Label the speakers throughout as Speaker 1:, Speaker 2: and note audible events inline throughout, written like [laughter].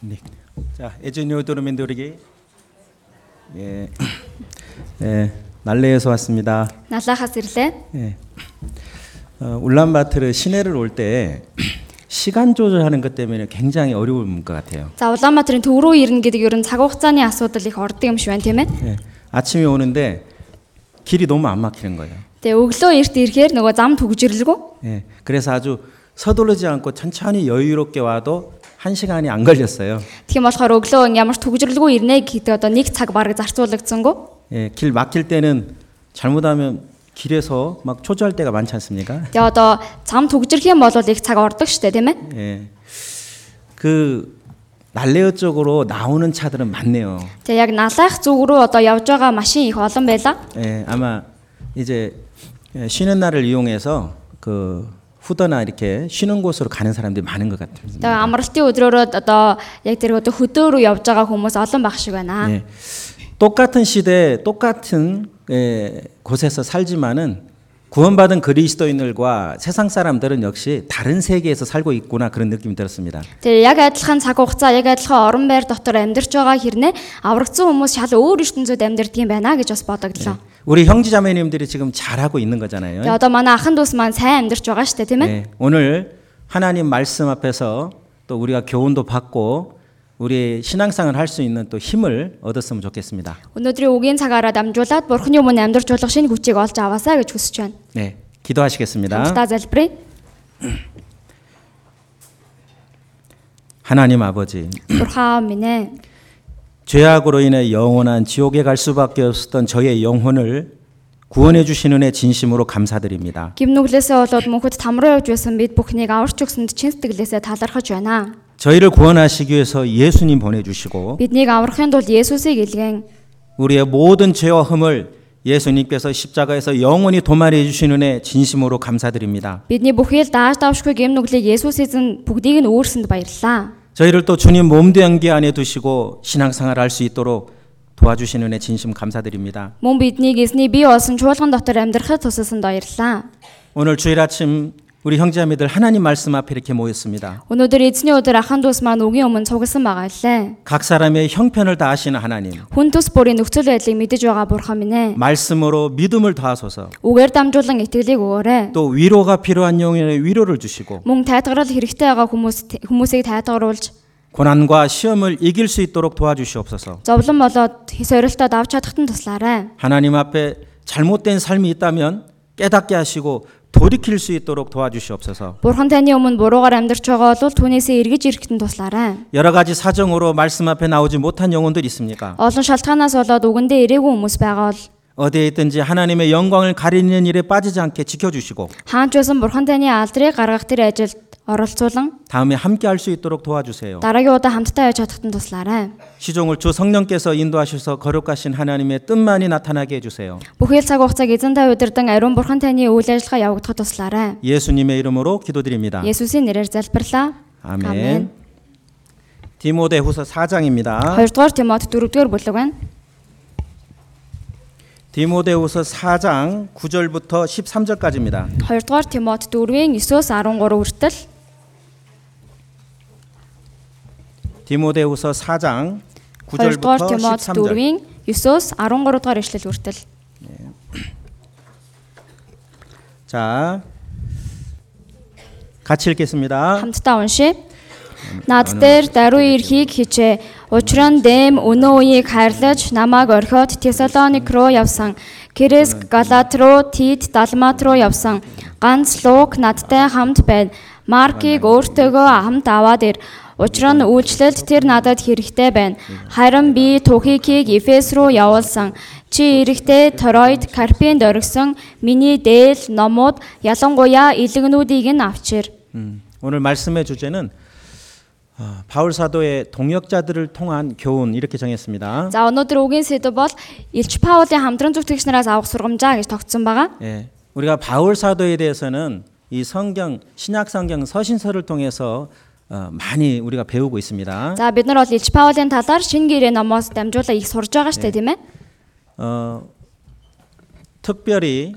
Speaker 1: 네. 자, 에즈뉴 도르민도르기. 예. 예, 날레에서 왔습니다.
Speaker 2: Налаахаас ирлээ.
Speaker 1: 예. 어, 울란바토르 시내를 올 때 시간 조절하는 것 때문에 굉장히 어려운 것 같아요.
Speaker 2: За Улаанбаатарын төв рүү ирнэ гэдэг ер нь цаг хугацааны асуудал их ордог юм шиг байна тийм ээ.
Speaker 1: 예. 아침에 오는데 길이 너무 안 막히는 거예요.
Speaker 2: Тэгээ өглөө эрт ирэхээр нөгөө зам түгжирлгүй.
Speaker 1: 예. 그래서 아주 서두르지 않고 천천히 여유롭게 와도 한 시간이 안 걸렸어요.
Speaker 2: Тэгхийн болохоор өглөө ин ямар ч түгжирлгүй ирнэ гэдэг одоо нэг цаг бараг зарцуулагдсангүй.
Speaker 1: 예, 길 막힐 때는 잘못하면 길에서 막 초조할 때가 많지 않습니까?
Speaker 2: Тэгээ одоо зам түгжирх юм бол их цаг ордог штэ тийм ээ.
Speaker 1: 예. 그 날레어 쪽으로 나오는 차들은 많네요.
Speaker 2: Тэгээ яг налаах зүг рүү одоо явж байгаа машин их олон байла.
Speaker 1: 예, 아마 이제 예, 쉬는 날을 이용해서 그 후더나 이렇게 쉬는 곳으로 가는 사람들이 많은 것 같아요.
Speaker 2: Тэгээ амралтын өдрөөрөө одоо яг тэр одоо хөдөө рүү явж байгаа хүмүүс олон байх шиг байна.
Speaker 1: 예. 똑같은 시대, 똑같은 예, 곳에서 살지만은 구원받은 그리스도인들과 세상 사람들은 역시 다른 세계에서 살고 있구나 그런 느낌이 들었습니다.
Speaker 2: Тэгээ яг адилхан цаг хугацаа, яг адилхан орон байр дотор амьдарч байгаа хэрнээ аврагдсан хүмүүс шал өөр ертөнцөд амьдардаг юм байна гэж бас бодогдлоо.
Speaker 1: 우리 형제자매님들이 지금 잘하고 있는 거잖아요.
Speaker 2: Тэгээ одоо манай ахын дүүс маань сайн амьдарч байгаа штэ тийм ээ.
Speaker 1: 네, 오늘 하나님 말씀 앞에서 또 우리가 교훈도 받고 우리 신앙생활 할수 있는 또 힘을 얻었으면 좋겠습니다.
Speaker 2: Өнөөдрийн үгийн цагаараа дамжуулаад Бурхны өмнө амьдарч болох шинэ хүчийг олж аваасаа гэж хүсэж байна.
Speaker 1: 네, 기도하시겠습니다.
Speaker 2: Хамтдаа залбирая.
Speaker 1: 하나님 아버지,
Speaker 2: Бурхан минь ээ.
Speaker 1: 죄악으로 인해 영원한 지옥에 갈 수밖에 없었던 저의 영혼을 구원해 주신 은혜 진심으로 감사드립니다.
Speaker 2: Гимнүглээсээ болоод мөнхөд там руу явж байсан бид бүхнийг аварч өгсөнд чин сэтгэлээсээ талархаж байна.
Speaker 1: 저희를 구원하시기 위해서 예수님 보내주시고
Speaker 2: Биднийг аврахын тулд Есүсийг илгээн
Speaker 1: 우리의 모든 죄와 흠을 예수님께서 십자가에서 영원히 도말해 주신 은혜 진심으로 감사드립니다.
Speaker 2: бидний бүхий л дааж давшгүй гимнүглийг Есүс эзэн бүгдийг нь өөрсөнд баярлаа.
Speaker 1: 저희를 또 주님 몸도 연기 안에 두시고 신앙생활 할 수 있도록 도와주시는 은혜 진심 감사드립니다.
Speaker 2: Мөн биднийг эзний бие болсон чуулган дотор амьдрахад тусалсанд баярлаа.
Speaker 1: 오늘 주일 아침 우리 형제자매들 하나님 말씀 앞에 이렇게 모였습니다.
Speaker 2: Өнөөдөр эзний өдөр ахын дүүс маань үгийн өмнө цугласан байгаа лээ.
Speaker 1: 각 사람의 형편을 다 아시는 하나님,
Speaker 2: Хүн төс бүрийн нөхцөл байдлыг мэдэж байгаа бурхан минь ээ.
Speaker 1: 말씀으로 믿음을 더하소서.
Speaker 2: Үгээр дамжуулан итгэлийг өгөөрэй.
Speaker 1: 또 위로가 필요한 영혼의 위로를 주시고
Speaker 2: Мөн тайтгарал хэрэгтэй байгаа хүмүүст хүмүүсийг тайтгаруулж
Speaker 1: 고난과 시험을 이길 수 있도록 도와주시옵소서.
Speaker 2: зовлон болоод сорилтод авч чадахт нь туслаарай.
Speaker 1: 하나님 앞에 잘못된 삶이 있다면 깨닫게 하시고 돌이킬 수 있도록 도와주시옵소서.
Speaker 2: Бурхан таны өмнө буруугаар амьдарч байгаа бол түүнээсээ эргэж ирэхэд нь туслаарай.
Speaker 1: 여러 가지 사정으로 말씀 앞에 나오지 못한 영혼들 있습니까?
Speaker 2: Олон шалтгаанаас болоод үгэндээ ирээгүй хүмүүс байгаа бол
Speaker 1: 어디에 있든지 하나님의 영광을 가리는 일에 빠지지 않게 지켜주시고
Speaker 2: хаач байсан бурхан таны алдрыг гаргах тэр ажилд оролцуулан
Speaker 1: 다음에 함께 할 수 있도록 도와주세요.
Speaker 2: дараагийн удаа хамтдаа явж чадахт нь туслаарай.
Speaker 1: 시종을 주 성령께서 인도하셔서 거룩하신 하나님의 뜻만이 나타나게 해주세요.
Speaker 2: Бүхэл цаг хугацааг эзэнтэй удирдан ариун бурхан таны үйл ажиллагаа явагдахад туслаарай.
Speaker 1: 예수님의 이름으로 기도드립니다.
Speaker 2: Есүсийн нэрээр залбирлаа.
Speaker 1: 아멘. 디모데후서 4장입니다.
Speaker 2: 2 дугаар Тимот 4 дугаар бүлэг байна.
Speaker 1: 디모데후서 4장 9절부터 13절까지입니다.
Speaker 2: 2 дугаар Тимот 4-ийн 9-өөс 13 хүртэл
Speaker 1: 디모데후서 4장
Speaker 2: 2 дугаар
Speaker 1: 9절부터
Speaker 2: Тимот
Speaker 1: 13절.
Speaker 2: 4-ийн 9-оос 13 дугаар ишлэл хүртэл.
Speaker 1: 자, 같이 읽겠습니다.
Speaker 2: Хамтдаа уншъя. Над дээр даруй эрхийг хичээ. Учир нь дэм өнөө үеийг хайрлаж намааг орхиод Тесалоник руу явсан. Крэск Галат руу, Тит Далмат руу явсан. Ганц Лук надтай хамт байна. Маркийг өөртөөгөө хамт аваад ир. Учир нь үйлчлэлд тэр надад хэрэгтэй байна. Харин би Тухикийг Эфес руу явуулсан. Чи эрэхтэй Тороид Карпинд оргисон миний дээл номууд ялангуяа илгнүүдийг нь авчир.
Speaker 1: 음, 오늘 말씀의 주제는 아, 바울 사도의 동역자들을 통한 교훈 이렇게 정했습니다.
Speaker 2: За өнөөдөр үгийн сэдв бол Илч Паулийн хамтран зүтгэгч нараас авах сургамжаа гэж тогтсон байгаа.
Speaker 1: 예, 우리가 바울 사도에 대해서는 이 성경 신약 성경 서신서를 통해서 어, 많이 우리가 배우고 있습니다.
Speaker 2: За бид нар бол Илч Паулийн талаар шинэ гэрээ номоос дамжуулаа их сурж байгаа штэ тийм ээ.
Speaker 1: 어, 특별히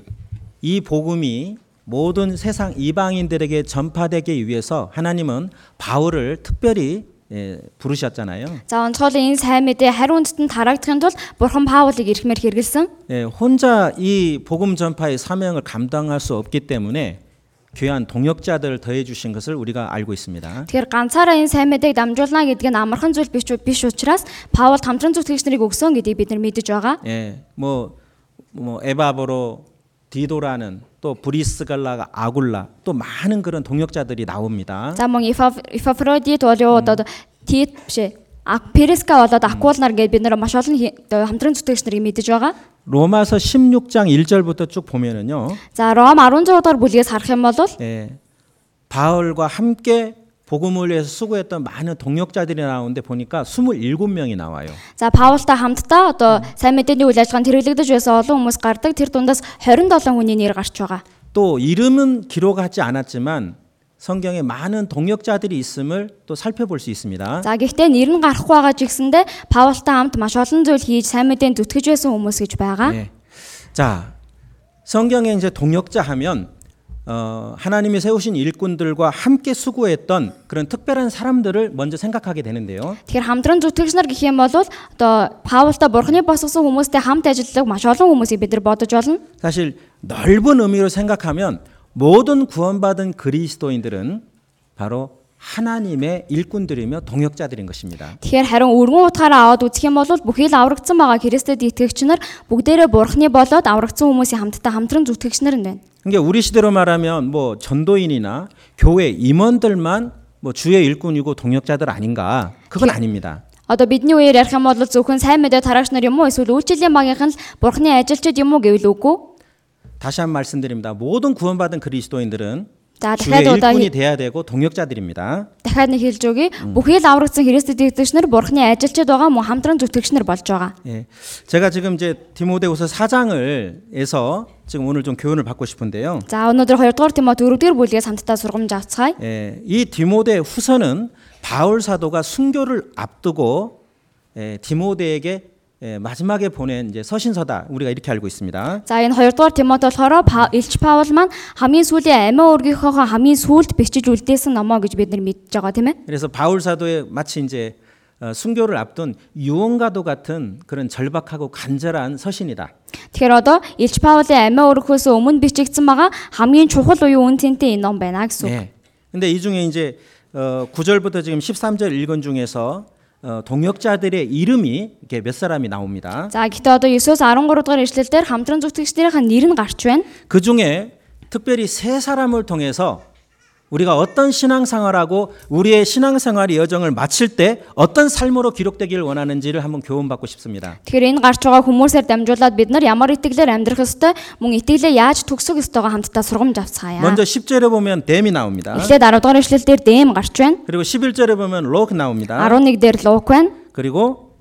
Speaker 1: 이 복음이 모든 세상 이방인들에게 전파되기 위해서 하나님은 바울을 특별히 예, 부르셨잖아요.
Speaker 2: За онцгойлон энэ сайн мэдээ хариу үндэстэн тараагдахын тулд Бурхан Паулийг эрхмээр хэрэгэлсэн.
Speaker 1: 예, 혼자 이 복음 전파의 사명을 감당할 수 없기 때문에 귀한 동역자들을 더해 주신 것을 우리가 알고 있습니다.
Speaker 2: Тэгэхээр ганцаараа энэ сайн мэдээг дамжуулна гэдг нь амархан зүйл биш үү- биш учраас Паулд хамтран зүтгэгч нарыг өгсөн гэдгийг бид нар мэдэж байгаа.
Speaker 1: 예, 뭐, 뭐 에바보로 디도라는 또 브리스갈라 아굴라 또 많은 그런 동역자들이 나옵니다.
Speaker 2: За мөн Ифафродит бол юу одоо Тит биш ээ. А Переска болоод Акулнар гэдээ бид нар маш олон хи- одоо хамтран зүтгэгч нарыг мэдэж байгаа.
Speaker 1: 로마서 16장 1절부터 쭉 보면은요.
Speaker 2: За Ром 16 дугаар бүлгээс харах юм бол
Speaker 1: 예, 바울과 함께 복음을 위해서 수고했던 많은 동역자들이 나오는데 보니까 27명이 나와요.
Speaker 2: за Паултай хамтдаа одоо сайн мэдээний үйл ажиллагаанд хэрэглэгдэж байсан олон хүмүүс гардаг. Тэр дундаас 27 хүний нэр гарч байгаа.
Speaker 1: 또 이름은 기록하지 않았지만 성경에 많은 동역자들이 있음을 또 살펴볼 수 있습니다.
Speaker 2: За гэхдээ нэр нь гарахгүй байгаа ч гэсэндэ Паултай хамт маш олон зүйл хийж сайн мэдээнд зүтгэж байсан хүмүүс гэж байгаа.
Speaker 1: 예. 자, 성경에 이제 동역자 하면 어, 하나님이 세우신 일꾼들과 함께 수고했던 그런 특별한 사람들을 먼저 생각하게 되는데요.
Speaker 2: Тэгэхээр хамтран зүтгэгч нар гэх юм бол одоо Паултай бурхны босгосон хүмүүстэй хамт ажилладаг маш олон хүмүүсийг бид нар бодож олно.
Speaker 1: 사실 넓은 의미로 생각하면 모든 구원받은 그리스도인들은 바로 하나님의 일꾼들이며 동역자들인 것입니다.
Speaker 2: Тэгэхээр харин өргөн утгаараа аваад үзэх юм бол бүхий л аврагдсан байгаа Христэд итгэгч нар бүгдээрээ бурхны болоод аврагдсан хүмүүсийн хамтдаа хамтран зүтгэгч нар нь байна.
Speaker 1: 그러니까 우리 시대로 말하면 뭐 전도인이나 교회 임원들만 뭐 주의 일꾼이고 동역자들 아닌가? 그건 아닙니다.
Speaker 2: Одоо бидний үеэр ярих юм бол зөвхөн сайн мэдээ тараагч нар юм уу эсвэл үйлчлэлийн багийнхан л бурхны ажилчид юм уу гэвэл үгүй.
Speaker 1: 다시 한 번 말씀드립니다. 모든 구원받은 그리스도인들은
Speaker 2: За
Speaker 1: 주의
Speaker 2: дахиад удаа
Speaker 1: 일꾼이
Speaker 2: хи-
Speaker 1: 돼야 되고 동역자들입니다.
Speaker 2: дахиад нэг хэлж өгье. Бүхий л аврагдсан Христэд итгэгч нар бурхны ажилчид байгаа мөн хамтран зүтгэгч нар болж байгаа.
Speaker 1: 예. 제가 지금 이제 디모데후서 4장을에서 지금 오늘 좀 교훈을 받고 싶은데요.
Speaker 2: За өнөөдөр 2 дугаар Тимот 4 дугаар бүлгээс хамтдаа сургамж авцгаая.
Speaker 1: 예, 이 디모데 후서는 바울 사도가 순교를 앞두고 예, 디모데에게 예, 마지막에 보낸 이제 서신서다 우리가 이렇게 알고 있습니다.
Speaker 2: За энэ 2 дугаар Тимот болохоор Па- Илч Паул маань хамгийн сүүлийн амиа өргөхөөхөө хамгийн сүүлд бичиж үлдээсэн номоо гэж бид нар мэдж байгаа тийм ээ.
Speaker 1: 그래서 바울 사도의 마치 이제 어, 순교를 앞둔 유언가도 같은 그런 절박하고 간절한 서신이다.
Speaker 2: Тэгэхээр одоо Илч Паулын амиа өргөхөөс өмнө бичигдсэн байгаа хамгийн чухал уюун үн цэнтэй энэ ном байна гэсэн үг.
Speaker 1: 예. 근데 이 중에 이제 어, 9절부터 지금 13절 읽은 중에서 어, 동역자들의 이름이 이렇게 몇 사람이 나옵니다.
Speaker 2: За гэхдээ одоо 9-оос 13 дугаар ишлэл дээр хамтран зүтгэгч нарын нэр нь гарч байна.
Speaker 1: 그 중에 특별히 세 사람을 통해서 우리가 어떤 신앙생활하고 우리의 신앙생활의 여정을 마칠 때 어떤 삶으로 기록되기를 원하는지를 한번 교훈받고 싶습니다.
Speaker 2: Тэгэхээр энэ гарч байгаа хүмүүсээр дамжуулаад бид нар ямар итгэлээр амьдрах ёстой, мөн итгэлээ яаж төгсөх ёстойгоо хамтдаа сургамж авцгаая.
Speaker 1: 먼저 10절에 보면 댐이 나옵니다.
Speaker 2: Эхлээд 10 дугаар ишлэл дээр дэм гарч байна.
Speaker 1: 그리고 11절에 보면 록 나옵니다.
Speaker 2: 11 дээр лук байна.
Speaker 1: 그리고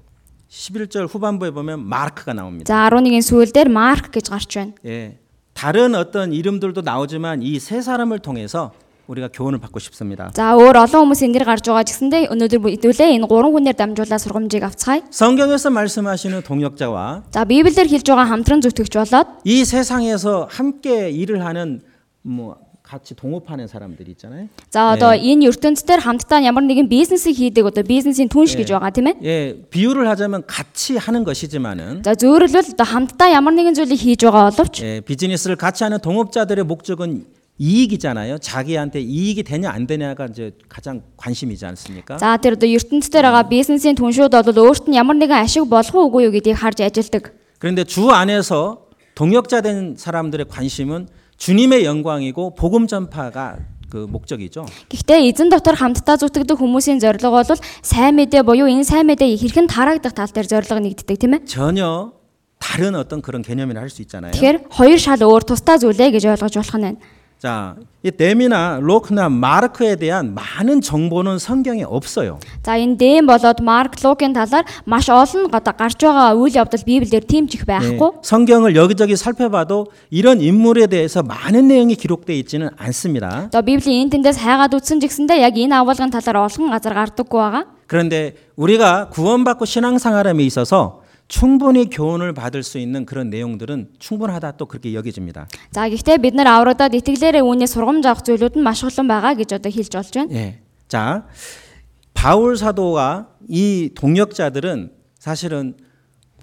Speaker 1: 11절 후반부에 보면 마크가 나옵니다.
Speaker 2: За 11-ийн сүүл дээр марк гэж гарч байна.
Speaker 1: 예. 다른 어떤 이름들도 나오지만 이 세 사람을 통해서 우리가 교훈을 받고 싶습니다.
Speaker 2: За өөр олон хүмүүс энэ дэр гарч байгаа ч гэсэндээ өнөөдөр бүгд хэдүүлээ энэ гурван хүнээр дамжуулаад сургамжийг авцгаая.
Speaker 1: 성경에서 말씀하시는 동역자와
Speaker 2: За библиэр хэлж байгаа хамтран зүтгэгч болоод
Speaker 1: 이 세상에서 함께 일을 하는 뭐 같이 동업하는 사람들이 있잖아요.
Speaker 2: За одоо энэ ертөнцийн дээр хамтдаа ямар нэгэн бизнесийг хийдэг одоо бизнесийн түнш гэж байгаа тийм ээ.
Speaker 1: 예, 비유를 하자면 같이 하는 것이지만은
Speaker 2: За зөөрөлөл одоо хамтдаа ямар нэгэн зүйлийг хийж байгаа боловч
Speaker 1: 예, 비즈니스를 같이 하는 동업자들의 목적은 이익이잖아요. 자기한테 이익이 되냐 안 되냐가 이제 가장 관심이지 않습니까?
Speaker 2: за тэр одоо ертөнцийн дээр байгаа бизнесийн түншүүд бол өөрт нь ямар нэгэн ашиг болох уу үгүй юу гэдгийг харж ажилдаг.
Speaker 1: 그런데 주 안에서 동역자 된 사람들의 관심은 주님의 영광이고 복음 전파가 그 목적이죠.
Speaker 2: Гэхдээ эзэн дотор хамтдаа зүтгэдэг хүмүүсийн зорилго бол сайн мэдээ буюу энэ сайн мэдээ хэрхэн тараагдах тал дээр зорилго нэгддэг тийм ээ.
Speaker 1: 전혀 다른 어떤 그런 개념이라 할 수 있잖아요.
Speaker 2: Тэгэхээр хоёр шал өөр тусдаа зүйлээ гэж ойлгож болох нь байна.
Speaker 1: 자, 이 데미나 로크나 마르크에 대한 많은 정보는 성경에 없어요.
Speaker 2: За энэ дэм болоод Марк Лукийн талаар маш олон гадаа гарч байгаа үйл явдал Библиэлд тэмчих
Speaker 1: 네,
Speaker 2: байхгүй.
Speaker 1: 성경을 여기저기 살펴봐도 이런 인물에 대해서 많은 내용이 기록되어 있지는 않습니다.
Speaker 2: Одоо Библийн энэ тэндээс хайгаад үтсэн ч гэсэндээ яг энэ агуулгын талаар олон газар гардаггүй байгаа.
Speaker 1: 그런데 우리가 구원받고 신앙생활에 있어서 충분히 교훈을 받을 수 있는 그런 내용들은 충분하다 또 그렇게 여겨집니다.
Speaker 2: За гэхдээ бид нар аврагдаад итгэлээрээ үүнээс сургамж авах зүйлүүд нь маш олон байгаа гэж одоо хэлж болж байна.
Speaker 1: 예. 자, 바울 사도가 이 동역자들은 사실은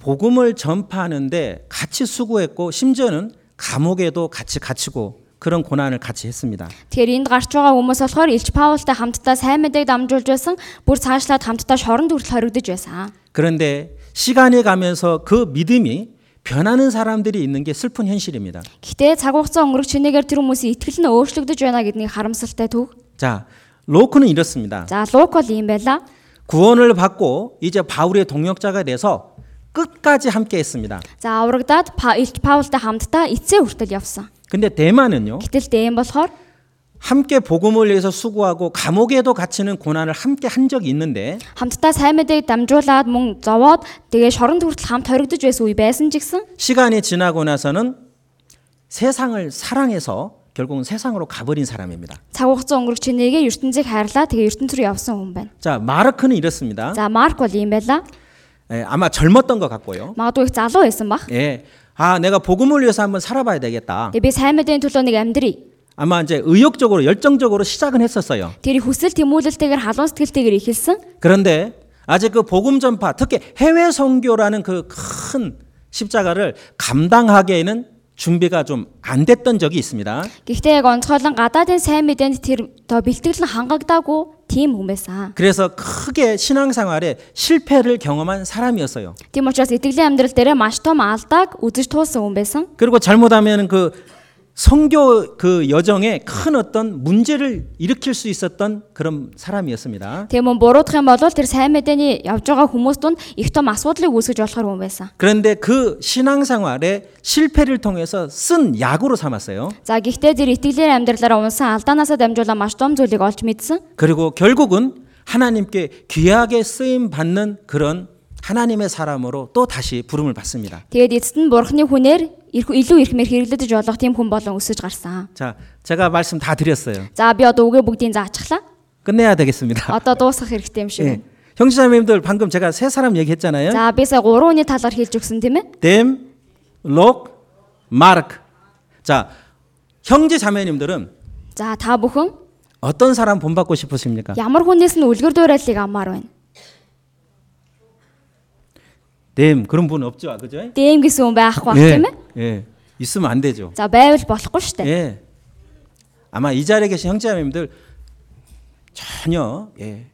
Speaker 1: 복음을 전파하는데 같이 수고했고 심지어는 감옥에도 같이 갇히고 그런 고난을 같이 했습니다.
Speaker 2: Тэгэхээр энд гарч байгаа хүмүүс болохоор Илч Паултай хамтдаа сайн мэдээг дамжуулж байсан, бүр цаашлаад хамтдаа шоронд хүртэл хоригдож байсан.
Speaker 1: 그런데 시간이 가면서 그 믿음이 변하는 사람들이 있는 게 슬픈 현실입니다.
Speaker 2: Гэхдээ цаг хугацаа өнгөрөх чинээгээр тэр хүмүүсийн итгэл нь өөрчлөгдөж байна гэдгийг харамсалтай төг.
Speaker 1: 자, 로크는 이렇습니다.
Speaker 2: За Лук бол ийм байлаа.
Speaker 1: 구원을 받고 이제 바울의 동역자가 돼서 끝까지 함께 했습니다.
Speaker 2: За аврагдаад Па- Илч Паултай хамтдаа эцээ хүртэл явсан.
Speaker 1: 근데 대만은요.
Speaker 2: Гэтэл дэм болохоор
Speaker 1: 함께 복음을 위해서 수고하고 감옥에도 갇히는 고난을 함께 한 적이 있는데
Speaker 2: хамтдаа сайн мэдээг дамжуулаад мөн зовоод тэгээ шоронд хүртэл хамт хоригдож байсан үе байсан ч гэсэн
Speaker 1: 시간이 지나고 나서는 세상을 사랑해서 결국은 세상으로 가버린 사람입니다.
Speaker 2: цаг хугацаа өнгөрөх чинээгээ ертөнцийг хайрлаа тэгээ ертөнц рүү явсан хүн байна.
Speaker 1: 자, 마르크는 이렇습니다.
Speaker 2: За Марк бол ийм байлаа.
Speaker 1: 예, 아마 젊었던 것 같고요.
Speaker 2: Магадгүй их залуу байсан баг.
Speaker 1: 예. 아, 내가 복음을 위해서 한번 살아봐야 되겠다.
Speaker 2: Тэгээ би сайн мэдээний төлөө нэг амьдрий.
Speaker 1: 아마 이제 의욕적으로 열정적으로 시작은 했었어요.
Speaker 2: Тэр их хүсэл тэмүүлэлтэйгээр халуун сэтгэлтэйгээр ихэлсэн.
Speaker 1: 그런데 아직 그 복음 전파, 특히 해외 선교라는 그 큰 십자가를 감당하기에는 준비가 좀 안 됐던 적이 있습니다.
Speaker 2: Гэхдээ яг онцгойлон гадаадын сайн мэдээнд тэр одоо бэлтгэл нь хангагдаагүй тийм хүмүүс аа.
Speaker 1: 그래서 크게 신앙생활에 실패를 경험한 사람이었어요.
Speaker 2: Тийм учраас итгэлийн амьдрал дээр маш том алдааг үзэж туулсан хүн байсан.
Speaker 1: 그리고 잘못하면 그 성교 그 여정에 큰 어떤 문제를 일으킬 수 있었던 그런 사람이었습니다.
Speaker 2: Тийм мөн буруудах юм бол тэр сайн мэдээний явж байгаа хүмүүс дунд их том асуудлыг үүсгэж болохоор хүн байсан.
Speaker 1: 그런데 그 신앙생활에 실패를 통해서 쓴 약으로 삼았어요.
Speaker 2: За гэхдээ тэр итгэлийн амьдралаараа унсан алдаанаасаа дамжуулан маш том зүйлийг олж мэдсэн.
Speaker 1: 그리고 결국은 하나님께 귀하게 쓰임 받는 그런 하나님의 사람으로 또 다시 부름을 받습니다.
Speaker 2: Тэгээд эцэст нь бурхны хүнээр ирэх- илүү их мэр хэрэглэгдэж болох тийм хүн болон өсөж гарсан.
Speaker 1: 자, 제가 말씀 다 드렸어요.
Speaker 2: За би одоо үгээ бүгдийг заачглаа.
Speaker 1: 끝내야 되겠습니다.
Speaker 2: Одоо дуусгах хэрэгтэй юм
Speaker 1: 예.
Speaker 2: шиг.
Speaker 1: 형제자매님들 방금 제가 세 사람 얘기했잖아요.
Speaker 2: байна. За би сая 3 хүний талаар хэлж өгсөн тийм ээ.
Speaker 1: 댐, 록, 마르크. 자, 형제 자매님들은
Speaker 2: За та бүхэн
Speaker 1: 어떤 사람 본받고 싶으십니까?
Speaker 2: ямар хүнээс нь үлгэр дуурайлыг амаар байна?
Speaker 1: 댐 그런 분 없죠, 그죠?
Speaker 2: Дэм гэсэн хүн
Speaker 1: Э.
Speaker 2: байхгүй бах тийм ээ.
Speaker 1: 예, 있으면 안 되죠.
Speaker 2: За байвал болохгүй шүү дээ.
Speaker 1: 예, 아마 이 자리에 계신 형제 자매님들 전혀 예,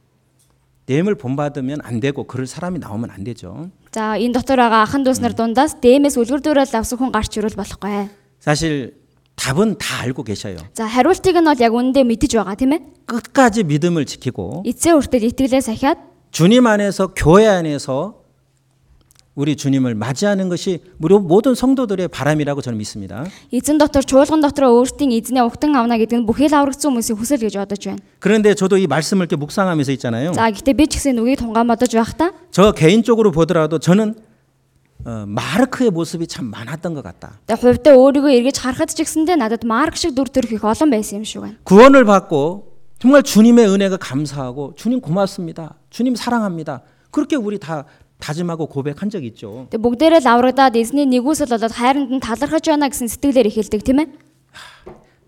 Speaker 1: 댐을 본받으면 안 되고 그럴 사람이 나오면 안 되죠.
Speaker 2: За энэ дотор байгаа ахын дүүс нар дундаас дэмээс үлгэр дуурайл авсан хүн гарч ирвэл болохгүй.
Speaker 1: 사실 답은 다 알고 계셔요.
Speaker 2: За хариултыг нь бол яг үнэндээ мэдэж байгаа тийм ээ.
Speaker 1: 끝까지 믿음을 지키고
Speaker 2: Эцээ хүртэл итгэлээ сахиад
Speaker 1: 주님 안에서 교회 안에서 우리 주님을 맞이하는 것이 무려 모든 성도들의 바람이라고 저는 믿습니다.
Speaker 2: эзэн дотор чуулган дотроо өөртөө эзнээ ухтан авна гэдэг нь бүхэл аврагдсан хүмүүсийн хүсэл гэж бодож байна.
Speaker 1: 그런데 저도 이 말씀을 이렇게 묵상하면서 있잖아요.
Speaker 2: За гэхдээ би ч гэсэн нүгийг тунгаан бодож байхдаа
Speaker 1: 저 개인적으로 보더라도 저는 어, 마르크의 모습이 참 많았던 것 같다.
Speaker 2: тэгээ хувьдаа өөрийгөө эргэж харахад ч гэсэндээ надад марк шиг дүр төрх их олон байсан юм шиг байна.
Speaker 1: 구원을 받고 정말 주님의 은혜가 감사하고 주님 고맙습니다. 주님 사랑합니다. 그렇게 우리 다 다짐하고 고백한 적이 있죠.
Speaker 2: Тэгээ бүгдээрээ л аврагдаад эзний нэгүсэл болоод хайранд нь талархаж байна гэсэн сэтгэлээр эхэлдэг тийм ээ.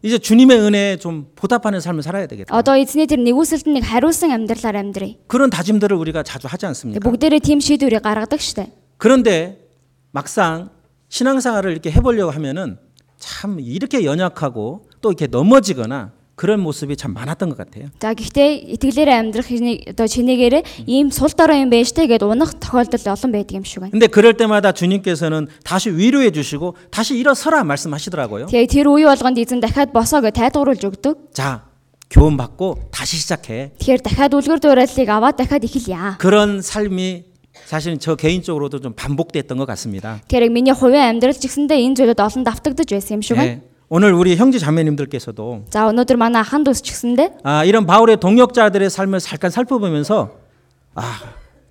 Speaker 1: 이제 주님의 은혜에 좀 보답하는 삶을 살아야 되겠다.
Speaker 2: Одоо эзний тэр нэгүсэлд нэг хариусан амьдралаар амьдрий.
Speaker 1: 그런 다짐들을 우리가 자주 하지
Speaker 2: Тэгээ
Speaker 1: 않습니까?
Speaker 2: бүгдээрээ тийм шийдвэрийг гаргадаг штэ.
Speaker 1: 그런데 막상 신앙생활을 이렇게 해보려고 하면은 참 이렇게 연약하고 또 이렇게 넘어지거나 그런 모습이 참 많았던 것 같아요.
Speaker 2: За гэхдээ итгэлээрээ амьдрах хэний- одоо чинээгээрээ ийм сул дорой юм байж тэ гэд унах тохиолдол олон байдаг юм шиг байна.
Speaker 1: 근데 그럴 때마다 주님께서는 다시 위로해 주시고 다시 일어서라 말씀하시더라고요.
Speaker 2: Тэгээ тэр үе болгонд эзэн дахиад босоо гэж тайлгууруулж өгдөг.
Speaker 1: 자, 교훈 받고 다시 시작해.
Speaker 2: Тэгэхээр дахиад үлгэр дуурайлыг аваад дахиад эхэлье.
Speaker 1: 그런 삶이 사실은 저 개인적으로도 좀 반복됐던 것 같습니다.
Speaker 2: Тэгэхээр яг миний хувийн амьдрал ч гэсэндээ энэ зүйлүүд олон давтагдж байсан юм шиг байна.
Speaker 1: 네. 오늘 우리 형제 자매님들께서도
Speaker 2: За өнөөдөр манай аханд ус ч гэсэндээ
Speaker 1: 아, 이런 바울의 동역자들의 삶을 잠깐 살펴보면서 아,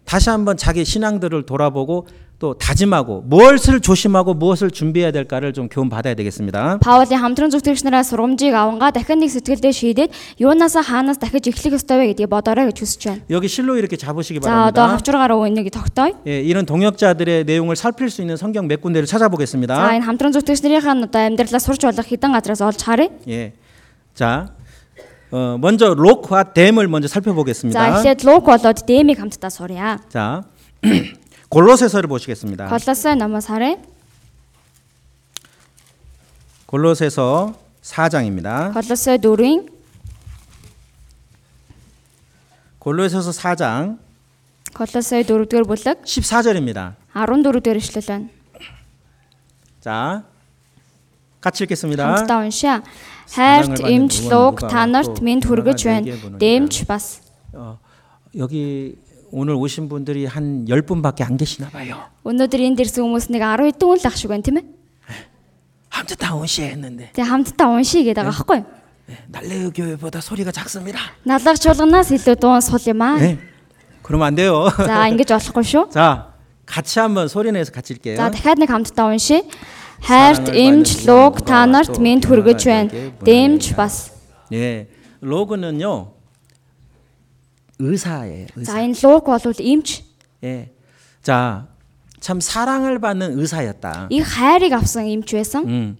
Speaker 1: 다시 한번 자기 신앙들을 돌아보고 또 다짐하고 무엇을 조심하고 무엇을 준비해야 될까를 좀 교훈 받아야 되겠습니다.
Speaker 2: Паулийн хамтран зүтгэгч нараас сургамжийг авангаа дахин нэг сэтгэлдээ шийдээд юунаас хаанаас дахиж эхлэх ёстой вэ гэдгийг бодорой гэж хүсэж байна.
Speaker 1: 여기 실로 이렇게 잡으시기
Speaker 2: За
Speaker 1: 바랍니다.
Speaker 2: одоо хавчургаар өвнийг тогтооё.
Speaker 1: 예, 이런 동역자들의 내용을 살필 수 있는 성경 몇 군데를
Speaker 2: За
Speaker 1: 찾아보겠습니다.
Speaker 2: энэ хамтран зүтгэгч нарынхаа одоо амьдралаа сурч болох хідэн газраас олж харъя.
Speaker 1: 예. 자, 어, 먼저 록과 댐을 먼저
Speaker 2: За
Speaker 1: 살펴보겠습니다.
Speaker 2: эхлээд Лук болоод Дэмиг хамтдаа сурья.
Speaker 1: 자, [clears throat] 골로새서를 보시겠습니다.
Speaker 2: Колосой намаас харъя.
Speaker 1: 골로새서 4장입니다.
Speaker 2: Колосой 4-ийн
Speaker 1: 골로새서 4장
Speaker 2: Колосой 4-р бүлэг
Speaker 1: 14절입니다.
Speaker 2: 14-р эшлэл байна.
Speaker 1: 자, 같이 읽겠습니다.
Speaker 2: Хамтдаа уншаа. Хайрт
Speaker 1: Санаанаар
Speaker 2: эмч
Speaker 1: байна.
Speaker 2: Лук
Speaker 1: Бүгэн
Speaker 2: та нарт
Speaker 1: бүгэн
Speaker 2: минь хүргэж
Speaker 1: бүгэн
Speaker 2: байна.
Speaker 1: бүгэн
Speaker 2: Дэмж бас
Speaker 1: 어, 여기 오늘 오신 분들이 한 10분밖에 안 계시나 봐요.
Speaker 2: Өнөөдөр энд ирсэн хүмүүс нэг 10 хэдэн үл ах шиг байна тийм ээ.
Speaker 1: 아무튼 다 온시했는데
Speaker 2: Тэгээ хамтдаа уншия гэдэг байгаа байхгүй юу?
Speaker 1: 날레의 교회보다 소리가 작습니다.
Speaker 2: Налгах чуулганаас илүү дуун сул юм аа.
Speaker 1: 네. 그러면 안 돼요.
Speaker 2: За ингэж болохгүй шүү.
Speaker 1: [laughs] 자, 같이 한번 소리 내서 같이 읽게요.
Speaker 2: За дахиад нэг хамтдаа уншия. Хайрт
Speaker 1: Санаанаар
Speaker 2: эмч
Speaker 1: байна.
Speaker 2: Лук
Speaker 1: Бүгэн
Speaker 2: та
Speaker 1: бүгэн
Speaker 2: нарт
Speaker 1: бүгэн
Speaker 2: минь
Speaker 1: бүгэн
Speaker 2: хүргэж
Speaker 1: бүгэн
Speaker 2: байна.
Speaker 1: бүгэн
Speaker 2: Дэмж
Speaker 1: бүгэн
Speaker 2: бас.
Speaker 1: 예. 로그는요. 의사예요. 의사.
Speaker 2: За энэ Лук бол эмч
Speaker 1: 예. 자, 참 사랑을 받는 의사였다.
Speaker 2: их хайрыг авсан эмч байсан.
Speaker 1: 음.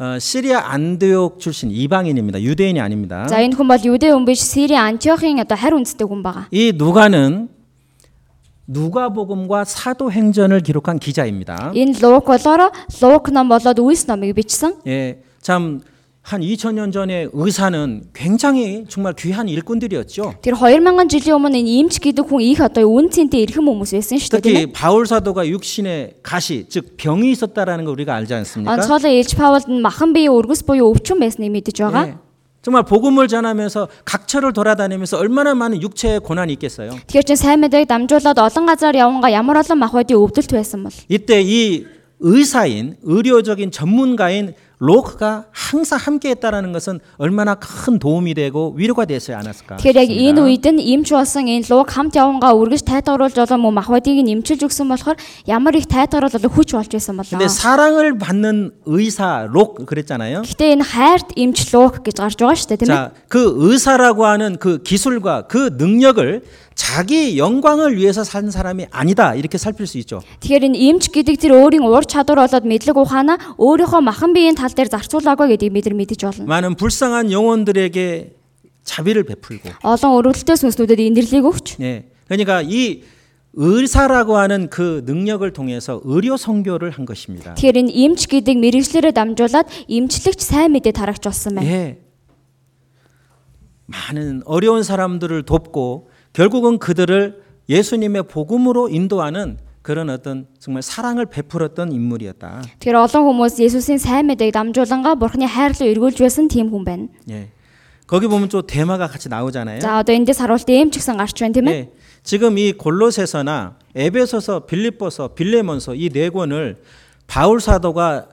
Speaker 1: 어, 시리아 안디옥 출신 이방인입니다. 유대인이 아닙니다.
Speaker 2: За энэ хүн бол Юдэ хүн биш Сири Антиохын одоо харь үндэстэй хүн байгаа.
Speaker 1: 이 누가는 누가복음과 사도행전을 기록한 기자입니다.
Speaker 2: Энэ Лук болоороо Лук ном болоод Үйлс номыг бичсэн.
Speaker 1: 예, 참 한 2000년 전에 의사는 굉장히 정말 귀한 일꾼들이었죠.
Speaker 2: Тэр 2000 жилийн өмнө энэ эмч гэдэг хүн их одоо үн цэнтэй ирхэм хүмүүс байсан шүү дээ. тийм ээ?
Speaker 1: 특히 바울 사도가 육신에 가시, 즉 병이 있었다라는 걸 우리가 알지 않습니까?
Speaker 2: Онцгойлон Илж Паулд нь махан биеийн өргөс буюу өвчин байсныг мэдэж
Speaker 1: 예,
Speaker 2: байгаа.
Speaker 1: 정말 복음을 전하면서 각처를 돌아다니면서 얼마나 많은 육체의 고난이 있겠어요.
Speaker 2: Тэгэхээр чи сайн мэдээг дамжуулаад олон газар явангаа ямар олон махбодийн өвдөлт байсан бол
Speaker 1: 이때 이 의사인 의료적인 전문가인 로크가 항상 함께했다라는 것은 얼마나 큰 도움이 되고 위로가 되지 않았을까.
Speaker 2: Тэгэхээр яг
Speaker 1: 싶습니다.
Speaker 2: энэ үед нь эмч болсон энэ луг хамт явангаа үргэж тайтгаруулж олон мөн махбодийг нь эмчилж өгсөн болохоор ямар их тайтгаруул болон хүч болж байсан болоо.
Speaker 1: 근데 사랑을 받는 의사 록 그랬잖아요.
Speaker 2: Гэхдээ энэ хайрт эмч луг гэж гарч байгаа шүү дээ тийм ээ.
Speaker 1: 자, 그 의사라고 하는 그 기술과 그 능력을 자기 영광을 위해서 산 사람이 아니다. 이렇게 살필 수 있죠.
Speaker 2: Тэгэхээр энэ эмч гэдэг тэр өөрийн уур чадвар болоод мэдлэг ухаанаа өөрийнхөө махан биеийн тал дээр зарцуулаагүй гэдгийг бид нар мэдэж болно.
Speaker 1: 많은 불쌍한 영혼들에게 자비를 베풀고
Speaker 2: Олон өрөвдөлтөө сүнслүүдэд инэрлийг өгч
Speaker 1: 예. 그러니까 이 의사라고 하는 그 능력을 통해서 의료 선교를 한 것입니다.
Speaker 2: Тэгэхээр энэ эмч гэдэг мэрэгчлэрээ дамжуулаад эмчлэгч сайн мэдээ тарагч болсон байна.
Speaker 1: 예. 많은 어려운 사람들을 돕고 결국은 그들을 예수님의 복음으로 인도하는 그런 어떤 정말 사랑을 베풀었던 인물이었다.
Speaker 2: Тэгэхээр олон хүмүүс Есүсийн сайн мэдээг дамжуулангаа бурхны хайр руу эргүүлж байсан тийм хүн байна.
Speaker 1: 예. 거기 보면 또 대마가 같이 나오잖아요.
Speaker 2: За одоо эндээс харуулт эмч гэсэн гарч байна тийм ээ.
Speaker 1: 예. 지금 이 골로새서나 에베소서, 빌립보서, 빌레몬서 이 네 권을 바울 사도가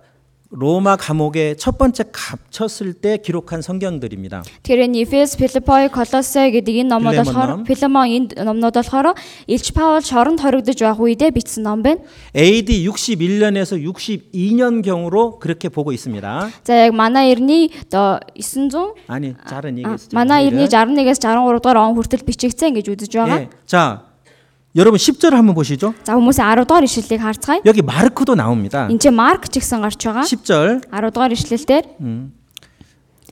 Speaker 1: 로마 감옥에 첫 번째 갇혔을 때 기록한 성경들입니다.
Speaker 2: Тэгэхээр энэ Эфес, Филиппой, Колоссе гэдэг энэ номууд
Speaker 1: Филемон
Speaker 2: болохоор
Speaker 1: ном.
Speaker 2: Филемон энэ номнууд болохоор Илч Паул шоронд хоригдож байх үедээ бичсэн ном байна.
Speaker 1: AD 61년에서 62년 경으로 그렇게 보고 있습니다.
Speaker 2: За яг манай эртний одоо 900
Speaker 1: 아니, 잘은
Speaker 2: а,
Speaker 1: 얘기했죠.
Speaker 2: манай эртний 61-ээс 63 дугаар он хүртэл бичигдсэн гэж үзэж байгаа.
Speaker 1: 예. 자, 여러분 10절 한번 보시죠.
Speaker 2: За хүмүүсийн 10 дугаар ишлэлийг харцгаая.
Speaker 1: 여기 마르크도 나옵니다.
Speaker 2: Энд чинь Марк ч гэсэн гарч байгаа.
Speaker 1: 10절.
Speaker 2: 10 дугаар ишлэлээр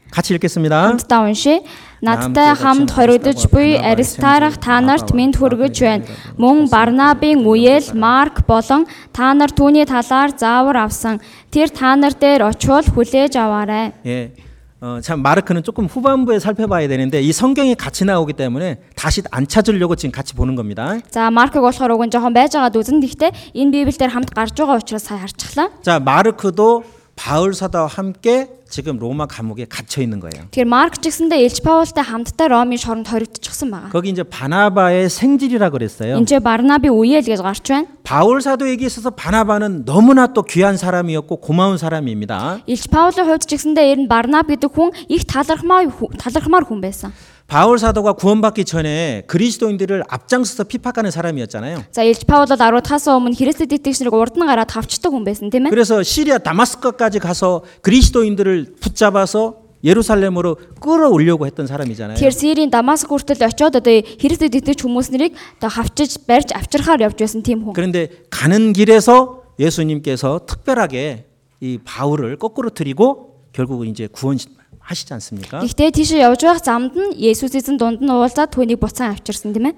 Speaker 1: 같이 읽겠습니다.
Speaker 2: Хамтдаа уншия. Надтай хамт хоригдож буй Аристарх та нарт минт хүргэж байна. Мөн Барнабын үеэл Марк болон та нар түүний талаар заавар авсан. Тэр та нар дээр очивол хүлээж аваарай.
Speaker 1: 예. 어, 참 마르크는 조금 후반부에 살펴봐야 되는데 이 성경이 같이 나오기 때문에 다시 안 찾으려고 지금 같이 보는 겁니다.
Speaker 2: За Маркыг болохоор уг нь жоохон байж байгаад үзэн. Гэхдээ энэ Библиэл дээр хамт гарч байгаа учраас сайн харчихлаа.
Speaker 1: 자, 마르크도 바울 사도와 함께 지금 로마 감옥에 갇혀 있는 거예요.
Speaker 2: Тэгэхээр Марк ч гэсэндээ Илж Паултай хамтдаа Ромын шоронд хоригдчихсан байгаа.
Speaker 1: 거기 이제 바나바의 생질이라 그랬어요.
Speaker 2: Энд чи Барнабын үеэл гэж гарч байна.
Speaker 1: 바울 사도에게 있어서 바나바는 너무나 또 귀한 사람이었고 고마운 사람입니다.
Speaker 2: Илж Паулын хувьд ч гэсэндээ ер нь Барнаб гэдэг хүн их талархмаа хүү- талархмаар хүн байсан.
Speaker 1: 바울 사도가 구원받기 전에 그리스도인들을 앞장서서 핍박하는 사람이었잖아요.
Speaker 2: За Илж Паул бол 10 дахаас өмнө Христэд итгэгчнэрийг урд нь гараад хавчдаг хүн байсан тийм ээ.
Speaker 1: 그래서 시리아 다마스커까지 가서 그리스도인들을 붙잡아서 예루살렘으로 끌어올려고 했던 사람이잖아요.
Speaker 2: Тэр Сирийн Дамаск хүртэл очиод одоо Христэд итгэж хүмүүс нарыг одоо хавчиж барьж авчирхаар явж байсан тийм хүн.
Speaker 1: 그런데 가는 길에서 예수님께서 특별하게 이 바울을 거꾸로 드리고 결국은 이제 구원하시지 않습니까?
Speaker 2: Гэхдээ тийшээ явж байх замд нь Есүс эзэн дунд нь уулзаад түүнийг буцаан авчирсан тийм ээ.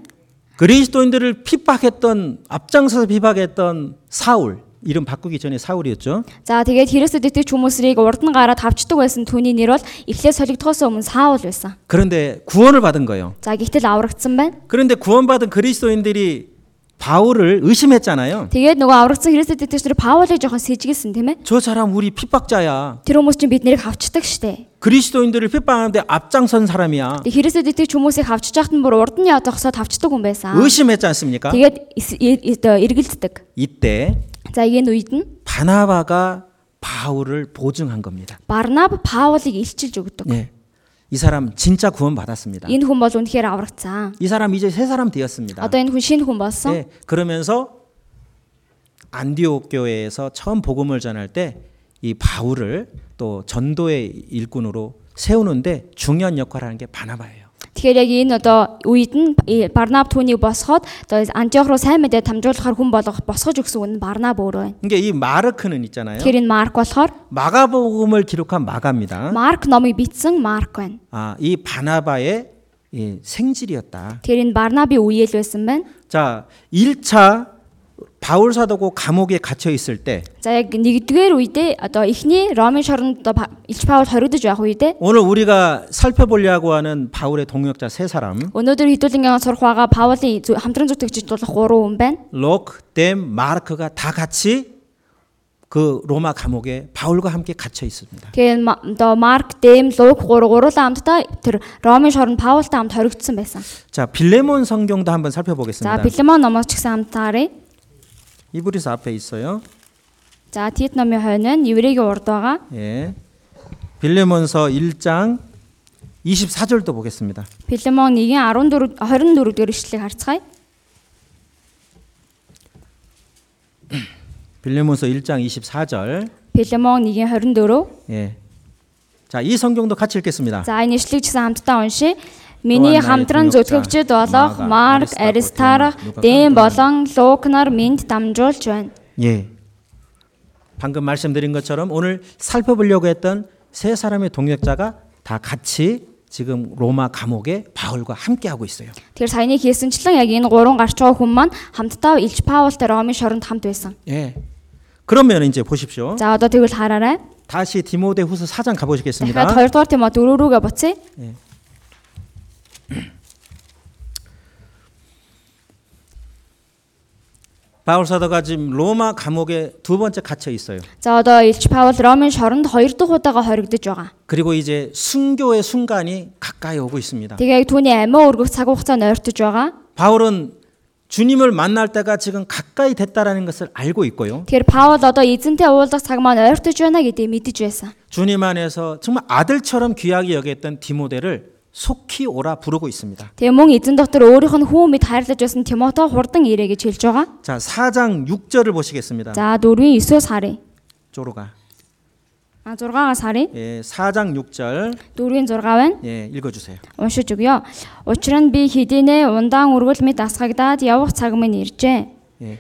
Speaker 1: 그리스도인들을 핍박했던 앞장서서 핍박했던 사울 이름 바꾸기 전에 사울이었죠.
Speaker 2: За тэгээд Христэд итгэж хүмүүсрийг урд нь гараад хавчдаг байсан түүний нэр бол эхлээд солигдохоос өмнө Саул байсан.
Speaker 1: 그런데 구원을 받은 거예요.
Speaker 2: За гихтэл аврагдсан байна.
Speaker 1: 그런데 구원받은 그리스도인들이 바울을 의심했잖아요.
Speaker 2: Тэгээд нөгөө аврагдсан Христэд итгэгчнэр Паулыг жоохон с ิจ гэлсэн тийм ээ.
Speaker 1: 저 사람 우리 핍박자야.
Speaker 2: Тэр хүмүүс чинь биднийг хавчдаг штэ.
Speaker 1: 그리스도인들을 핍박하는데 앞장선 사람이야.
Speaker 2: Тэг Христэд итгэж хүмүүсийг хавчж яхад нь бүр урд нь ядахсоо тавчдаг хүн байсан.
Speaker 1: 의심했지 않습니까?
Speaker 2: Тэгээд эс- э- э- одоо эргэлддэг.
Speaker 1: 이때
Speaker 2: За энэ үед нь
Speaker 1: 바나바가 바울을 보증한 겁니다.
Speaker 2: Барнаб Паулыг илчилж өгдөг.
Speaker 1: 네. 이 사람 진짜 구원 받았습니다.
Speaker 2: Энэ хүн бол үнэхээр аврагдсан.
Speaker 1: 이 사람 이제 새 사람 되었습니다.
Speaker 2: Одоо энэ хүн шинэ хүн болсон.
Speaker 1: 네. 그러면서 안디옥 교회에서 처음 복음을 전할 때 이 바울을 또 전도의 일꾼으로 세우는데 중요한 역할을 하는 게 바나바예요.
Speaker 2: Тэгэхээр яг энэ одоо үед нь э, Барнаб түүнийг босгоод одоо Антиох руу сайн мэдээ дамжуулахаар хүн болох босгож өгсөн хүн нь Барнаб өөрөө байна.
Speaker 1: 그러니까 이게 이 마르크는 있잖아요.
Speaker 2: Тэгэхээр энэ Марк болохоор
Speaker 1: 마가복음을 기록한 마가입니다.
Speaker 2: Марк номыг бичсэн Марк байна.
Speaker 1: 아, 이 바나바의 이 생질이었다.
Speaker 2: Тэгэхээр энэ Барнабын үеэл байсан байна.
Speaker 1: 자, 1차 바울 사도고 감옥에 갇혀 있을 때
Speaker 2: За яг нэгдүгээр үедээ одоо эхний Ромын шоронд одоо Па- Илж Паул хоригдож байх үедээ
Speaker 1: 오늘 우리가 살펴보려고 하는 바울의 동역자 세 사람,
Speaker 2: Өнөөдөр хідүүлэнгийн сурах байгаа Паулийн зүй- хамтран зүтгэгчд болох 3 хүн байна.
Speaker 1: 록, 댐, 마르크가 다 같이 그 로마 감옥에 바울과 함께 갇혀 있습니다.
Speaker 2: Тэгээ ма- одоо Марк, Дэм, Лук 3 гурван хамтдаа тэр Ромын шоронд Паултай хамт хоригдсон байсан.
Speaker 1: 자, 빌레몬 성경도 한번
Speaker 2: За
Speaker 1: 살펴보겠습니다.
Speaker 2: Пилемон номоос ч гэсэн хамтаарай.
Speaker 1: 이브리스 앞에 있어요.
Speaker 2: За Тит номын хойно нь Еврейгийн урд байгаа.
Speaker 1: 예. 빌레몬서 1장 24절도 보겠습니다.
Speaker 2: Пилемон 1:14 24 дэх эшлэлийг харцгаая.
Speaker 1: 빌레몬서 1장 24절.
Speaker 2: Пилемон 1:24.
Speaker 1: 예. 자, 이 성경도 같이 읽겠습니다.
Speaker 2: За энэ эшлэгийг ч гэсэн хамтдаа уншия.
Speaker 1: Тухайн
Speaker 2: Миний
Speaker 1: наадмын
Speaker 2: хамтран
Speaker 1: нуугчаа,
Speaker 2: зүтгэгчд болох
Speaker 1: Марк,
Speaker 2: Марк, Аристарх,
Speaker 1: Аристарх,
Speaker 2: Дэм
Speaker 1: Лук,
Speaker 2: болон Лук нар минд дамжуулж байна.
Speaker 1: 예. 방금 말씀드린 것처럼 오늘 살펴보려고 했던 세 사람의 동역자가 다 같이 지금 로마 감옥에 바울과 함께 하고 있어요.
Speaker 2: Тэгэхээр саяны хийсэнчлэн яг энэ гурван гарч байгаа хүн маань хамтдаа Илж Паултай Ромын шоронд хамт байсан.
Speaker 1: 예. 그러면 이제 보십시오.
Speaker 2: За одоо тэгвэл хараарай.
Speaker 1: 다시 디모데후서 4장
Speaker 2: Дахиад
Speaker 1: 가보시겠습니다.
Speaker 2: 2 дугаар Тимо 4 рүүгээ буцъя.
Speaker 1: 바울 사도가 지금 로마 감옥에 두 번째 갇혀 있어요.
Speaker 2: За одоо Илж Паул Ромын шоронд 2 дахь удаага хоригдож байгаа.
Speaker 1: 그리고 이제 순교의 순간이 가까이 오고 있습니다.
Speaker 2: Тэгээ яг түүний амиа өргөх цаг хугацаа нойртож байгаа.
Speaker 1: 바울은 주님을 만날 때가 지금 가까이 됐다라는 것을 알고 있고요.
Speaker 2: Тэгэхээр Паул одоо эзэнтэй уулзах цаг маань ойртож байна гэдгийг мэдэж байсан.
Speaker 1: 주님 안에서 정말 아들처럼 귀하게 여겼던 디모데를 속히 오라 부르고 있습니다.
Speaker 2: Тэгээ мөн эзэн дотор өөрийнх нь хүү мэд хайрлаж байсан Тимото хурдан ирээ гэж хэлж байгаа.
Speaker 1: 자, 4장 6절을 보시겠습니다.
Speaker 2: За 4-ийн 9-оос харъя.
Speaker 1: 쪼로가.
Speaker 2: А 6-аас харъя.
Speaker 1: 예, 4장 6절.
Speaker 2: 4-ийн 6 байна.
Speaker 1: 예, 읽어 주세요.
Speaker 2: уншиж өгье. Учир нь би хэдийнэ ундаан үргэл мэд асгагдаад явах цаг минь иржээ.
Speaker 1: 예.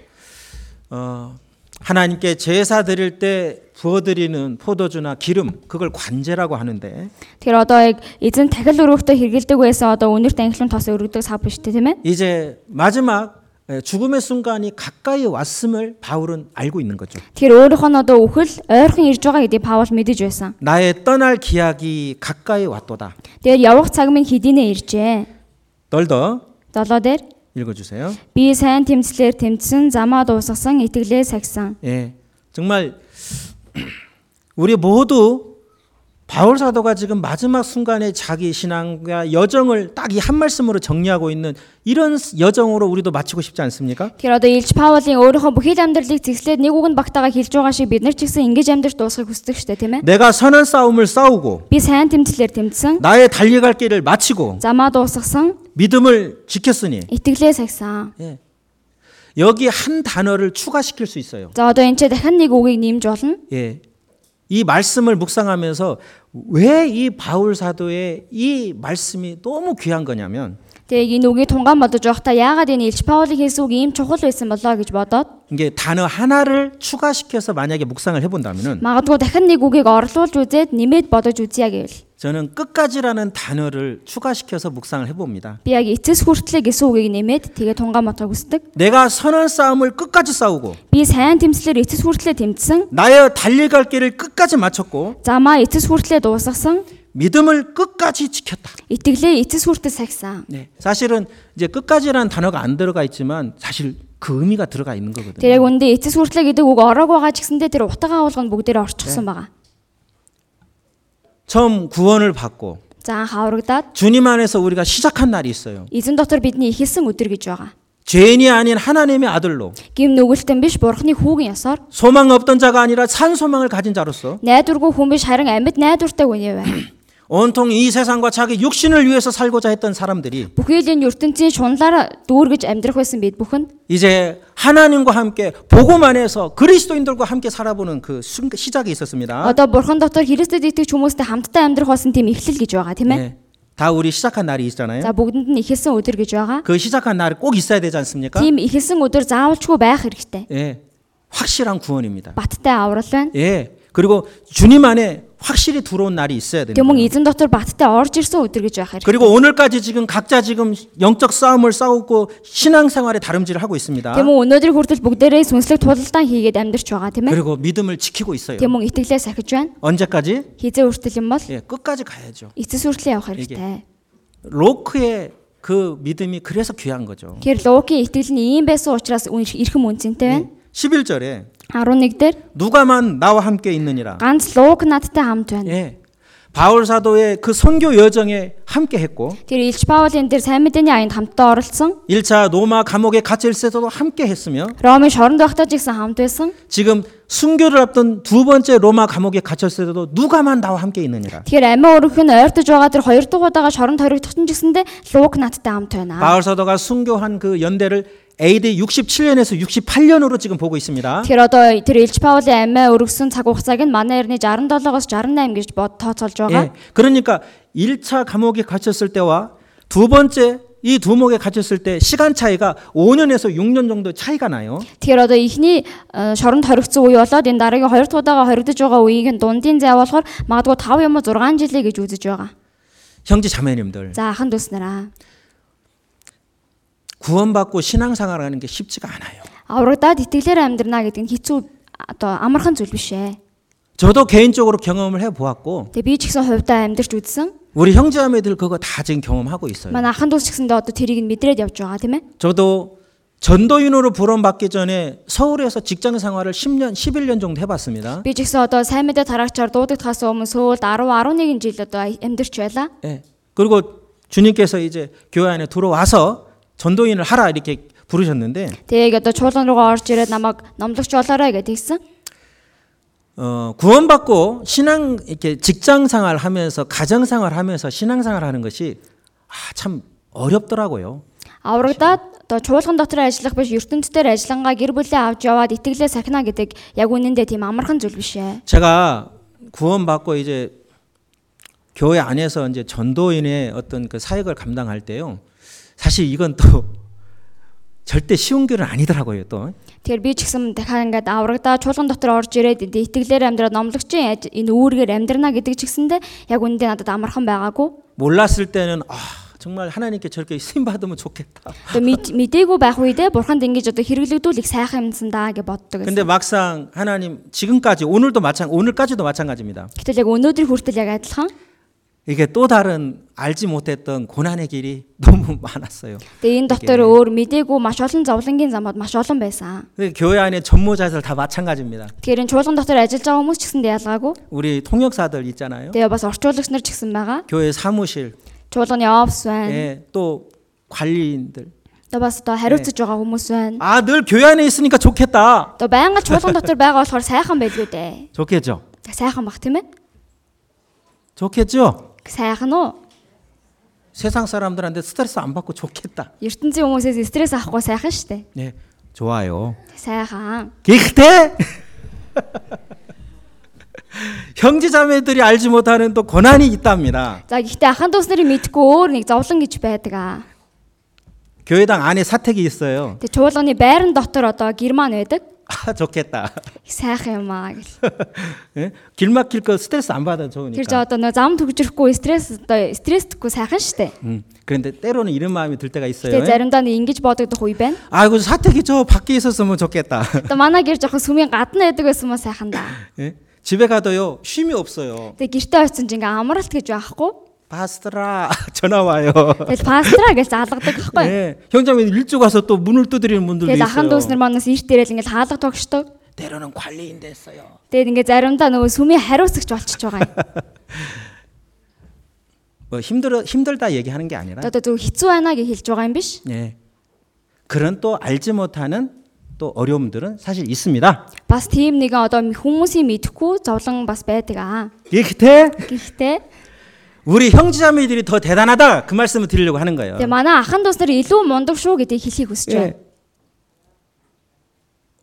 Speaker 1: 어, 하나님께 제사 드릴 때 부어드리는 포도주나 기름 그걸 관제라고 하는데
Speaker 2: Тэгэхээр одоо яг эзэн тахил өрөөхтэй хэрэгэлдэг байсан одоо үнэрт анхлын тос өргөдөг сав биш үү, тийм ээ?
Speaker 1: 이제 마지막 예, 죽음의 순간이 가까이 왔음을 바울은 알고 있는 거죠.
Speaker 2: Тэгэхээр өөрөөх нь одоо үхэл ойрхон ирж байгаа гэдгийг Паул мэдэж байсан.
Speaker 1: 나의 떠날 기약이 가까이 왔도다.
Speaker 2: Тэгээд явах цаг минь хэдийнэ иржээ.
Speaker 1: 널더
Speaker 2: Долоо дээр
Speaker 1: 읽어주세요.
Speaker 2: би сайн тэмцлэр тэмцсэн, замаа дуусгасан, итгэлээ сагсан.
Speaker 1: 예, 정말 [clears throat] 우리 모두 바울 사도가 지금 마지막 순간에 자기 신앙과 여정을 딱 이 한 말씀으로 정리하고 있는 이런 여정으로 우리도 마치고 싶지 않습니까?
Speaker 2: Тэгэхээр одоо Илж Паулын өөрийнхөө бүхэл амьдралыг зэслээд нэг үгэнд багтаага хэлж байгаа шиг бид нар ч гэсэн ингэж амьдарч дуусахыг хүсдэг шүү дээ, тийм ээ?
Speaker 1: 내가 선한 싸움을 싸우고
Speaker 2: Би сайн тэмцлэр тэмцсэн,
Speaker 1: 나의 달려갈 길을 마치고
Speaker 2: замаа дуусгасан,
Speaker 1: 믿음을 지켰으니
Speaker 2: итгэлээ сагсан.
Speaker 1: 예. 여기 한 단어를 추가시킬 수 있어요.
Speaker 2: За одоо энэ ч дахин нэг үгийг нэмж болно.
Speaker 1: 예. 이 말씀을 묵상하면서 왜 이 바울 사도의 이 말씀이 너무 귀한 거냐면
Speaker 2: Тэгээ энэ үгийг тунгаан бодож явахдаа яагаад энэ Илж Паулын хийсэн үг ийм чухал байсан болоо гэж бодоод
Speaker 1: 이게 단어 하나를 추가시켜서 만약에 묵상을 해본다면은
Speaker 2: магадгүй дахин нэг үгийг орлуулж үзээд нэмээд бодож үзье гэвэл
Speaker 1: 저는 끝까지라는 단어를 추가시켜서 묵상을 해봅니다.
Speaker 2: би яг эцэс хүртлэх гэсэн үгийг нэмээд тэгээ тунгаан бодох хүсдэг.
Speaker 1: 내가 선한 싸움을 끝까지 싸우고
Speaker 2: Би сайн тэмцлэр эцэс хүртлэх тэмцсэн,
Speaker 1: 나의 달려갈 길을 끝까지 마쳤고
Speaker 2: замаа эцэс хүртлэх дуусгасан,
Speaker 1: 믿음을 끝까지 지켰다.
Speaker 2: итгэлээ эцэс хүртэл сагсан.
Speaker 1: 네. 사실은 이제 끝까지라는 단어가 안 들어가 있지만 사실 그 의미가 들어가 있는 거거든요.
Speaker 2: Тэр яг үндэ эцэс хүртлэх гэдэг үг ороог байгаа ч гэсэндээ тэр утга агуулганд бүгдээр орчихсон байгаа.
Speaker 1: 처음 구원을 받고
Speaker 2: За анх аврагдаад
Speaker 1: 주님 안에서 우리가 시작한 날이 있어요.
Speaker 2: эзэн дотор бидний ихэлсэн өдөр гэж байгаа.
Speaker 1: 죄인이 아닌 하나님의 아들로
Speaker 2: Гим нүгэлтэн биш бурхны хүүгийн ёсоор
Speaker 1: 소망 없던 자가 아니라 산 소망을 가진 자로서
Speaker 2: найдваргүй хүн биш харин амьд найдвартай хүн яв.
Speaker 1: 온통 이 세상과 자기 육신을 위해서 살고자 했던 사람들이
Speaker 2: Бүхэл энэ ертөнцийн шунлаар дүүргэж амьдрах байсан бид бүхэн
Speaker 1: 이제 하나님과 함께 복음 안에서 그리스도인들과 함께 살아보는 그 순- 시작이 있었습니다.
Speaker 2: одоо бурхан дотор Христэд итгэж хүмүүстэй хамтдаа амьдрах болсон тийм эхлэл гэж байгаа тийм ээ.
Speaker 1: 네. 다 우리 시작한 날이 있잖아요.
Speaker 2: За бүгдэнд нь ихэлсэн өдөр гэж байгаа.
Speaker 1: 그 시작한 날이 꼭 있어야 되지 않습니까?
Speaker 2: Тийм ихэлсэн өдөр заавалчгүй байх хэрэгтэй.
Speaker 1: 예. 확실한 구원입니다.
Speaker 2: Баттай аврал байна.
Speaker 1: 예. 그리고 주님 안에 확실히 들어온 날이 있어야 됩니다.
Speaker 2: Тэмүн эзэн дотор баттай орж ирсэн өдөр гэж байх хэрэгтэй.
Speaker 1: 그리고 오늘까지 지금 각자 지금 영적 싸움을 싸우고 신앙생활에 다름질을 하고 있습니다.
Speaker 2: Тэм үн өнөөдөр хүртэл бүгдээрээ сүнслэг тулалдаан хийгээд амьдарч байгаа тийм ээ.
Speaker 1: 그리고 믿음을 지키고 있어요.
Speaker 2: Тэм үн итгэлээ сахиж байна.
Speaker 1: 언제까지?
Speaker 2: Хизээ хүртэл юм бол
Speaker 1: 예, 끝까지 가야죠.
Speaker 2: эцэс хүртэл явах хэрэгтэй.
Speaker 1: 로크의 그 믿음이 그래서 귀한 거죠.
Speaker 2: Тэгэхээр Лукийн итгэл нь ийм байсан учраас үн- эрхэм
Speaker 1: Э?
Speaker 2: үнцэнтэй байна.
Speaker 1: 11절에
Speaker 2: 11 дээр
Speaker 1: 누가만 나와 함께 있느니라.
Speaker 2: ганц Лук надтай хамт байна.
Speaker 1: 예. 바울 사도의 그 선교 여정에 함께 했고
Speaker 2: Тэр Илж Паул энэ дээр сайн мэдээний аянд хамтдаа оролцсон.
Speaker 1: 1차 로마 감옥에 갇혀 있을 때도 함께 했으며
Speaker 2: Ромын шоронд байхдаа ч гэсэн хамт байсан.
Speaker 1: 지금 순교를 앞둔 두 번째 로마 감옥에 갇혔을 때도 누가만 나와 함께 있느니라.
Speaker 2: Тэгэхээр амиа өргөх нь ойртож байгаа тэр хоёр дугуй дагаа шоронд хоригдсон ч гэсэндэ Лук надтай хамт байна.
Speaker 1: 바울 사도가 순교한 그 연대를 AD 67년에서 68년으로 지금 보고 있습니다.
Speaker 2: Тэгэхээр одоо тэр Илж Паулын амиа өргөсөн цаг хугацааг нь манай эртний 67-оос 68 гэж бод тооцоолж байгаа.
Speaker 1: 예. 그러니까 1차 감옥에 갇혔을 때와 두 번째 이 두목에 갇혔을 때 시간 차이가 5년에서 6년 정도 차이가 나요.
Speaker 2: Тэгэхээр одоо ихний э, шоронд хоригдсон үе болоод энэ дараагийн хоёр дахь удаага хоригдож байгаа үеийг нь дундын зай болохоор магадгүй 5 юм уу 6 жилээ гэж үзэж байгаа.
Speaker 1: 형제 자매님들
Speaker 2: За аханд үснэраа.
Speaker 1: 구원받고 신앙생활하는 게 쉽지가 않아요.
Speaker 2: Аврагдаад итгэлээр амьдрна гэдэг нь хэцүү одоо амархан зүйл биш ээ.
Speaker 1: 저도 개인적으로 경험을 해 보았고
Speaker 2: Тэгээ би ч гэсэн хувьдаа амьдарч үзсэн.
Speaker 1: 우리 형제 자매들 그거 다 지금 경험하고 있어요.
Speaker 2: Манай аханд үс ч гэсэндээ одоо тэрийг нь мэдрээд явж байгаа тийм ээ.
Speaker 1: 저도 전도인으로 부름받기 전에 서울에서 직장 생활을 10년, 11년 정도 해봤습니다.
Speaker 2: Би ч гэсэн одоо сайн мэдээ тараагчаар дуудагдахаас өмнө Сөүлд 10 11 жил одоо амьдарч байла.
Speaker 1: 예. 그리고 주님께서 이제 교회 안에 들어와서 전도인을 하라 이렇게 부르셨는데
Speaker 2: Тэгээд одоо чуулган руугаа орж ирээд намайг номлогч болоорой гэдэг хэлсэн.
Speaker 1: 어, 구원받고 신앙 이렇게 직장 생활하면서 가정 생활하면서 신앙 생활하는 것이 아, 참 어렵더라고요.
Speaker 2: Аврагдаад одоо чуулган дотор ажиллах биш ертөнд дээр ажиллангаа гэр бүлээ авч яваад итгэлээ сахина гэдэг яг үнэндээ тийм амархан зүйл биш ээ.
Speaker 1: 제가 구원받고 이제 교회 안에서 이제 전도인의 어떤 그 사역을 감당할 때요. 사실 이건 또 [laughs] 절대 쉬운 길은 아니더라고요 또.
Speaker 2: Тэгэхээр би ч гэсэн дахиад ингээд аврагдаа чуулган дотор орж ирээд энэ итгэлээр амьдраад номлогчийн яж- энэ үүргээр амьдрна гэдэг ч гэсэндэ яг үндэ надад амархан байгаагүй.
Speaker 1: 몰랐을 때는 아 정말 하나님께 저렇게 쓰임 받으면 좋겠다.
Speaker 2: Одоо мэд- мэдээгүй байх үедээ бурханд ингэж одоо хэрэглэгдүүл их сайхан юмсан даа гэж боддог
Speaker 1: 근데
Speaker 2: гэсэн.
Speaker 1: 막상 하나님 지금까지 오늘도 마찬 오늘까지도 마찬가지입니다.
Speaker 2: Гэтэл яг өнөөдөр хүртэл яг адилхан.
Speaker 1: 이게 또 다른 알지 못했던 고난의 길이 [laughs] 너무 많았어요.
Speaker 2: Тэгээ энэ дотор өөр мэдээгүй маш олон зовлонгийн замууд маш олон байсан.
Speaker 1: 근데 교회 안에 전무자들 다 마찬가지입니다.
Speaker 2: Тэгэхээр энэ чуулган дотор ажиллаж байгаа хүмүүс ч гэсэндэ ялгаагүй.
Speaker 1: 우리 통역사들 있잖아요.
Speaker 2: Тэгээ бас орчуулагч нар ч гэсэн байгаа.
Speaker 1: 교회 사무실,
Speaker 2: Чуулганы офс байна.
Speaker 1: 예, 또 관리인들.
Speaker 2: Одоо бас одоо хариуцж байгаа хүмүүс байна.
Speaker 1: 아, 늘 교회 안에 있으니까 좋겠다.
Speaker 2: Одоо байнга чуулган дотор байгаа болохоор сайхан байлгүй дээ.
Speaker 1: 좋겠죠.
Speaker 2: За, Сайхан бах тийм ээ?
Speaker 1: 좋겠죠.
Speaker 2: Сайхан уу?
Speaker 1: 세상 사람들한테 스트레스 안 받고 좋겠다.
Speaker 2: ертөнцийн хүмүүсээс стресс авахгүй сайхан шүү дээ.
Speaker 1: 예, 좋아요.
Speaker 2: Сайхан.
Speaker 1: гэхдээ [laughs] 형제자매들이 알지 못하는 또 고난이 있답니다.
Speaker 2: За гэхдээ ахын дүүс нарыг мэдгүй өөр нэг зовлон гэж байдаг аа.
Speaker 1: 교회당 안에 사택이 있어요.
Speaker 2: Тэгээ чуулганы байран дотор одоо герман байдаг.
Speaker 1: 아 좋겠다.
Speaker 2: Их Сайхан юм аа гэл.
Speaker 1: 예? 길 막힐 거 스트레스 안 받아
Speaker 2: Тэр жоо
Speaker 1: 좋으니까.
Speaker 2: одоо нөө зам төгжрөхгүй стресс одоо стресстгүй сайхан шүү дээ.
Speaker 1: 음, 그런데 때로는 이런 마음이 들 때가 있어요.
Speaker 2: Тэгээ заримдаа нэг ингэж бодогдох үе байна.
Speaker 1: 아이고 사택이 저 밖에 있었으면 좋겠다. [laughs]
Speaker 2: Одоо манай гэр жоохон сүмийн гадна байдаг байсан маа сайхан да.
Speaker 1: 예? 집에 가도요 쉼이 없어요.
Speaker 2: Тэгээ гэртээ очсон чинь ингээ амралт гэж байхгүй.
Speaker 1: 파스트라 [laughs] 전화 와요.
Speaker 2: Тэгэл пастра гэж залгадаг байхгүй.
Speaker 1: 예, 형제자매 일찍 와서 또 문을 두드리는 분들도
Speaker 2: Тэгэл ахын дүүс
Speaker 1: 있어요.
Speaker 2: нар манаас ирт ирээл ингээ хаалга тогшдог.
Speaker 1: 때로는 관리인 됐어요.
Speaker 2: Тэгээд ингээ заримдаа нөгөө сүмийн хариуцагч болчихж байгаа юм.
Speaker 1: 뭐 힘들어 힘들다 얘기하는 게 아니라
Speaker 2: Одоо зөв хэцүү байна гэж хэлж байгаа юм биш.
Speaker 1: 예. 그런 또 알지 못하는 또 어려움들은 사실 있습니다.
Speaker 2: Бас тийм нэгэн одоо хүмүүсийн мэдхгүй зовлон бас байдаг аа.
Speaker 1: 이렇게
Speaker 2: Гэхдээ
Speaker 1: 우리 형제자매들이 더 대단하다 그 말씀을 드리려고 하는 거예요.
Speaker 2: тэгээ манай ахын дүүс нар илүү мундаг шүү гэдгийг хэлхийг хүсэж байна.
Speaker 1: 예.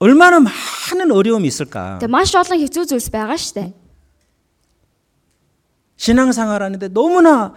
Speaker 1: 얼마나 많은 어려움이 있을까?
Speaker 2: Тэгээ маш олон хэцүү зүйлс байгаа шүү дээ.
Speaker 1: 신앙생활 하는데 너무나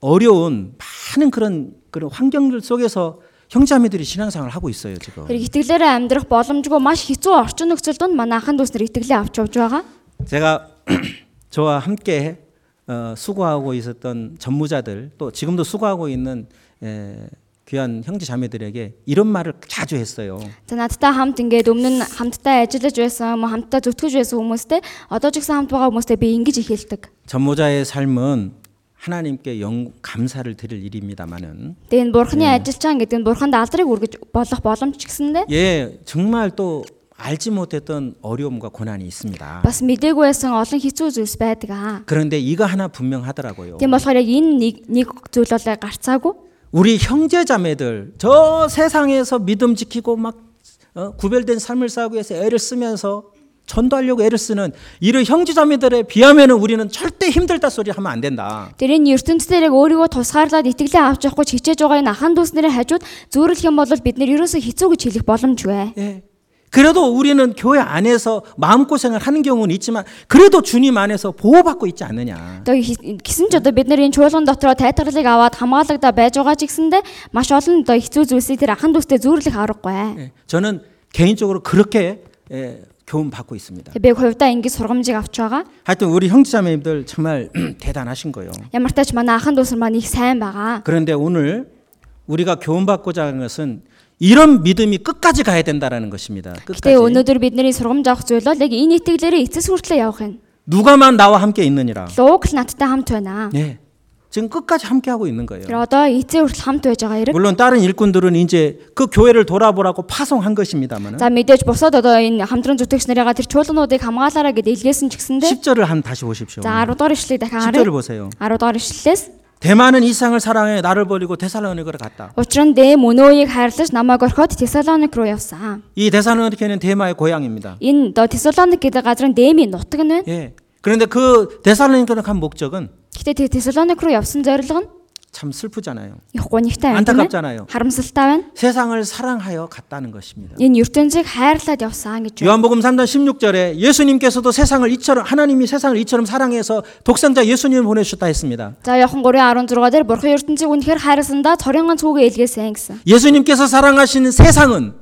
Speaker 1: 어려운 많은 그런 그런 환경들 속에서 형제자매들이 신앙생활을 하고 있어요 지금.
Speaker 2: Тэр итгэлээрээ амьдрах боломжгүй маш хэцүү орчин нөхцөл донд манай ахын дүүс нар итгэлээ авч явж байгаа.
Speaker 1: 제가 [clears throat] 저와 함께 어, 수고하고 있었던 전무자들 또 지금도 수고하고 있는 에, 귀한 형제 자매들에게 이런 말을 자주 했어요.
Speaker 2: За надтай хамт ингээд өмнө нь хамтдаа ажиллаж байсан, мөн хамтдаа зүтгэж байсан хүмүүстэй одоо ч гэсэн хамт байгаа хүмүүстэй би ингэж их хэлдэг.
Speaker 1: 전무자의 삶은 하나님께 영 감사를 드릴 일입니다만은
Speaker 2: Тэгээ энэ бурхны ажилчаан гэдэг нь бурханд алдрыг үргэж болох боломж ч гэсэндэ
Speaker 1: 예 정말 또 알지 못했던 어려움과 고난이 있습니다.
Speaker 2: бас мдэггүй байсан олон хэцүү зүйлс байдаг аа.
Speaker 1: 그런데 이거 하나 분명하더라고요.
Speaker 2: Тийм болохоор яг энэ нэг нэг зүйл бол яг гарцаагүй.
Speaker 1: 우리 형제 자매들 저 세상에서 믿음 지키고 막 어, 구별된 삶을 살기 위해서 애를 쓰면서 전도하려고 애를 쓰는 이런 형제 자매들에 비하면 우리는 절대 힘들다 소리 하면 안 된다.
Speaker 2: Тэр энэ ертөнцид яг өөрийгөө тусгаарлаад итгэлээ авч явахгүй ч хичээж байгаа энэ ахан дүүс нарын хажууд зөөрлөх юм бол бид нэр ерөөсөө хэцүү гэж хэлэх боломжгүй.
Speaker 1: 예. 그래도 우리는 교회 안에서 마음고생을 하는 경우는 있지만 그래도 주님 안에서 보호받고 있지 않느냐.
Speaker 2: Одоо хи- гисэн ч одоо бид нэр энэ чуулган дотроо тайтгарлыг аваад хамгаалагдаа байж байгаа ч гэсэндэ маш олон одоо хэцүү зүйлсийг тэр ахан дүүстэй зөөрлөх аргагүй.
Speaker 1: 예. 저는 개인적으로 그렇게 예, 교훈 받고 있습니다.
Speaker 2: Тэгээ би яг хувьдаа ингэж сургамжийг авч байгаа.
Speaker 1: 하여튼 우리 형제자매님들 정말 [clears throat] 대단하신 거예요.
Speaker 2: Ямар тач манай ахан дүүс нар маань их сайн байгаа.
Speaker 1: 그런데 오늘 우리가 교훈받고자 하는 것은 이런 믿음이 끝까지 가야 된다라는 것입니다.
Speaker 2: Гэтэ
Speaker 1: 끝까지.
Speaker 2: өнөөдөр бидний сургамж авах зүйл бол яг энэ итгэлээрээ эцэс хүртлээр явах юм.
Speaker 1: 누가만 나와 함께 있느니라.
Speaker 2: Лууг л надтай хамт байна.
Speaker 1: 예. 지금 끝까지 함께 하고 있는 거예요.
Speaker 2: Тэр одоо эцээ хүртэл хамт байж байгаа хэрэг.
Speaker 1: 물론 다른 일꾼들은 이제 그 교회를 돌아보라고 파송한 것입니다만
Speaker 2: За мэдээж бусад одоо энэ хамтран зүтгэгч нарыгаа тэр чуулгануудыг хамгаалаараа гэд илгээсэн ч гэсэндэ
Speaker 1: 10절을 한 다시 보십시오.
Speaker 2: за 10 дугаар ишлэлийг дахин
Speaker 1: 10절을
Speaker 2: харъя.
Speaker 1: 보세요.
Speaker 2: 10 дугаар ишлэлээс
Speaker 1: 대만은 이상을 사랑해 나를 버리고 데살로니가로 갔다.
Speaker 2: учир нь дэм өнөөийг хайрлаж намайг орхиод Тесалоник руу явсан.
Speaker 1: 이 데살로니가는 대마의 고향입니다.
Speaker 2: Энэ одоо Тесалоник гэдэг газрын дэмийн нутаг нь байна.
Speaker 1: 예. 그런데 그 데살로니가로 간 목적은
Speaker 2: Гэтэ тэр Тесалоник руу явсан зорилго нь
Speaker 1: 참 슬프잖아요.
Speaker 2: Явахгүй нэгтэй байна тийм ээ.
Speaker 1: 안타깝잖아요.
Speaker 2: Харамсалтай байна.
Speaker 1: 세상을 사랑하여 갔다는 것입니다.
Speaker 2: Энэ ертөнцийг хайрлаад явсан гэж байна.
Speaker 1: 요한복음 3장 16절에 예수님께서도 세상을 이처럼 하나님이 세상을 이처럼 사랑해서 독생자 예수님을 보내셨다 했습니다.
Speaker 2: За Иохан 3:16 дээр бурхан ертөнцийг үнэхээр хайрласандаа цорынгийн цүгэ илгээсэн гэсэн.
Speaker 1: 예수님께서 사랑하시는 세상은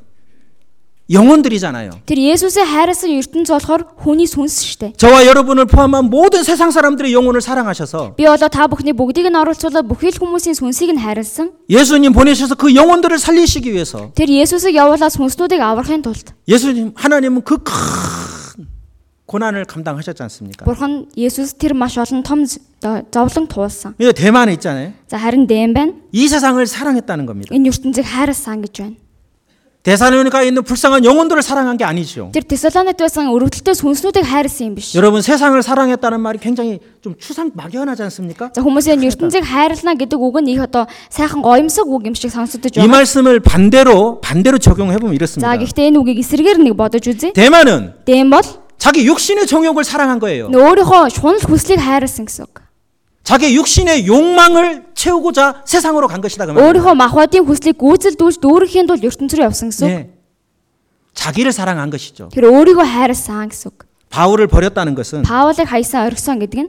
Speaker 1: 영혼들이잖아요.
Speaker 2: Тэр Есүсээ хайрласан ертөнц болохоор хүний сүнс шттэ.
Speaker 1: 저와 여러분을 포함한 모든 세상 사람들의 영혼을 사랑하셔서
Speaker 2: Би болоо та бүхний бүгдийг нь оруулцуулаад бүхий л хүмүүсийн сүнсийг нь хайрлсан.
Speaker 1: 예수님 보내셔서 그 영혼들을 살리시기 위해서
Speaker 2: Тэр Есүсийг явуулаад сүнслүүдийг аврахын тулд
Speaker 1: 예수님 하나님은 그 큰 고난을 감당하셨지 않습니까?
Speaker 2: бурхан Есүс тэр маш олон том з- зо- зовлон туулсан.
Speaker 1: 예, 대만에 있잖아요.
Speaker 2: За харин дэм байна.
Speaker 1: 이 세상을 사랑했다는 겁니다.
Speaker 2: Энэ ертөнцийг хайрлсан гэж байна.
Speaker 1: 대사로니가에 있는 불쌍한 영혼들을 사랑한 게 아니죠.
Speaker 2: Тэр Тесалоникт байсан өрөвдөлтөй сүнснүүдийг хайрлсан юм биш.
Speaker 1: 여러분 세상을 사랑했다는 말이 굉장히 좀 추상 막연하지 않습니까?
Speaker 2: За хүмүүсийн ертөнцийг хайрлана гэдэг үг нь их одоо сайхан гоёмсог үг юм шиг
Speaker 1: 이
Speaker 2: сонсогдож байна.
Speaker 1: 말씀을 반대로 반대로 적용해 보면
Speaker 2: За
Speaker 1: 이렇습니다.
Speaker 2: гэхдээ энэ үгийг эсрэгээр нэг бодож үзье.
Speaker 1: 대만은
Speaker 2: Дэм бол
Speaker 1: 자기 육신의 정욕을 사랑한 거예요.
Speaker 2: өөрийнхөө шунал хүслийг хайрлсан гэсэн үг.
Speaker 1: 자기 육신의 욕망을 채우고자 세상으로 간 것이다 그 말이에요.
Speaker 2: Өөрийнхөө махбодын хүслийг гүйцэлдүүлж дүүрхийн тулд ертөнц рүү явсан гэсэн үг.
Speaker 1: 예. 자기를 사랑한 것이죠.
Speaker 2: Тэр өөрийгөө хайрлсан гэсэн үг.
Speaker 1: 바울을 버렸다는 것은
Speaker 2: Паулыг хайсан оргисон гэдэг нь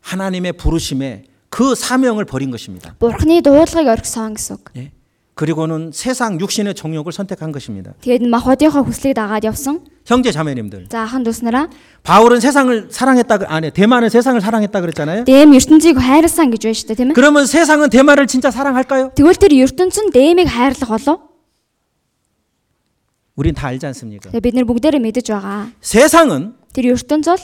Speaker 1: 하나님의 부르심에 그 사명을 버린 것입니다.
Speaker 2: Бурхны дуудлагыг оргисон гэсэн үг.
Speaker 1: 예. 그리고는 세상 육신의 정욕을 선택한 것입니다.
Speaker 2: Тэгээд махбодынхаа хүслийг дагаад явсан.
Speaker 1: 형제 자매님들,
Speaker 2: За ахын дуснараа
Speaker 1: 바울은 세상을 사랑했다 그- 아니 대만은 세상을 사랑했다 그랬잖아요.
Speaker 2: дэм ертөнцийг хайрлсан гэж байна шүү дээ, тийм ээ?
Speaker 1: 그러면 세상은 대만을 진짜 사랑할까요?
Speaker 2: Тэгвэл тэр ертөнц нь дэмийг хайрлах болов?
Speaker 1: 우린 다 알지 않습니까?
Speaker 2: Тэгээ бид нар бүгдээрээ мэдэж байгаа.
Speaker 1: 세상은
Speaker 2: Тэр ертөнц бол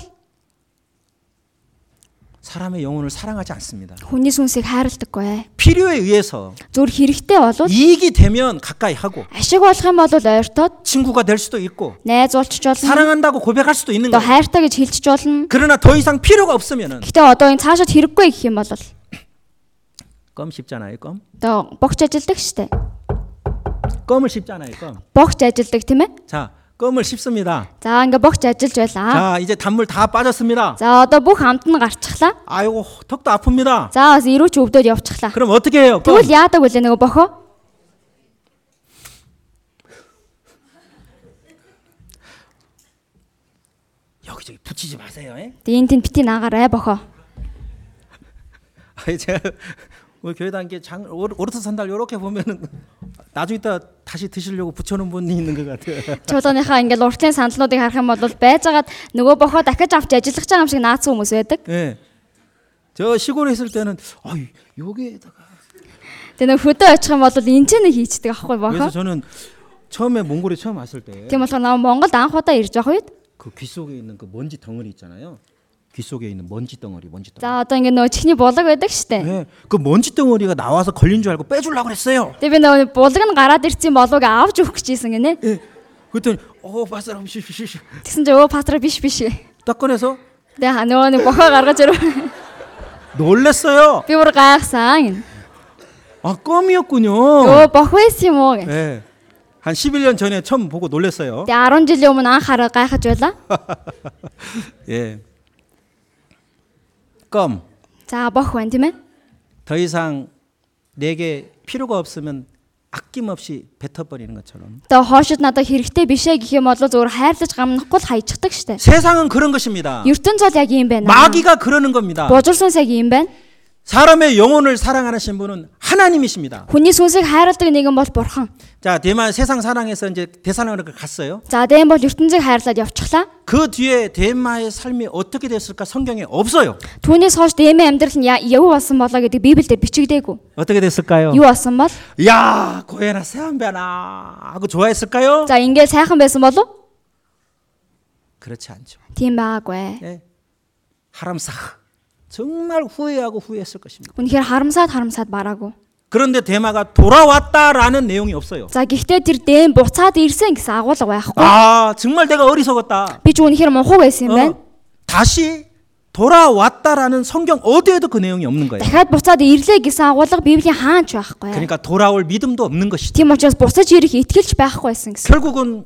Speaker 1: 사람의 영혼을 사랑하지 않습니다.
Speaker 2: хүний сүнсийг хайрладаггүй.
Speaker 1: 필요에 의해서
Speaker 2: Зүр хэрэгтэй
Speaker 1: 어?
Speaker 2: болвол
Speaker 1: 이익이 되면 가까이 하고
Speaker 2: ашиг болох юм бол ойртоод
Speaker 1: 친구가 될 수도 있고
Speaker 2: найз уулчч болно.
Speaker 1: 사랑한다고 고백할 수도 있는
Speaker 2: Одоо
Speaker 1: 거예요.
Speaker 2: хайртай гэж хэлчих болно.
Speaker 1: 그러나 더 이상 필요가 없으면은
Speaker 2: Гэхдээ одоо энэ цаашаад хэрэггүй гэх юм бол
Speaker 1: 껌 씹잖아요, 껌.
Speaker 2: одоо богч ажилдаг штэ.
Speaker 1: 껌을 씹잖아요, 껌.
Speaker 2: Богч ажилдаг тийм ээ?
Speaker 1: 자, 껌을 씹습니다.
Speaker 2: За ингээ богч ажилж байлаа.
Speaker 1: 자, 이제 단물 다 빠졌습니다.
Speaker 2: За одоо бүх амт нь гарчглаа.
Speaker 1: 아이고, 턱도 아픕니다.
Speaker 2: За бас ирүүч өвдөд явчихлаа.
Speaker 1: 그럼 어떻게 해요? 껌.
Speaker 2: Тэгвэл яадаг вэ нөгөө бохоо?
Speaker 1: 여기저기 붙이지 마세요. 예?
Speaker 2: Тэг энэ тэнд бити наагаарай бохоо.
Speaker 1: [laughs] 아니 제가 우리 교회 단계 장 오르- 오르트 산달 요렇게 보면은 나중에 이따 다시 드시려고 붙여놓은 분이 있는 것 같아요.
Speaker 2: Чуулганыхаа ингээл уртлын сандалнуудыг харах юм бол байжгаад нөгөө бохоо дахиж авч ажиллах гэж байгаа юм шиг наацсан хүмүүс байдаг.
Speaker 1: 예. 저 시골에 있을 때는 아 여기에다가
Speaker 2: Тэг нөгөө хөдөө очих юм бол энэ ч нэг хийчдэг аахгүй бохоо.
Speaker 1: 그래서 저는 처음에 몽골에 처음 왔을 때 그
Speaker 2: Тийм болохоор наа Монголд анх удаа ирж явах үед
Speaker 1: 귀 속에 있는 그 먼지 덩어리 있잖아요. 귀 속에 있는 먼지 덩어리, 먼지 덩어리.
Speaker 2: за одоо ингээ нөгөө чихний булаг байдаг штэ.
Speaker 1: 예. 그 먼지 덩어리가 나와서 걸린 줄 알고 빼주려고 그랬어요.
Speaker 2: Тэг би нөгөө булаг нь гараад ирсэн болов гэ авч өгөх гэж ийсэн гинэ.
Speaker 1: 예. 그랬더니 어 바스람 쉬쉬쉬
Speaker 2: Тэгсэн чинь өө патра биш биш.
Speaker 1: 딱 꺼내서
Speaker 2: Тэг ха нөгөө нэг бохоо гаргаж ирв.
Speaker 1: 놀랬어요.
Speaker 2: Би бүр гайхсан.
Speaker 1: 아 껌이었군요.
Speaker 2: Өө бох байсан юм уу гэх.
Speaker 1: 예. 한 11년 전에 처음 보고 놀랬어요.
Speaker 2: Тэг 10 жилийн өмнө анх хараад гайхаж байлаа.
Speaker 1: [laughs] 예. 껌.
Speaker 2: За бох байна тийм ээ.
Speaker 1: 더 이상 내게 필요가 없으면 아낌없이 뱉어버리는 것처럼.
Speaker 2: Тэгээ хоошид надад хэрэгтэй биш ээ гэх юм бол зөвөр хайрлаж гамнахгүй л хайчихдаг штэ.
Speaker 1: 세상은 그런 것입니다.
Speaker 2: ертөнц бол яг юм байна.
Speaker 1: 마귀가 그러는 겁니다.
Speaker 2: Бужир сүнс яг юм байна.
Speaker 1: 사람의 영혼을 사랑하시는 분은 하나님이십니다.
Speaker 2: Хүний сүнсийг хайрладаг нэгэн бол бурхан.
Speaker 1: 자, 대만 세상 사랑에서 이제 대사랑으로 갔어요.
Speaker 2: За дэм бол ертөнцийг хайрлаад явчихлаа.
Speaker 1: 그 뒤에 대마의 삶이 어떻게 됐을까 성경에 없어요.
Speaker 2: Түүнээс хойш дэмэ амьдрал нь я- юу болсон болоо гэдэг Библиэлд бичигдээгүй.
Speaker 1: 어떻게 됐을까요?
Speaker 2: Юу болсон бол?
Speaker 1: 야, 고해나 세안배나 하고 좋아했을까요?
Speaker 2: За ингээл сайхан байсан болов?
Speaker 1: 그렇지 않죠.
Speaker 2: Тийм байгаагүй.
Speaker 1: 예. 하람사 정말 후회하고 후회했을 것입니다.
Speaker 2: Үнэхээр харамсаад харамсаад бараагүй.
Speaker 1: 그런데 대마가 돌아왔다라는 내용이 없어요.
Speaker 2: За гэхдээ тэр дэм буцаад ирсэн гэсэн агуулга байхгүй.
Speaker 1: 아 정말 내가 어리석었다.
Speaker 2: Би ч үнэхээр мунхаг байсан юм байна.
Speaker 1: 어, 다시 돌아왔다라는 성경 어디에도 그 내용이 없는 거예요.
Speaker 2: Дахиад буцаад ирлээ гэсэн агуулга Библийн хаач байхгүй.
Speaker 1: 그러니까 돌아올 믿음도 없는 것이죠.
Speaker 2: Тийм учраас буцаж ирэх итгэлч байхгүй байсан гэсэн.
Speaker 1: 결국은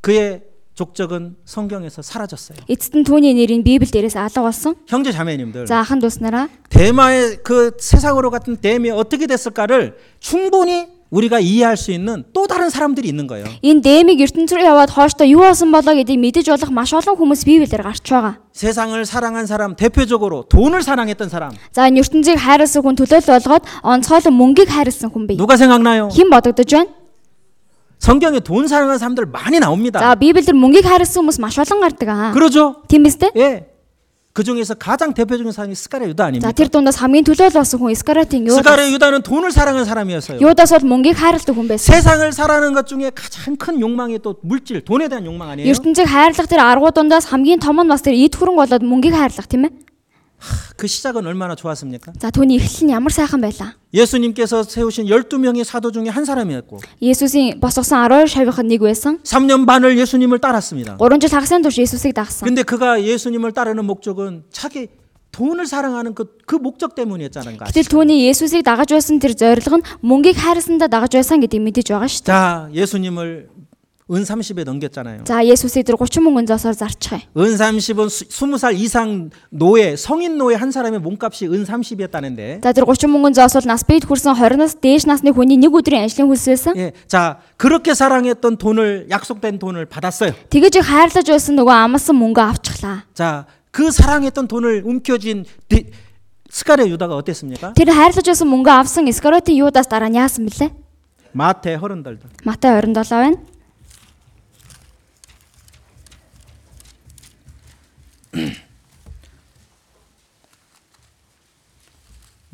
Speaker 1: 그의 족적은 성경에서 사라졌어요.
Speaker 2: Эцэст нь түүний нэр нь Библи дээрээс алга болсон.
Speaker 1: 형제 자매님들
Speaker 2: За ахын дуснараа
Speaker 1: 대마의 그 세상으로 같은 댐이 어떻게 됐을까를 충분히 우리가 이해할 수 있는 또 다른 사람들이 있는 거예요.
Speaker 2: энэ дэмиг ертөнц рүү яваад хооштой юу болсон болоо гэдгийг мэдэж болох маш олон хүмүүс Библиээр гарч байгаа.
Speaker 1: 세상을 사랑한 사람 대표적으로 돈을 사랑했던 사람
Speaker 2: За энэ ертөнцийг хайрлсан хүн төлөөлөл болгоод онцгойлон мөнгийг хайрлсан хүн бий.
Speaker 1: 누가 생각나요?
Speaker 2: Хэн бодогдож байна?
Speaker 1: 성경에 돈 사랑하는 사람들 많이
Speaker 2: За
Speaker 1: 나옵니다.
Speaker 2: Библиэр мөнгийг хайрлсан хүмүүс маш олон гардаг аа.
Speaker 1: 그러죠?
Speaker 2: Тийм биз дээ?
Speaker 1: 예. 그 중에서 가장 대표적인 사람이 스가랴 유다
Speaker 2: За
Speaker 1: 아닙니까?
Speaker 2: тэр дундаас хамгийн төлөөлөл болсон хүн Искаратийн Юдас.
Speaker 1: 스가랴 유다는 돈을 사랑하는 사람이었어요.
Speaker 2: Юдас бол мөнгийг хайрладаг хүн байсан.
Speaker 1: 세상을 사랑하는 것 중에 가장 큰 욕망이 또 물질, 돈에 대한 욕망 아니에요?
Speaker 2: ертөнцийг хайрлах тэр аргуудаас хамгийн том нь бас тэр эд хөрөнгө болоод мөнгийг хайрлах тийм ээ.
Speaker 1: 그 시작은 얼마나 좋았습니까?
Speaker 2: За түүний эхлэл нь ямар сайхан байлаа.
Speaker 1: 예수님께서 세우신 12명의 사도 중에 한 사람이었고
Speaker 2: Есүсийн босгосон 12 шавийнхад нэг байсан.
Speaker 1: 3년 반을 예수님을 따랐습니다.
Speaker 2: 3 жил хагасны турш Есүсийг дагсан.
Speaker 1: 근데 그가 예수님을 따르는 목적은 자기 돈을 사랑하는 그, 그 목적 때문이었다는 거 아시죠?
Speaker 2: Гэтэл түүний Есүсийг дагаж байсан тэр зорилго нь мөнгийг хайрласандаа дагаж байсан гэдгийг мэдэж байгаа шүү дээ.
Speaker 1: 자, 예수님을 은 30에 넘겼잖아요.
Speaker 2: За Есүсийг тэр 30 мөнгөн зоосоор зарчихъя.
Speaker 1: 은 30은 20살 이상 노예, 성인 노예 한 사람의 몸값이 은 30이었다는데.
Speaker 2: За тэр 30 мөнгөн зоос бол нас бид хүрсэн 20-наас дээш насны хүний нэг өдрийн ажлын хөлс байсан.
Speaker 1: 예. 자, 그렇게 사랑했던 돈을 약속된 돈을 받았어요.
Speaker 2: Тэгэж их хайрлаж байсан нөгөө амлсан мөнгөө авчихлаа.
Speaker 1: 자, 그 사랑했던 돈을 움켜쥔 디- 스가랴 유다가 어땠습니까?
Speaker 2: Тэр хайрлаж байсан мөнгөө авсан Искаротын Юдас дараа нь яасан бэлээ?
Speaker 1: 마태 허른덜덜.
Speaker 2: Матай 27 байна.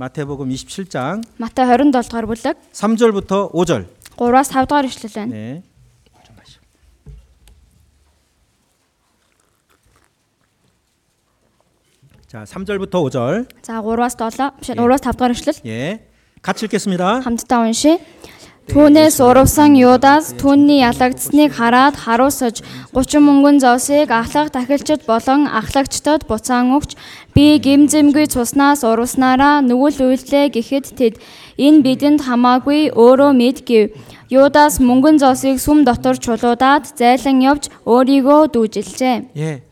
Speaker 1: 마태복음 27장
Speaker 2: Матай 27 дугаар бүлэг
Speaker 1: 3절부터 5절.
Speaker 2: 3-аас 5 дугаар ишлэл байна.
Speaker 1: 네. 자, 3절부터 5절.
Speaker 2: За 3-аас 7, биш 3-аас 5 дугаар ишлэл.
Speaker 1: 예. 같이 읽겠습니다.
Speaker 2: Хамтдаа уншия. Түүнээс урвсан Юдас түүний ялагдсныг хараад харуусаж 30 мөнгөн зоосыг ахлах тахилчид болон ахлагчдод буцаан өгч би гимзэмгүй цуснаас урвснараа нүгэл үйлдлээ гэхэд тэд энэ бидэнд хамаагүй өөрөө мэд гэв. Юдас мөнгөн зоосыг сүм дотор чулуудаад зайлан явж өөрийгөө дүүжилжээ.
Speaker 1: 예.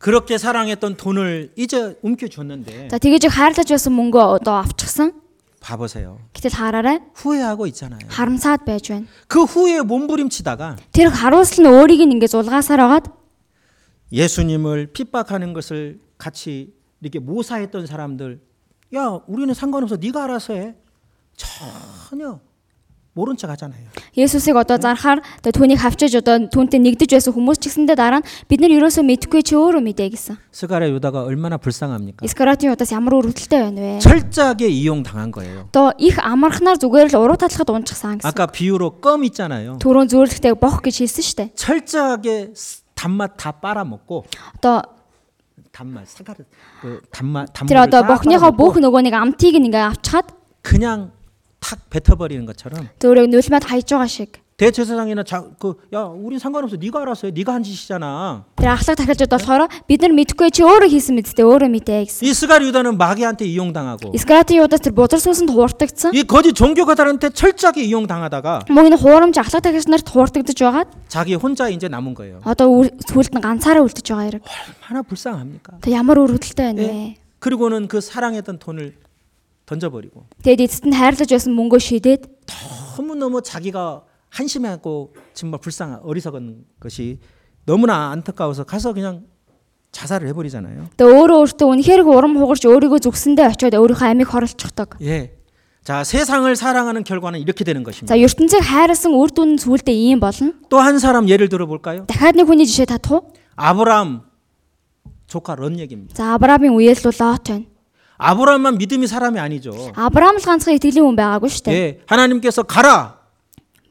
Speaker 1: 그렇게 사랑했던 돈을 이제 움켜줬는데
Speaker 2: За тэгэж их хайрлаж байсан мөнгөө одоо авчихсан.
Speaker 1: 봐 보세요.
Speaker 2: Гэтэл хараарай
Speaker 1: 후회하고 있잖아요.
Speaker 2: харамсаад байж байна.
Speaker 1: 그 후에 몸부림치다가
Speaker 2: Тэр харуусл нь өөрийг нь ингээд зулгаасаар байгаад
Speaker 1: 예수님을 핍박하는 것을 같이 이렇게 모사했던 사람들 야, 우리는 상관없어. 네가 알아서 해. 전혀 모른 척 하잖아요.
Speaker 2: Есүсийг одоо зархаар одоо түүнийг хавчиж одоо түүнтэй нэгдэж байсан хүмүүс ч гэсэндээ дараа нь бид нар ерөөсөө мэдхгүй чи өөрөө мэдээ гэсэн.
Speaker 1: 스가랴 유다가 얼마나 불쌍합니까?
Speaker 2: Искаратийн удаас ямар өрөвдөлтэй байна вэ?
Speaker 1: 철저하게 이용당한 거예요.
Speaker 2: Одоо их амархнаар зүгээр л уруу талахад унчихсан гэсэн.
Speaker 1: 아까 비유로 껌 있잖아요.
Speaker 2: Төрөө зөөрлөгтэй бох гэж хэлсэн шүү дээ.
Speaker 1: 철저하게 스- 단맛 다 빨아먹고
Speaker 2: Одоо
Speaker 1: 단맛 사가르 그 단맛
Speaker 2: тэр
Speaker 1: 단맛을
Speaker 2: одоо
Speaker 1: 다
Speaker 2: бохныхоо бүх
Speaker 1: 빨아먹고
Speaker 2: нөгөө нэг амтыг нь ингээд авчихад
Speaker 1: 그냥 탁 뱉어버리는 것처럼
Speaker 2: зөөрийг нүлмэд хайж байгаа шиг.
Speaker 1: 대제사장이나 그야 우린 상관없어 네가 알아서 해 네가 한 짓이잖아
Speaker 2: Тэр ахлах тахилжид болохоор бид нар мэдхгүй чи өөрөө хийсэн мэдтэй өөрөө мэдээ гэсэн.
Speaker 1: 이 스가리 유다는 마귀한테 이용당하고
Speaker 2: Искаратийн удаас тэр бузар сүнсэнд хууртагдсан.
Speaker 1: 이 거짓 종교가들한테 철저하게 이용당하다가
Speaker 2: Мөн энэ хуурамч ахлах тахилч нарт хууртагдж байгаад
Speaker 1: 자기 혼자 이제 남은 거예요
Speaker 2: одоо үр- сүлд нь ганцаараа үлдэж байгаа хэрэг.
Speaker 1: 얼마나 불쌍합니까
Speaker 2: Тэг ямар өр хөдөлтэй байна вэ?
Speaker 1: 예. 그리고는 그 사랑했던 돈을 던져버리고
Speaker 2: Тэгэд эцэст нь хайрлаж байсан мөнгөө шидээд
Speaker 1: 너무너무 자기가 한심하고 정말 불쌍한 어리석은 것이 너무나 안타까워서 가서 그냥 자살을 해버리잖아요.
Speaker 2: тэг өөрөө өөртөө үнэхээр урам хугарч өөрийгөө зүгсэндээ очиод өөрийнхөө амийг хоролцохдаг.
Speaker 1: 예. 자 세상을 사랑하는 결과는 이렇게 되는 것입니다.
Speaker 2: За ертөнцийг хайрласан үр дүн нь сүулдэ ийм болно.
Speaker 1: 또 한 사람 예를 들어볼까요?
Speaker 2: Дахиад нэг хүний жишээ татах уу?
Speaker 1: 아브라함 조카 런 얘기입니다.
Speaker 2: За Авраамийн үеэл л лот байна.
Speaker 1: 아브라함만 믿음이 사람이 아니죠.
Speaker 2: Авраам л ганцхан итгэлийн хүн байгаагүй шүү дээ.
Speaker 1: 예. 하나님께서 가라.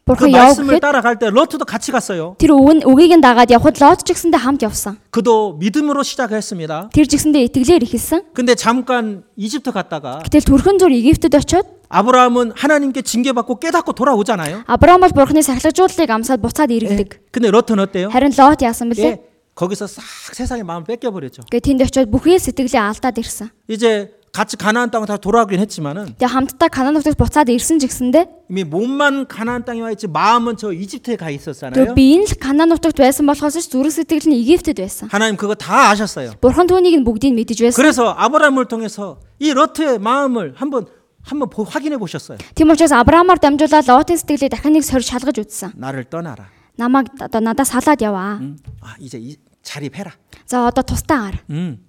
Speaker 1: 그
Speaker 2: Бурхан яв
Speaker 1: 말씀을
Speaker 2: гэхэд
Speaker 1: 따라갈 때 롯도 같이 갔어요.
Speaker 2: тэр өвн үгийг нь дагаад явхад лот ч гэсэндээ хамт явсан.
Speaker 1: 그도 믿음으로 시작했습니다.
Speaker 2: Тэр жигсэндээ итгэлээр ихэлсэн.
Speaker 1: 근데 잠깐 이집트 갔다가
Speaker 2: Гэтэл төрхөн зур Египтэд очиод
Speaker 1: 아브라함은 하나님께 징계받고 깨닫고 돌아오잖아요.
Speaker 2: Авраам бол бурхны сахилгажууллыг амсаад буцаад иргэдэг.
Speaker 1: 근데 롯은 어때요?
Speaker 2: Харин лот
Speaker 1: Э.
Speaker 2: яасан бэлээ?
Speaker 1: 예, 거기서 싹 세상의 마음을 뺏겨버렸죠.
Speaker 2: Гэ тэнд очиод бүхий л сэтгэлээ алдаад ирсэн.
Speaker 1: 이제 같이 가나안 땅 다 돌아가긴 했지만은
Speaker 2: Тэг хамтдаа Канаан нутагт буцаад ирсэн ч гэсэндэ
Speaker 1: 이미 몸만 가나안 땅에 와 있지 마음은 저 이집트에 가
Speaker 2: тэг
Speaker 1: 있었잖아요.
Speaker 2: би энэ л Канаан нутагт байсан болохоос ч зүрх сэтгэл нь Египтэд байсан.
Speaker 1: 하나님 그거 다 아셨어요.
Speaker 2: Бурхан түүнийг нь бүгдийг нь мэдэж байсан.
Speaker 1: 그래서 아브라함을 통해서 이 롯의 마음을 한번 한번 보- 확인해 보셨어요.
Speaker 2: Тийм учраас Авраамаар дамжуулаад Лотын сэтгэлийг дахин нэг сорж шалгаж үзсэн.
Speaker 1: 나를 떠나라.
Speaker 2: Намаг одоо надаас салаад яваа.
Speaker 1: 음, 아 이제 이, 자립해라.
Speaker 2: За одоо тустаа гар.
Speaker 1: 음.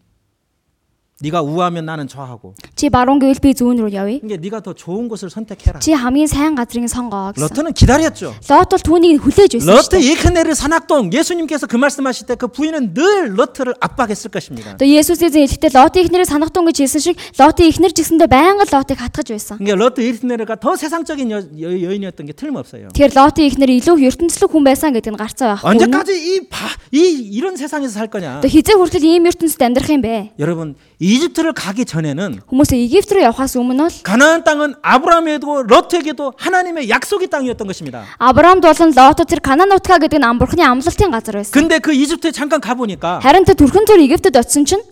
Speaker 1: 네가 우하면 나는 좌하고.
Speaker 2: Чи баруун гэвэл би зүүн рүү явъя.
Speaker 1: 이게 네가 더 좋은 곳을 선택해라.
Speaker 2: Чи хамгийн сайн газрыг сонгоо гэсэн.
Speaker 1: 롯은 기다렸죠.
Speaker 2: Лот бол түүнийг нь хүлээж байсан
Speaker 1: 롯의
Speaker 2: шүү дээ.
Speaker 1: 예컨대를 산악동 예수님께서 그 말씀하실 때 그 부인은 늘 롯을 압박했을 것입니다.
Speaker 2: Одоо Есүс эзэн хэлэхдээ Лотын эхнэрээ санахтун гэж хэлсэн шиг Лотын эхнэр ч гэсэндээ байнга Лотыг хатгаж байсан.
Speaker 1: 그러니까 롯 예수님네가 더 세상적인 여, 여, 여인이었던 게 틀림없어요.
Speaker 2: Тэгэхээр Лотын эхнэр илүү ертөнцлөг хүн байсан гэдэг нь гарцаа байхгүй. үнэн.
Speaker 1: 언제까지 이, 바, 이 이런 세상에서 살 거냐?
Speaker 2: Одоо хизээ хүртэл ийм ертөнцид амьдрах юм бэ?
Speaker 1: 여러분 이집트를 가기 전에는
Speaker 2: Хүмүүс Египт рүү явхаас өмнө л
Speaker 1: 가나안 땅은 아브라함에게도 롯에게도 하나님의 약속의 땅이었던 것입니다.
Speaker 2: Авраамд болон Лотод тэр Канаан нутгаа гэдэг нь ам бурхны амлалтын газар байсан.
Speaker 1: 근데 그 이집트에 잠깐 가보니까
Speaker 2: Харин тэр түрхэн зур Египтэд очсон чинь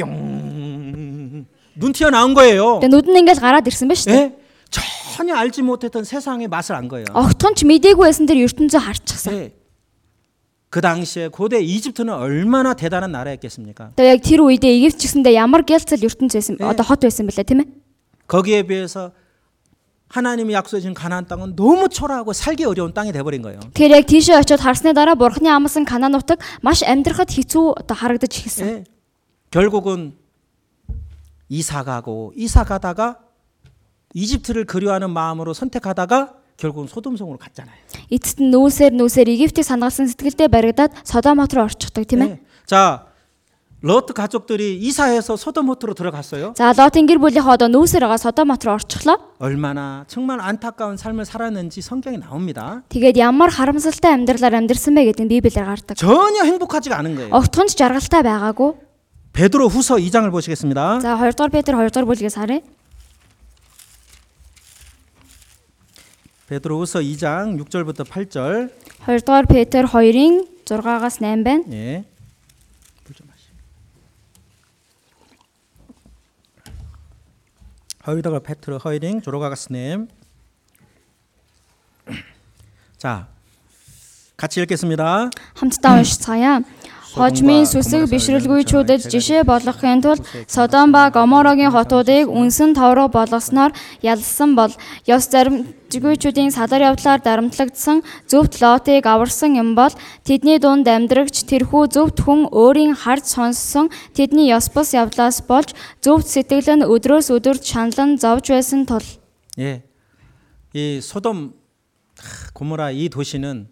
Speaker 1: 눈 튀어나온 거예요.
Speaker 2: тэгээ нүд нь ингээл гараад ирсэн ба шүү дээ.
Speaker 1: 예? 전혀 알지 못했던 세상의 맛을 안 거예요.
Speaker 2: Огтхон ч мдээгүй байсан тэр ертөнцөө харчихсан.
Speaker 1: 예. 그 당시에 고대 이집트는 얼마나 대단한 나라였겠습니까?
Speaker 2: Одоо яг тэр үедээ Египт ч гэсэндээ ямар гэлцэл ертөнц байсан
Speaker 1: Э.
Speaker 2: одоо хот байсан бэлээ тийм ээ.
Speaker 1: 거기에 비해서 하나님이 약속해 준 가나안 땅은 너무 초라하고 살기 어려운 땅이 돼 버린 거예요.
Speaker 2: Тэгэхээр яг тийшээ очиод харсны дараа бурхны амласан Канаан нутаг маш амьдрахад хэцүү одоо харагдаж эхэлсэн.
Speaker 1: 예. 결국은 이사가고 이사가다가 이집트를 그리워하는 마음으로 선택하다가 결국은 소돔성으로 갔잖아요.
Speaker 2: Эцэст нь нүүсээр нүүсээр Египтийг санагалсан сэтгэлдээ баригдаад Содом хот руу орчихдаг тийм
Speaker 1: 예.
Speaker 2: ээ.
Speaker 1: 자, 롯 가족들이 이사해서 소돔 호트로 들어갔어요.
Speaker 2: За Лотын гэр бүлийнхаа одоо нүүсээр байгаа Содом хот руу орчихлоо.
Speaker 1: 얼마나 정말 안타까운 삶을 살았는지 성경에 나옵니다.
Speaker 2: Тэгээд ямар харамсалтай амьдралаар амьдрсан бэ гэдэг нь Библиэр гардаг.
Speaker 1: 전혀 행복하지가 않은 거예요.
Speaker 2: Огтхон ч жаргалтай байгаагүй.
Speaker 1: 베드로 후서 2장을 보시겠습니다.
Speaker 2: За 2 дугаар Петр 2 дугаар бүлгээс харъя.
Speaker 1: 베드로 후서 2장 6절부터 8절.
Speaker 2: 2 дугаар Петр 2-ын 6-аас 8 байна.
Speaker 1: 예. 물좀 마시. 허이다가 페트르 허이링 조로가가스님. [clears throat] 자, 같이 읽겠습니다.
Speaker 2: Хамтдаа уншицгаая. Хожмын сүсэг бишрэлгүйчүүдэд жишээ болгохын тулд Содом ба Гоморогийн хотуудыг үнсэн товрог болгосноор ялсан бол ёс заримжгүйчүүдийн салар явдлаар дарамтлагдсан зөвхт лотыг аварсан юм бол тэдний дунд амьдрагч тэрхүү зөвхт хүн өөрийн харж сонссон тэдний ёс бус явдлаас болж зөвхт сэтгэл нь өдрөөс өдөрт шаналн зовж байсан тул
Speaker 1: 예. 이 소돔 하, 고모라 이 도시는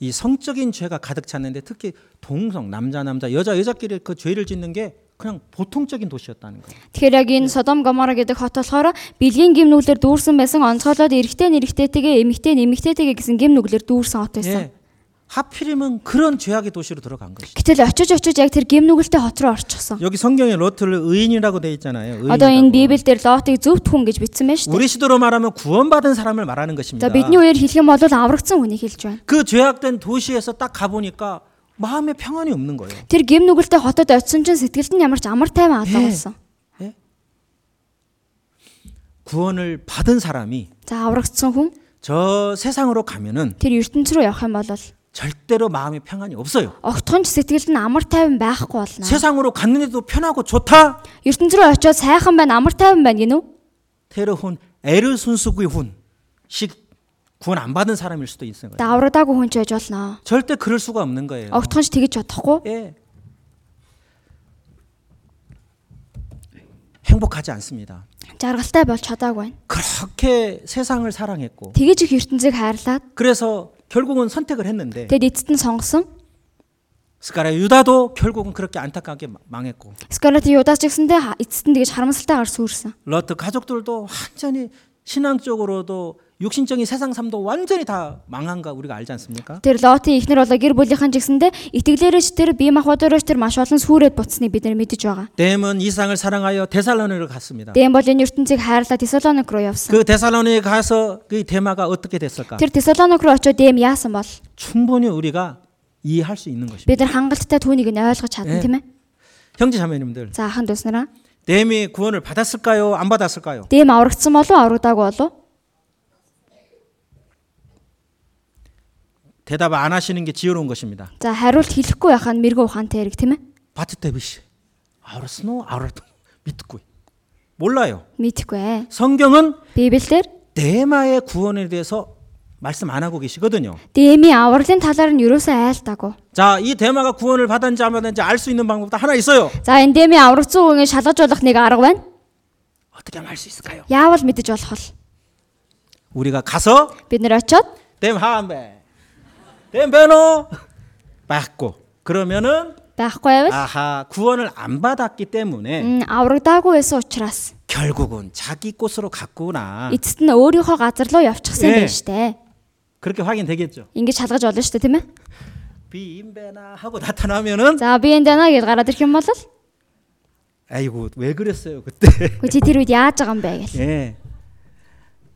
Speaker 1: 이 성적인 죄가 가득 찼는데 특히 동성 남자 남자 여자 여자끼리 그 죄를 짓는 게 그냥 보통적인 도시였다는 거예요.
Speaker 2: Тэгэхээр яг энэ Содом Гомора гэдэг хот болохоор бэлгийн гимнүглэр дүүрсэн байсан онцгойлоод эрэгтэй нэрэгтэйтэйгээ эмэгтэй нэмэгтэйтэйгээ гэсэн гимнүглэр дүүрсэн хот байсан.
Speaker 1: 예. 하필이면 그런 죄악의 도시로 들어간 것이.
Speaker 2: Гэтэл очиж очиж яг тэр гимнүгэлтэй хот руу орчихсон.
Speaker 1: 여기 성경에 로트를 의인이라고 돼 있잖아요. 의인이라고.
Speaker 2: Одоо энэ Библиэлд Лотыг зөвхт хүн гэж бичсэн байна шүү дээ.
Speaker 1: 우리 시대로 말하면 구원받은 사람을 말하는 것입니다.
Speaker 2: За бидний үеэр хэлэх юм бол аврагдсан хүний хэлж байна.
Speaker 1: 그 죄악된 도시에서 딱 가보니까 마음에 평안이 없는 거예요.
Speaker 2: Тэр гимнүгэлтэй хотод очисон чинь сэтгэлд нь ямар ч амар тайван алга болсон.
Speaker 1: 예? 구원을 받은 사람이
Speaker 2: За аврагдсан хүн
Speaker 1: 저 세상으로 가면은
Speaker 2: тэр ертөнц рүү явах юм бол
Speaker 1: 절대로 마음의 평안이 없어요.
Speaker 2: огтхон ч сэтгэлд нь амар тайван байхгүй болно.
Speaker 1: 세상으로 갔는데도 편하고 좋다.
Speaker 2: ертөнц рүү очиод сайхан байна, амар тайван байна гинүү.
Speaker 1: 테르혼 에르순수구이훈 식 구원 안 받은 사람일 수도 있는 거예요.
Speaker 2: За аврагдаагүй хүн ч байж болно.
Speaker 1: 절대 그럴 수가 없는 거예요.
Speaker 2: Огтхон ч тэгэж чадахгүй.
Speaker 1: 예. 행복하지 않습니다.
Speaker 2: жаргалтай бол чадаагүй байна.
Speaker 1: 그렇게 세상을 사랑했고
Speaker 2: Тэгэж их ертөнцийг хайрлаад
Speaker 1: 그래서 결국은 선택을 했는데
Speaker 2: тэгэд эцэст нь сонгосон.
Speaker 1: 스가랴 유다도 결국은 그렇게 안타깝게 마- 망했고
Speaker 2: Скарлетт Юдас ч гэсэндээ ха- эцэст нь тэгэж харамсалтайгаар сүрсэн.
Speaker 1: 러트 가족들도 완전히 신앙적으로도 육신적인 세상 삶도 완전히 다 망한 거 우리가 알지 않습니까?
Speaker 2: Тэр Лотын ихнэр болоо гэр бүлийнхэн ч гэсэндээ итгэлээрэж тэр бие махбодорооч тэр маш олон сүрээд буцсныг бид нар мэдэж байгаа.
Speaker 1: 댐은 이 세상을 사랑하여 데살로니를 갔습니다.
Speaker 2: Дэм бол энэ ертөнцийг хайрлаад Тесалоник руу явсан.
Speaker 1: 그 데살로니에 가서 그 대마가 어떻게 됐을까?
Speaker 2: Тэр Тесалоник руу очиод Дэм яасан бол
Speaker 1: 충분히 우리가 이해할 수 있는 것입니다.
Speaker 2: бид нар хангалттай түүнийг нь ойлгож чадна тийм ээ.
Speaker 1: 형제 자매님들
Speaker 2: За ахын дүүснараа
Speaker 1: 됨이 구원을 받았을까요? 안 받았을까요?
Speaker 2: Дэм аврагдсан болов аврагдаагүй болов?
Speaker 1: 대답 안 하시는 게 지혜로운 것입니다.
Speaker 2: За хариулт хэлэхгүй байхад мэрэгүү ухаантай хэрэг тийм ээ?
Speaker 1: 봤대 비시. 알았노? 알았다. [laughs] 믿고. 몰라요.
Speaker 2: Мэдхгүй ээ.
Speaker 1: 성경은
Speaker 2: Библиэлд
Speaker 1: 데마의 구원에 대해서 말씀 안 하고 계시거든요.
Speaker 2: Дэмий авралын талаар нь юусоо айлтаагүй.
Speaker 1: 자, 이 데마가 구원을 받았는지 안 받았는지 알 수 있는 방법도 하나 있어요.
Speaker 2: За энэ дэмий аврагдсан үгийн шалгаж болох нэг арга байна.
Speaker 1: 어떻게 하면 알 수 있을까요?
Speaker 2: Яавал мэдэж болох вэ?
Speaker 1: 우리가 가서
Speaker 2: Бид нэр очиод
Speaker 1: 댐하암베 댐베노 받고 그러면은
Speaker 2: байхгүй байвал
Speaker 1: 아하 구원을 안 받았기 때문에
Speaker 2: м, аврагдаагүй байсан учраас
Speaker 1: 결국은 자기 곳으로 갔구나
Speaker 2: эцэст нь өөрийнхөө газар руу явчихсан
Speaker 1: Ээ.
Speaker 2: байх штэ.
Speaker 1: 그렇게 확인되겠죠.
Speaker 2: Ингээд шалгаж болно штэ тийм ээ?
Speaker 1: 비임베나 하고 나타나면은
Speaker 2: За би энэ дана гэж гараад ирэх юм бол л
Speaker 1: 아이고 왜 그랬어요 그때 [laughs]
Speaker 2: Гэхдээ чи тэр үед яаж байгаа юм бэ гэл.
Speaker 1: 예.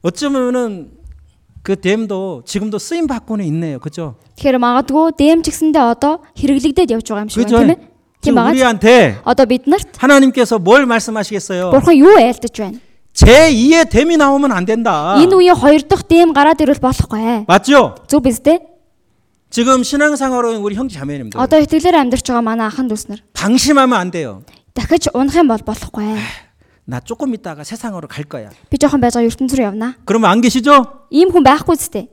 Speaker 1: 어쩌면은 그 댐도 지금도 쓰임 받고는 있네요. 그죠?
Speaker 2: Тэгэхээр магадгүй дэм чигсэндээ одоо хэрэглэгдээд явж байгаа юм шиг
Speaker 1: 그죠?
Speaker 2: байна тийм ээ? Тийм
Speaker 1: 지금
Speaker 2: байгаа.
Speaker 1: 우리한테
Speaker 2: Одоо бид нарт
Speaker 1: 하나님께서 뭘 말씀하시겠어요?
Speaker 2: бурхан юу айлтаж байна?
Speaker 1: 제 2의 댐이 나오면 안 된다.
Speaker 2: Энэ үеийн хоёр дахь дэм гараад ирвэл болохгүй. ээ.
Speaker 1: 맞죠?
Speaker 2: Зөв биз дээ?
Speaker 1: 지금 신앙생활은 우리 형제 자매님들
Speaker 2: Одоо итгэлээр амьдарч байгаа манай ахын дүүс нар
Speaker 1: 방심하면 안 돼요.
Speaker 2: дахиж унах юм бол болохгүй. ээ.
Speaker 1: 나 조금 있다가 세상으로 갈 거야.
Speaker 2: Би жоохон байж байгаа ертөнц рүү явна.
Speaker 1: 그러면 안 계시죠?
Speaker 2: Ийм хүн байхгүй зү дээ.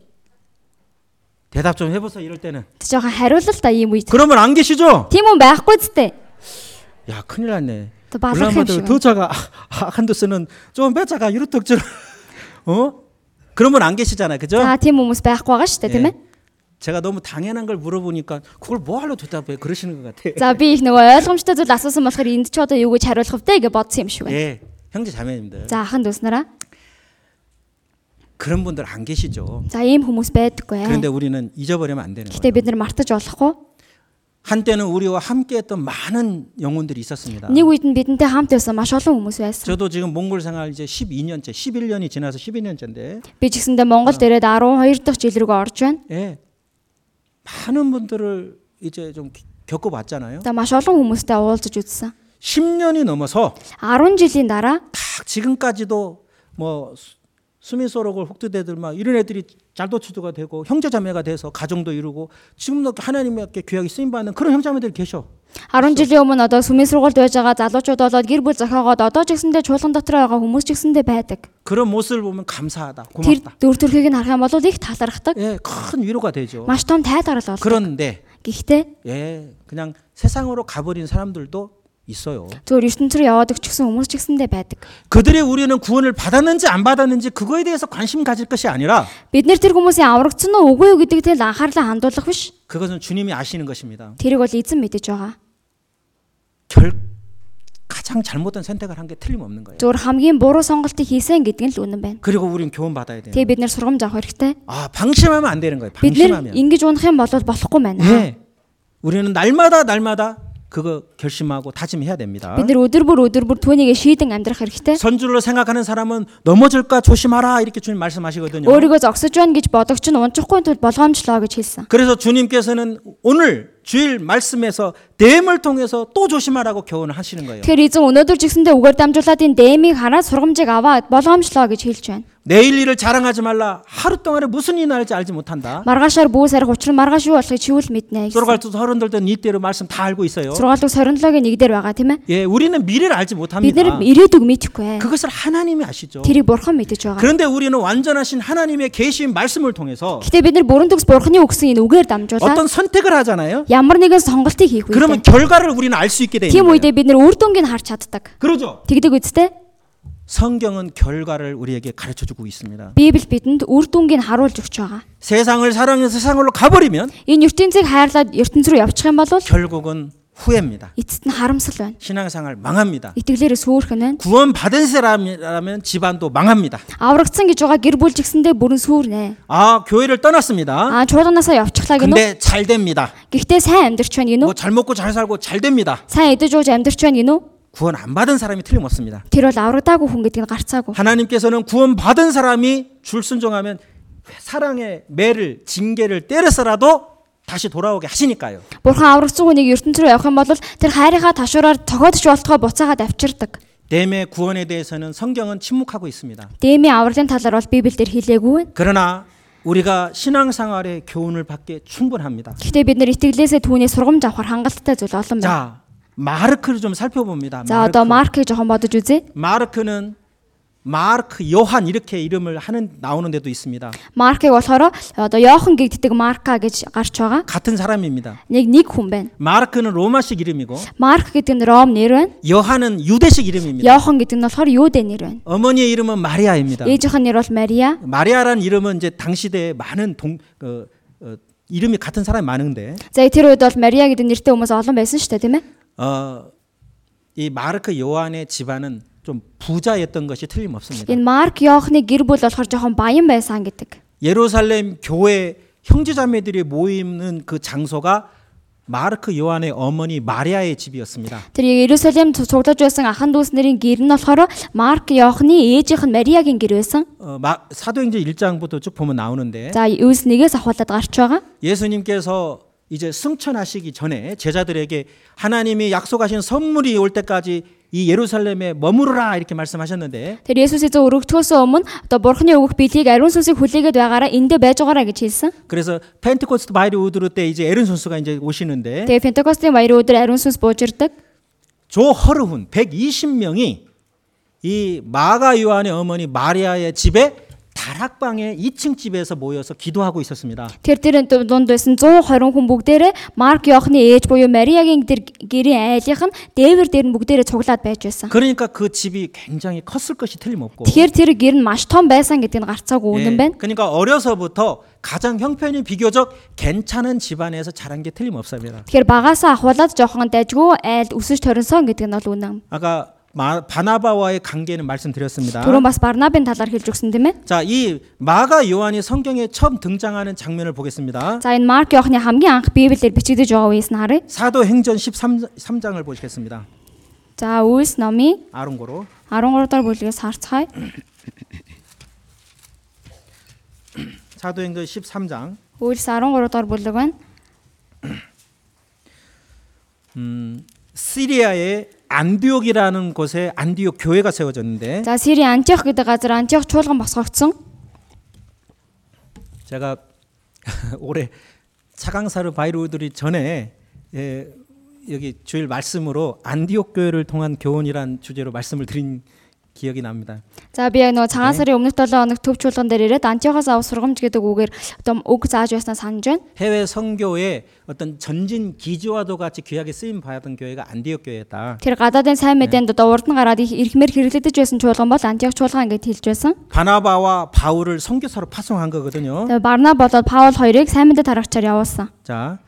Speaker 1: 대답 좀 해보세요. 이럴 때는.
Speaker 2: Тэ жоохон хариулал та ийм үед.
Speaker 1: 그러면 안 계시죠?
Speaker 2: Тийм хүн байхгүй зү дээ.
Speaker 1: 야 큰일 났네.
Speaker 2: 또 말할
Speaker 1: 울란바토르
Speaker 2: 햄시간.
Speaker 1: 더 자가 아, 한두스는 좀 빼자가 이렇덕지로 어? 그러면 안 계시잖아요, 그죠?
Speaker 2: За тийм хүмүүс байхгүй байгаа шүү дээ тийм ээ.
Speaker 1: 제가 너무 당연한 걸 물어보니까 그걸 뭐 하려 대답해 그러시는 것 같아.
Speaker 2: За би их нөгөө ойлгомжтой зүйл асуусан болохоор энд ч одоо юу гэж хариулах вдэ гэж бодсон юм шиг байна.
Speaker 1: 예, 형제 자매님들
Speaker 2: За ахын дүүс нараа.
Speaker 1: 그런 분들 안 계시죠?
Speaker 2: За ийм хүмүүс байдаггүй. ээ.
Speaker 1: 그런데 우리는 잊어버리면 안 되는 거예요.
Speaker 2: Гэхдээ бид нар мартаж болохгүй.
Speaker 1: 한때는 우리와 함께했던 많은 영혼들이 있었습니다.
Speaker 2: Нэг үед нь бидэнтэй хамт байсан маш олон хүмүүс байсан.
Speaker 1: 저도 지금 몽골 생활 이제 12년째, 11년이 지나서 12년째인데,
Speaker 2: Би ч гэсэндээ Монголд ирээд 12 дахь жил рүүгээ орж байна.
Speaker 1: 예, 많은 분들을 이제 좀 기- 겪어봤잖아요.
Speaker 2: За маш олон хүмүүстэй уулзаж үзсэн.
Speaker 1: 10년이 넘어서
Speaker 2: 10 жилийн дараа
Speaker 1: 딱 지금까지도 뭐 수- 수미소록을 혹두대들 막 이런 애들이 잘도치도가 되고 형제자매가 돼서 가정도 이루고 지금도 하나님께 귀하게 쓰임받는 그런 형제자매들이 계셔.
Speaker 2: 10 жилийн өмнө одоо сүмэн сургуульд байж байгаа залуучууд болоод гэр бүл зохиогоод одоо ч гэсэндээ чуулган дотор байгаа хүмүүс ч гэсэндээ байдаг.
Speaker 1: 그런 모습을 보면 감사하다,
Speaker 2: Тэр
Speaker 1: 고맙다.
Speaker 2: дүр төрхийг нь харах юм бол их талархдаг.
Speaker 1: 예, 큰 위로가 되죠.
Speaker 2: Маш том тайлбарлал бол.
Speaker 1: 그런데
Speaker 2: Гэхдээ
Speaker 1: 예, 그냥 세상으로 가버린 사람들도 있어요.
Speaker 2: зөвөр ертөнцөөр яваад өгч гэсэн хүмүүс ч гэсэндээ байдаг.
Speaker 1: 그들이 우리는 구원을 받았는지 안 받았는지 그거에 대해서 관심 가질 것이 아니라
Speaker 2: Бид нэр тэр хүмүүсийн аврагдсан уу үгүй юу гэдэгт л анхаарлаа хандуулах биш.
Speaker 1: 그것은 주님이 아시는 것입니다.
Speaker 2: Тэрийг бол эзэн мэдэж байгаа.
Speaker 1: 결 가장 잘못된 선택을 한 게 틀림없는 거예요.
Speaker 2: Зөвөр хамгийн буруу сонголтыг хийсэн гэдэг нь л үнэн байна.
Speaker 1: 그리고 우린 교훈 받아야 돼요.
Speaker 2: Тэгээ бид нэр сургамж авах хэрэгтэй.
Speaker 1: 아 방심하면 안 되는 거예요.
Speaker 2: Бид нэр
Speaker 1: 방심하면.
Speaker 2: ингэж унах юм бол болохгүй байна.
Speaker 1: 예. 우리는 날마다 날마다 그거 결심하고 다짐해야 됩니다.
Speaker 2: Бид нэр өдөр бүр өдөр бүр түүнийг шийдэн амьдрах хэрэгтэй.
Speaker 1: 선주로 생각하는 사람은 넘어질까 조심하라 이렇게 주님 말씀하시거든요.
Speaker 2: Өөрийгөө зогсож байна гэж бодогч нь унчихгүй тул болгоомжлоо гэж хэлсэн.
Speaker 1: 그래서 주님께서는 오늘 주일 말씀에서 됨을 통해서 또 조심하라고 교훈을 하시는 거예요.
Speaker 2: Тэгэхээр эзэн өнөөдөр жигсэндээ үгээр дамжуулаад энэ дэмийг хараад сургамжийг аваад болгоомжлоо гэж хэлж байна.
Speaker 1: 내일 일을 자랑하지 말라. 하루 동안에 무슨 일이 날지 알지 못한다.
Speaker 2: Маргаашаар бүү сарих учир нь маргааш юу болохыг чивэл мэднэ гэсэн.
Speaker 1: сур갈도 서른들 때 이때로 말씀 다 알고 있어요.
Speaker 2: Сургаалыг 27-гийн нэг дээр байгаа тийм
Speaker 1: 예,
Speaker 2: ээ.
Speaker 1: 우리는 미래를 알지
Speaker 2: Бид
Speaker 1: 못합니다.
Speaker 2: нэр ирээдүг мэдхгүй ээ.
Speaker 1: 그것을 하나님이 아시죠.
Speaker 2: Тэрийг бурхан мэдэж байгаа.
Speaker 1: 그런데 우리는 완전하신 하나님의 계신 말씀을 통해서
Speaker 2: Гэхдээ бид нэр бүрэн төгс бурханы үгсэн энэ үгээр дамжуулаад
Speaker 1: 어떤 선택을 하잖아요.
Speaker 2: ямар нэгэн сонголтыг хийх
Speaker 1: 그러면
Speaker 2: үед
Speaker 1: 결과를 우리는 알 수 있게 돼 있는
Speaker 2: тийм
Speaker 1: 거예요.
Speaker 2: үедээ бид нэр үр дүнгийг харж чаддаг.
Speaker 1: 그러죠.
Speaker 2: Тэгдэг үсттэй
Speaker 1: 성경은 결과를 우리에게 가르쳐 주고 있습니다.
Speaker 2: Библи бидэнд үр дүнгийг харуулж өгч байгаа.
Speaker 1: 세상을 사랑해서 세상으로 가버리면
Speaker 2: Энэ ертөнцийг хайрлаад ертөнц рүү явчих юм бол
Speaker 1: 결국은 후회입니다.
Speaker 2: эцэст нь харамсал байна.
Speaker 1: 신앙생활 망합니다.
Speaker 2: Итгэлээрээ сүөрх нь байна.
Speaker 1: 구원받은 사람이라면 집안도 망합니다.
Speaker 2: Аврагдсан гэж байгаа гэр бүл жигсэндээ бүрэн сүрнэ.
Speaker 1: 아, 교회를 떠났습니다.
Speaker 2: Аа чуулганасаа явчихлаа гинөө.
Speaker 1: 근데 잘 됩니다.
Speaker 2: Гэхдээ сайн амьдрч байна гинөө.
Speaker 1: 뭐 잘 먹고 잘 살고 잘 됩니다.
Speaker 2: Сайн эдэж ууж амьдрч байна гинөө.
Speaker 1: 구원 안 받은 사람이 틀림없습니다.
Speaker 2: Тэр бол аврагдаагүй хүн гэдгийг гарцаагүй.
Speaker 1: 하나님께서는 구원 받은 사람이 줄순종하면 사랑의 매를 징계를 때려서라도 다시 돌아오게 하시니까요.
Speaker 2: Бурхан аврагдсан хүнийг ертөнц рүү явах юм бол тэр хайрынхаа ташуураар цогоодч болтгоо буцаагаад авчирдаг.
Speaker 1: 됨의 구원에 대해서는 성경은 침묵하고 있습니다.
Speaker 2: Дэмий авралын талаар бол Библиэлд хэлээгүй байна.
Speaker 1: 그러나 우리가 신앙생활의 교훈을 받기에 충분합니다.
Speaker 2: Гэхдээ бид нэр итгэлээсээ түүний сургамж авахар хангалттай зүйл олон байна.
Speaker 1: 자, 마르크를 좀 살펴봅니다.
Speaker 2: За одоо Маркийг жоохон бодож үзье.
Speaker 1: 마르크는 마르크, 요한 이렇게 이름을 하는 나오는 데도 있습니다.
Speaker 2: Маркийг болохоор одоо Йохан гэгддэг Марка гэж гарч байгаа.
Speaker 1: 같은 사람입니다.
Speaker 2: Нэг нэг хүн байна.
Speaker 1: 마르크는 로마식 이름이고
Speaker 2: Марк гэдэг нь Ром нэр байна.
Speaker 1: 요한은 유대식 이름입니다.
Speaker 2: Йохан гэдэг нь болохоор Юудэ нэр байна.
Speaker 1: 어머니의 이름은 마리아입니다.
Speaker 2: Ээжийнх нь нэр бол Мария.
Speaker 1: 마리아라는 이름은 이제 당시대에 많은 동 어, 어, 이름이 같은 사람이 많은데
Speaker 2: За тэр үед бол Мария гэдэг нэртэй хүмүүс олон байсан шүү дээ, тийм ээ?
Speaker 1: 어, 이 마르크 요한의 집안은 좀 부자였던 것이 틀림없습니다.
Speaker 2: Энэ Марк Йохны гэр бүл болохоор жоохон баян байсан гэдэг.
Speaker 1: 예루살렘 교회 형제자매들이 모이는 그 장소가 마르크 요한의 어머니 마리아의 집이었습니다.
Speaker 2: Тэр Иерусалим цуглаж байсан ахан дүүс нарын гэр нь болохоор Марк Йохны ээжийнх нь Мариагийн гэр байсан.
Speaker 1: 어, 마, 사도행전 1장부터 쭉 보면 나오는데
Speaker 2: За Юс 1-ээс ахуулаад гарч байгаа.
Speaker 1: 예수님께서 이제 승천하시기 전에 제자들에게 하나님이 약속하신 선물이 올 때까지 이 예루살렘에 머무르라 이렇게 말씀하셨는데
Speaker 2: Тэр Есүс эзэн өргөдөхөөс өмнө одоо Бурхны өгөх биелийг ариун сүнсийг хүлээгээд байгаараа эндэ байж байгаараа гэж хэлсэн.
Speaker 1: 그래서 펜테코스트 바이리 우드르 때 이제 에른 선수가 이제 오시는데
Speaker 2: Тэгээ Пентекостийн баярын өдөр ариун сүнс бууж ирдэг.
Speaker 1: 조 허르훈 120명이 이 마가 요한의 어머니 마리아의 집에 다락방에 2층 집에서 모여서 기도하고 있었습니다.
Speaker 2: Тэр дээрэн ду- дунд байсан 120 хүн бүгдээрээ Марк Йохны ээж буюу Мариагийн дэр гэрийн айлынх нь дээвэр дээр нь бүгдээрээ цуглаад байж байсан.
Speaker 1: 그러니까 그 집이 굉장히 컸을 것이 틀림없고
Speaker 2: Тэгэхээр тэр гэр нь маш том байсан гэдэг нь гарцаагүй үнэн
Speaker 1: 예,
Speaker 2: байна.
Speaker 1: 그러니까 어려서부터 가장 형편이 비교적 괜찮은 집안에서 자란 게 틀림없습니다.
Speaker 2: Тэгэхээр багаасаа ахуулаад жоохон дайжгүй айл өсөж торонсон гэдэг нь бол үнэн.
Speaker 1: 아까 마, 바나바와의 관계는 말씀드렸습니다.
Speaker 2: Түрүүн бас Барнабын талаар хэлж өгсөн тийм ээ.
Speaker 1: 자, 이 마가 요한이 성경에 처음 등장하는 장면을 보겠습니다.
Speaker 2: За энэ Марк Йохны хамгийн анх Библиэлд бичигдэж байгаа үеэс нь харъя.
Speaker 1: 사도행전 13장을 보시겠습니다.
Speaker 2: За Үйлс номын
Speaker 1: 아론고로
Speaker 2: 13 дугаар бүлгээс харцгаая.
Speaker 1: 사도행전 13장
Speaker 2: Үйлс 13 дугаар бүлэг байна.
Speaker 1: 시리아의 안디옥이라는 곳에 안디옥 교회가 세워졌는데
Speaker 2: За Сирийн Антиох гэдэг газар Антиох чуулган босгогдсон.
Speaker 1: 제가 [laughs] 올해 차강사를 바이로우들이 전에 예, 여기 주일 말씀으로 안디옥 교회를 통한 교훈이란 주제로 말씀을 드린 기억이 납니다.
Speaker 2: За би яг нөгөө цагаан сарын өмнөх 7 хоног төв чуулган дээр ирээд Антиохоос авах сургамж гэдэг үгээр одоо үг зааж байснаа санаж байна.
Speaker 1: 해외 선교의 어떤 전진 기지와도 같이 귀하게 쓰임 받은 교회가 안디옥 교회다.
Speaker 2: Тэр гадаадын сайн мэдээнд одоо урд нь гараад их эрхмээр хэрэглэгдэж байсан чуулган бол Антиох чуулган гэж хэлж байсан.
Speaker 1: 바나바와 바울을 선교사로 파송한 거거든요.
Speaker 2: Тэгээ Барна болоод Паул хоёрыг сайн мэдээ тарагчаар явуулсан.
Speaker 1: 자,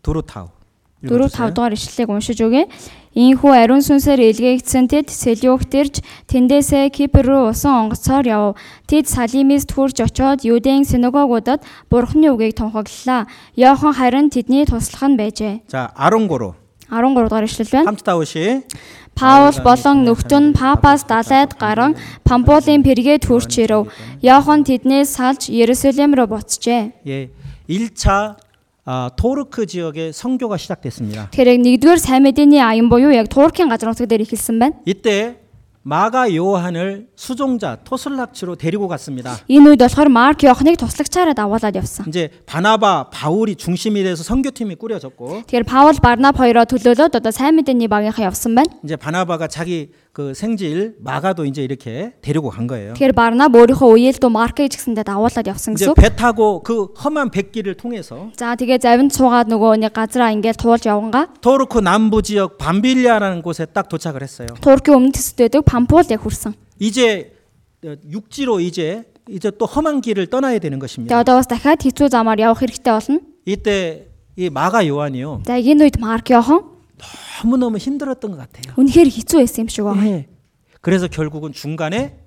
Speaker 1: 도로타우.
Speaker 2: 4 5 дугаар ишлэлийг уншиж өгье. Ийхүү ариун сүнсээр илгээгдсэн тед Селиуктэрч тэндээсээ Кипр рүү усан онгоцоор явв. Тэд Салимис төрж очоод Юдэн синагогуудад Бурхны үгийг тунхаглалаа. Йохан харин тэдний туслах нь байжээ.
Speaker 1: 자, 아론고로
Speaker 2: 13 дугаар ишлэл байна.
Speaker 1: 함츠다오시
Speaker 2: Паул болон нөхдөн Папаас далайд гарan Пампулийн пэргээ төрч ирв. Йохан тэднээс салж Ерүсэлим рүү буцжээ.
Speaker 1: 예, 1차 아, 토르크 지역의 선교가 시작됐습니다.
Speaker 2: Тэгэхээр яг нэгдүгээр сайн мэдээний аян буюу яг Туркийн газар нутаг дээр эхэлсэн байна.
Speaker 1: 이때 마가 요한을 수종자 토슬락치로 데리고 갔습니다.
Speaker 2: Энэ үед болохоор Марк Йоханыг туслагчаараа давуулаад явсан.
Speaker 1: 이제 바나바 바울이 중심이 돼서 선교팀이 꾸려졌고
Speaker 2: Тэгэхээр Паул Барнаб хоёроо төлөөлөөд одоо сайн мэдээний багийнхаа явсан байна.
Speaker 1: 이제 바나바가 자기 그 생질 마가도 이제 이렇게 데리고 간 거예요.
Speaker 2: Тэгэхээр Барнаб өөрийнхөө үеэлдүү Маркийг ч гэсэндээ давуулаад явсан
Speaker 1: 이제
Speaker 2: гэсэн. үг.
Speaker 1: 배 타고 그 험한 백길을 통해서
Speaker 2: За тэгээ завинд суугаад нөгөө нэг газраа ингээд туулж явгангаа
Speaker 1: 토르크 남부 지역 밤빌리아라는 곳에 딱 도착을 했어요.
Speaker 2: Туркийн өмнө төсөлд байдаг Пампул яг хүрсэн.
Speaker 1: 이제 어, 육지로 이제 이제 또 험한 길을 떠나야 되는 것입니다.
Speaker 2: Тэгээ одоо бас дахиад хэцүү замаар явах хэрэгтэй болно.
Speaker 1: 이때 이 마가 요한이요
Speaker 2: За яг энэ үед Марк Йохан
Speaker 1: 너무너무 힘들었던 것 같아요.
Speaker 2: үнэхээр хэцүү байсан юм шиг байна.
Speaker 1: 예. 그래서 결국은 중간에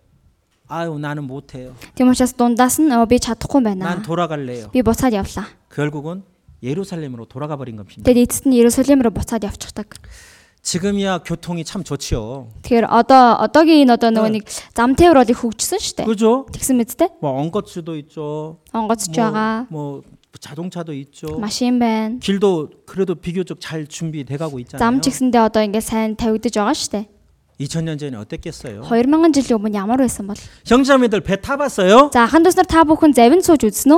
Speaker 1: 아유 나는 못해요.
Speaker 2: Тийм учраас дундаас нь "Оо, би чадахгүй
Speaker 1: 난
Speaker 2: байна.
Speaker 1: 돌아갈래요.
Speaker 2: Би буцаад явлаа.
Speaker 1: 결국은 예루살렘으로 돌아가 버린 겁니다.
Speaker 2: Тэгээд эцэст нь Иерусалим руу буцаад явчихдаг.
Speaker 1: 지금이야 교통이 참 좋지요.
Speaker 2: Тэгэхээр одоо одоогийн энэ одоо нөгөө нэг зам тээвэр бол их хөгжсөн шүү дээ.
Speaker 1: 그죠?
Speaker 2: Тэгсэн мэдтэй.
Speaker 1: 뭐 엉거츠도 있죠.
Speaker 2: Онгоцж байгаа,
Speaker 1: 뭐, 뭐 자동차도 있죠.
Speaker 2: машин байна.
Speaker 1: 길도 그래도 비교적 잘 준비돼 가고 있잖아요.
Speaker 2: Зам ч гэсэндээ одоо ингээд сайн тавигдаж байгаа шүү дээ.
Speaker 1: 2000년 전에 어땠겠어요?
Speaker 2: 2000 жилийн өмнө ямар байсан бол?
Speaker 1: 형제자매들 배 타봤어요?
Speaker 2: За ахын дуснаар та бүхэн завин сууж үзсэн үү?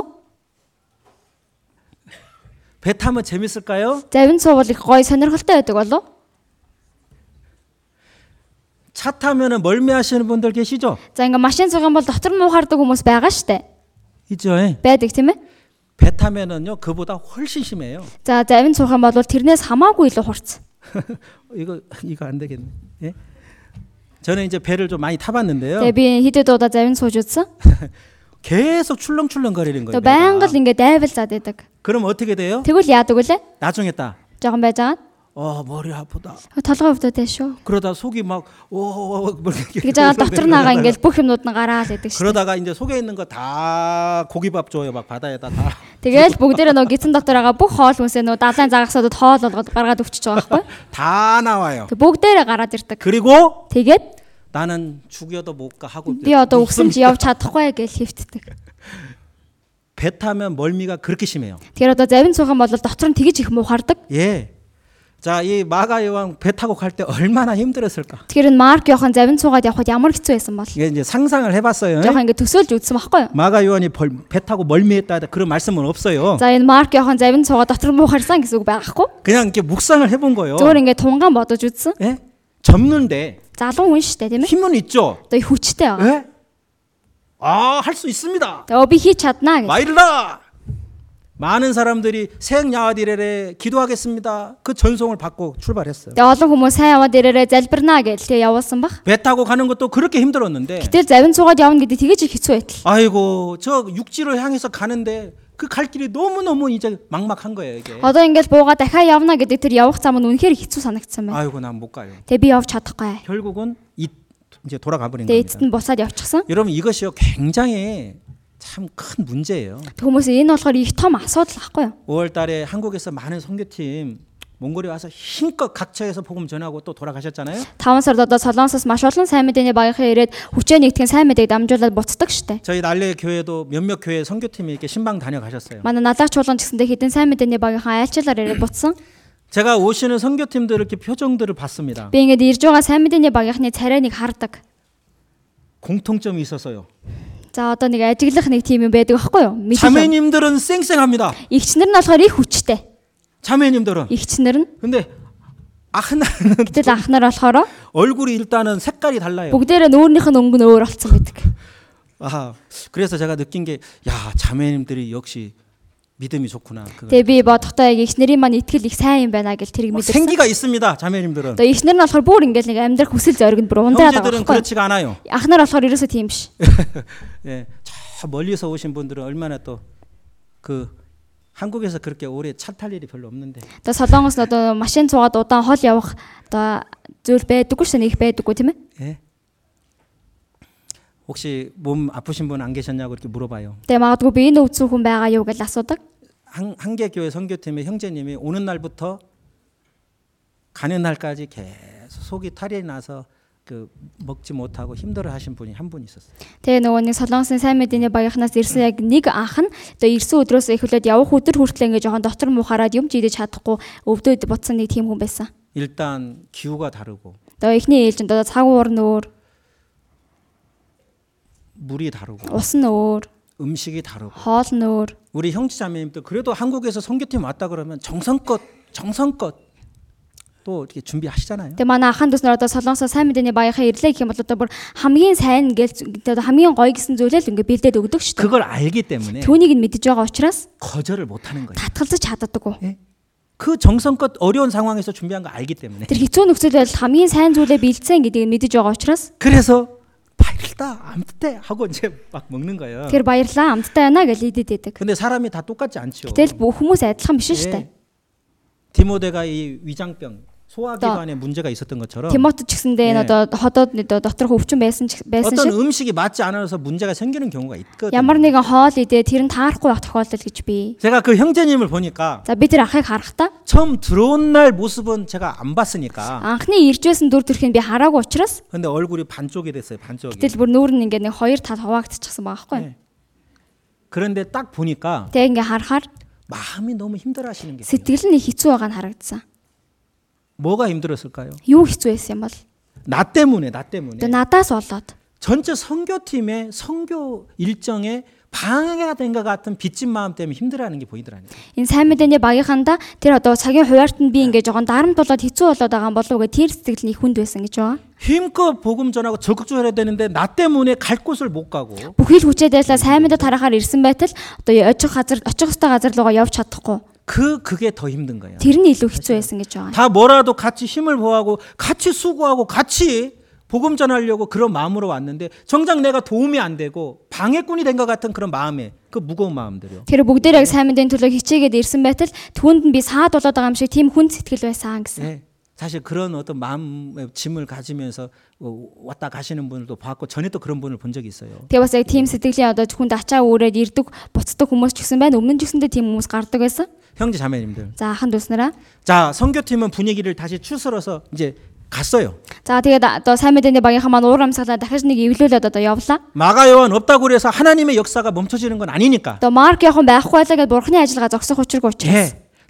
Speaker 1: 배 타면 재밌을까요?
Speaker 2: Завин суувал их гоё сонирхолтой байдаг болов уу?
Speaker 1: 차 타면은 멀미하시는 분들 계시죠?
Speaker 2: За ингээ машин суух юм бол дотор нь муухаардаг хүмүүс байгаа штэ.
Speaker 1: 있죠. 예.
Speaker 2: Байдаг тийм ээ?
Speaker 1: 배 타면은요 그보다 훨씬 심해요. [laughs]
Speaker 2: За завин суух юм бол тэрнээс хамаагүй илүү хурц.
Speaker 1: 이거 이거 안 되겠네. 예? 저는 이제 배를 좀 많이 타봤는데요.
Speaker 2: Тэгээ би хідэд удаа завин сууж үзсэн.
Speaker 1: 계속 출렁출렁 거리는 거예요.
Speaker 2: Тэгээ байнга л ингээ дайвал заад байдаг.
Speaker 1: 그럼 어떻게 돼요?
Speaker 2: Тэгвэл яадаг вүлээ?
Speaker 1: 나중에 딱
Speaker 2: Жогон байж байгаа.
Speaker 1: 어, 머리 아프다.
Speaker 2: Толгой өвдөд тааш шүү.
Speaker 1: 그러다 속이 막 오, 뭐
Speaker 2: Тэгж байгаа дотор нь байгаа ингээл бүх юмнууд нь гараал байдаг шүү.
Speaker 1: 그러다가 이제 속에 있는 거 다 고기밥 줘요. 막 바다에다 다.
Speaker 2: Тэгээл бүгдээрээ нөгөө гитэн дотор байгаа бүх хоол хүнсээ нөгөө далайн загасуудад хоол болгоод гаргаад өвчөж байгаа байхгүй.
Speaker 1: 다 나와요.
Speaker 2: Тэг бүгдээрээ гараад ирдэг.
Speaker 1: 그리고
Speaker 2: Тэгээд
Speaker 1: 나는 죽여도 못 가 하고
Speaker 2: би одоо өгсөмж явж чадахгүй гэж хэвтдэг.
Speaker 1: 배 타면 멀미가 그렇게 심해요.
Speaker 2: Тэгэхээр одоо завин суух юм бол дотор нь тэгж их муухардаг.
Speaker 1: 예. 자, 이 마가 여왕 배 타고 갈 때 얼마나 힘들었을까?
Speaker 2: Тэгэхээр энэ Марк Йохан завин суугаад явхад ямар хэцүү байсан бол.
Speaker 1: 이게 이제 상상을 해봤어요.
Speaker 2: Жохон ингэ төсөөлж үзсэн байхгүй юу?
Speaker 1: 마가 요한이 벌- 배 타고 멀미했다 하다 그런 말씀은 없어요.
Speaker 2: За энэ Марк Йохан завин суугаад дотор нь муухарсан гэсэн үг байхгүй.
Speaker 1: 그냥 이렇게 묵상을 해본 거예요.
Speaker 2: Зүгээр ингэ тунгаан бодож үзсэн.
Speaker 1: 예? 접는데
Speaker 2: Залуу хүн штэ тийм ээ.
Speaker 1: 힘은 있죠.
Speaker 2: Одоо их хүчтэй байгаа.
Speaker 1: 예? 아, 할 수 있습니다.
Speaker 2: Тэгээ би хийж чаднаа гэж.
Speaker 1: 마일라. 많은 사람들이 생야디레레 기도하겠습니다. 그 전송을 받고 출발했어요.
Speaker 2: Тэгээ олон хүмүүс сайн яваад ирээрээ залбирнаа гэж тэгээ явуулсан баг.
Speaker 1: 배 타고 가는 것도 그렇게 힘들었는데
Speaker 2: Гэтэл завин суугаад явна гэдэг тэгэж их хэцүү байтал.
Speaker 1: 아이고, 저 육지를 향해서 가는데 그 갈 길이 너무너무 이제 막막한 거예요, 이게.
Speaker 2: Одоо ингээл буугаа дахиад явна гэдэг тэр явах зам нь үнэхээр хэцүү санагдсан байна.
Speaker 1: 아이고, 난 못 가요.
Speaker 2: Тэгээ би явж чадахгүй.
Speaker 1: 결국은 이, 이제 돌아가 버린
Speaker 2: Тэгээ
Speaker 1: 겁니다.
Speaker 2: эцэст нь буцаад явчихсан.
Speaker 1: 여러분 이것이요 굉장히 참 큰 문제예요.
Speaker 2: Тэг Хүмүүс энэ болохоор их том асуудал байхгүй юу?
Speaker 1: 5월달에 한국에서 많은 선교팀 몽골에 와서 힘껏 각처에서 복음 전하고 또 돌아가셨잖아요.
Speaker 2: 5 сард одоо Солонгосоос маш олон сайн мэдээний багийнхаа ирээд хүчээ нэгтгэн сайн мэдээг дамжуулаад буцдаг штэ.
Speaker 1: 저희 날래 교회도 몇몇 교회 선교팀이 이렇게 신방 다녀가셨어요.
Speaker 2: Манай надаг чуулган гэсэндээ хідэн сайн мэдээний багийнхаа айлчлаар ирээд буцсан.
Speaker 1: 제가 오시는 선교팀들 이렇게 표정들을 봤습니다.
Speaker 2: Би ингээд ирж байгаа сайн мэдээний багийнхны царай нэг хардаг.
Speaker 1: 공통점이 있었어요.
Speaker 2: За одоо нэг ажиглах нэг тим юм байдаг байхгүй юу? Мэдээлэл.
Speaker 1: 자매님들은 쌩쌩합니다.
Speaker 2: Игчнэр нь болохоор их хүчтэй.
Speaker 1: 자매님들은.
Speaker 2: Игчнэр нь.
Speaker 1: 근데 아나는 [laughs]
Speaker 2: Гэтэл ах нар болохоор
Speaker 1: 얼굴이 일단은 색깔이 달라요.
Speaker 2: бүгдээрээ нөөрнийх нь өнгө нь өөр болсон байдаг.
Speaker 1: 아, 그래서 제가 느낀 게, 야, 자매님들이 역시 믿음이 좋구나. 그걸.
Speaker 2: Тэгээ би бодохдоо яг игчнэрийн маань итгэл их сайн юм байна гэж тэрийг
Speaker 1: 막
Speaker 2: мэдэрсэн.
Speaker 1: 생기가 있습니다, 자매님들은.
Speaker 2: Одоо игчнэр нь болохоор бүр ингээд нэг амьдрах хүсэл зориг нь бүр ундаад байгаа
Speaker 1: 형제들은
Speaker 2: байхгүй юу?
Speaker 1: 그렇지가 않아요. [laughs]
Speaker 2: Ах нар болохоор ерөөсөө тийм биш.
Speaker 1: 예, 저 멀리서 오신 분들은 얼마나 또 그 한국에서 그렇게 오래 차 탈 일이 별로 없는데
Speaker 2: Одоо солонгос нь одоо машин цугаад удаан хол явах одоо зүйл байдаггүй шээ нэг байдаггүй тийм
Speaker 1: 예?
Speaker 2: ээ.
Speaker 1: 혹시 몸 아프신 분 안 계셨냐고 이렇게 물어봐요.
Speaker 2: Тэгээ магадгүй би энэ өвцөн хүн байгаа юу гэж асуудаг.
Speaker 1: 한, 한계교회 선교팀의 형제님이 오는 날부터 가는 날까지 계속 속이 탈이 나서 그 먹지 못하고 힘들어하신 분이 한 분 있었어요.
Speaker 2: Тэгээ нөгөө нэг солонгосын сайн мэдээний багийнхнаас ирсэн яг нэг анх нь одоо ирсэн өдрөөс эхлээд явах өдөр хүртэл ингээд жоохон дотор муухараад юм жидэж чадахгүй өвдөд буцсан нэг тийм хүн байсан.
Speaker 1: 일단 기후가 다르고
Speaker 2: Одоо эхний ээлжинд одоо цаг уур нь өөр,
Speaker 1: 물이 다르고
Speaker 2: ус нь өөр,
Speaker 1: 음식이 다르고
Speaker 2: хоол нь өөр.
Speaker 1: 우리 형제자매님들 그래도 한국에서 선교팀 왔다 그러면 정성껏 정성껏 또 이렇게 준비하시잖아요.
Speaker 2: Тэгээ манай ахын төснөр одоо солонгосоо сайн мэдээний багийнхаа ирлээ гэх юм бол одоо бүр хамгийн сайн гэж одоо хамгийн гоё гэсэн зүйлээ л ингээд бэлдээд өгдөг шүү дээ.
Speaker 1: 그걸 알기 때문에
Speaker 2: Түүнийг нь мэдж байгаа учраас
Speaker 1: 거절을 못 하는 거예요.
Speaker 2: татгалзаж чаддаггүй.
Speaker 1: 예? 그 정성껏 어려운 상황에서 준비한 거 알기 때문에
Speaker 2: Тэр хэцүү нөхцөл байдал хамгийн сайн зүйлээ бэлдсэн гэдгийг нь мэдж байгаа учраас
Speaker 1: 그래서 바일다 암때 하고 이제 막 먹는 거예요.
Speaker 2: тэр баярлаа амттай байна гэж идэд байдаг.
Speaker 1: 근데 사람이 다 똑같지 않죠.
Speaker 2: Гэтэл бүх хүмүүс адилхан биш шүү дээ.
Speaker 1: 예. 디모데가 이 위장병 소화기관에 문제가 있었던 것처럼
Speaker 2: Тимот ч гэсэндээ энэ
Speaker 1: Е.
Speaker 2: одоо хотод нэг одоо дотор хөвчөн байсан ч- байсан
Speaker 1: 어떤
Speaker 2: шиг
Speaker 1: 음식이 맞지 않아서 문제가 생기는 경우가 있거든요.
Speaker 2: ямар нэгэн хоол идээ тэр нь таарахгүй байх тохиолдол гэж би.
Speaker 1: 제가 그 형제님을 보니까
Speaker 2: За би тэр ахыг харахтаа
Speaker 1: 처음 들어온 날 모습은 제가 안 봤으니까.
Speaker 2: анхны иржсэн дүр төрхийг би хараагүй учраас
Speaker 1: 근데 얼굴이 반쪽이 됐어요. 반쪽이.
Speaker 2: гэтэл бүр нүүр нь ингээд нэг хоёр тал хуваагдчихсан байгаа байхгүй.
Speaker 1: 예. 그런데 딱 보니까
Speaker 2: Тэгээ ингээд харахаар
Speaker 1: 마음이 너무 힘들어하시는 게
Speaker 2: сэтгэл нь их хэцүү байгаа нь харагдсан.
Speaker 1: 뭐가 힘들었을까요?
Speaker 2: Юу хэцүү байсан юм бол
Speaker 1: 나 때문에 나 때문에
Speaker 2: Тэ надаас болоод
Speaker 1: 전체 선교팀의 선교 일정에 방해가 된 것 같은 빚진 마음 때문에 힘들어하는 게 보이더라니까.
Speaker 2: энэ сайн мэдээний багийнхандаа тэр одоо цагийн хуваартанд би ингээд жоохон дарамт болоод хэцүү болоод байгаа юм болов уу гэх тэр сэтгэл нь их хүнд байсан гэж байгаа.
Speaker 1: 힘껏 복음 전하고 적극적으로 해야 되는데 나 때문에 갈 곳을 못 가고
Speaker 2: Бүхий л хүчээдээсээ сайн мэдээ тарахаар ирсэн байтал одоо очих газар очих хөстэй газар руугаа явж чадахгүй.
Speaker 1: 그 그게 더 힘든 거야.
Speaker 2: Тэр нь илүү хэцүү байсан гэж байгаа.
Speaker 1: 다 뭐라도 같이 힘을 보하고 같이 수고하고 같이 복음 전하려고 그런 마음으로 왔는데 정작 내가 도움이 안 되고 방해꾼이 된 것 같은 그런 마음에 그 무거운 마음들이요.
Speaker 2: Тэр бүгдээр яг сайн мэдээний төлөө хичээгээд ирсэн байтал түүнд нь би саад болоод байгаа юм шиг тийм хүн сэтгэл байсан гэсэн.
Speaker 1: 예. 사실 그런 어떤 마음의 짐을 가지면서 어, 왔다 가시는 분들도 봤고 전에 또 그런 분을 본 적이 있어요.
Speaker 2: Тэгээ бас яг тийм сэтгэлийн одоо хүнд ачаа өрөөд ирдэг буцдаг хүмүүс ч гэсэн байна. Өмнө нь ч гэсэндээ тийм хүмүүс гардаг байсан.
Speaker 1: 형제 자매님들.
Speaker 2: За ахын дүүснараа.
Speaker 1: 자, 선교팀은 분위기를 다시 추스러서 이제 갔어요.
Speaker 2: За тэгээд одоо сайн мэдээний багийнхаа маань уур амьсгалаа дахиж нэг эвлүүлээд одоо явлаа.
Speaker 1: 마가 요한 없다고 그래서 하나님의 역사가 멈춰지는 건 아니니까.
Speaker 2: Одоо марк яхан байхгүй байлаа гэд бурхны ажиллагаа зогсох учиргүй учраас.
Speaker 1: 예.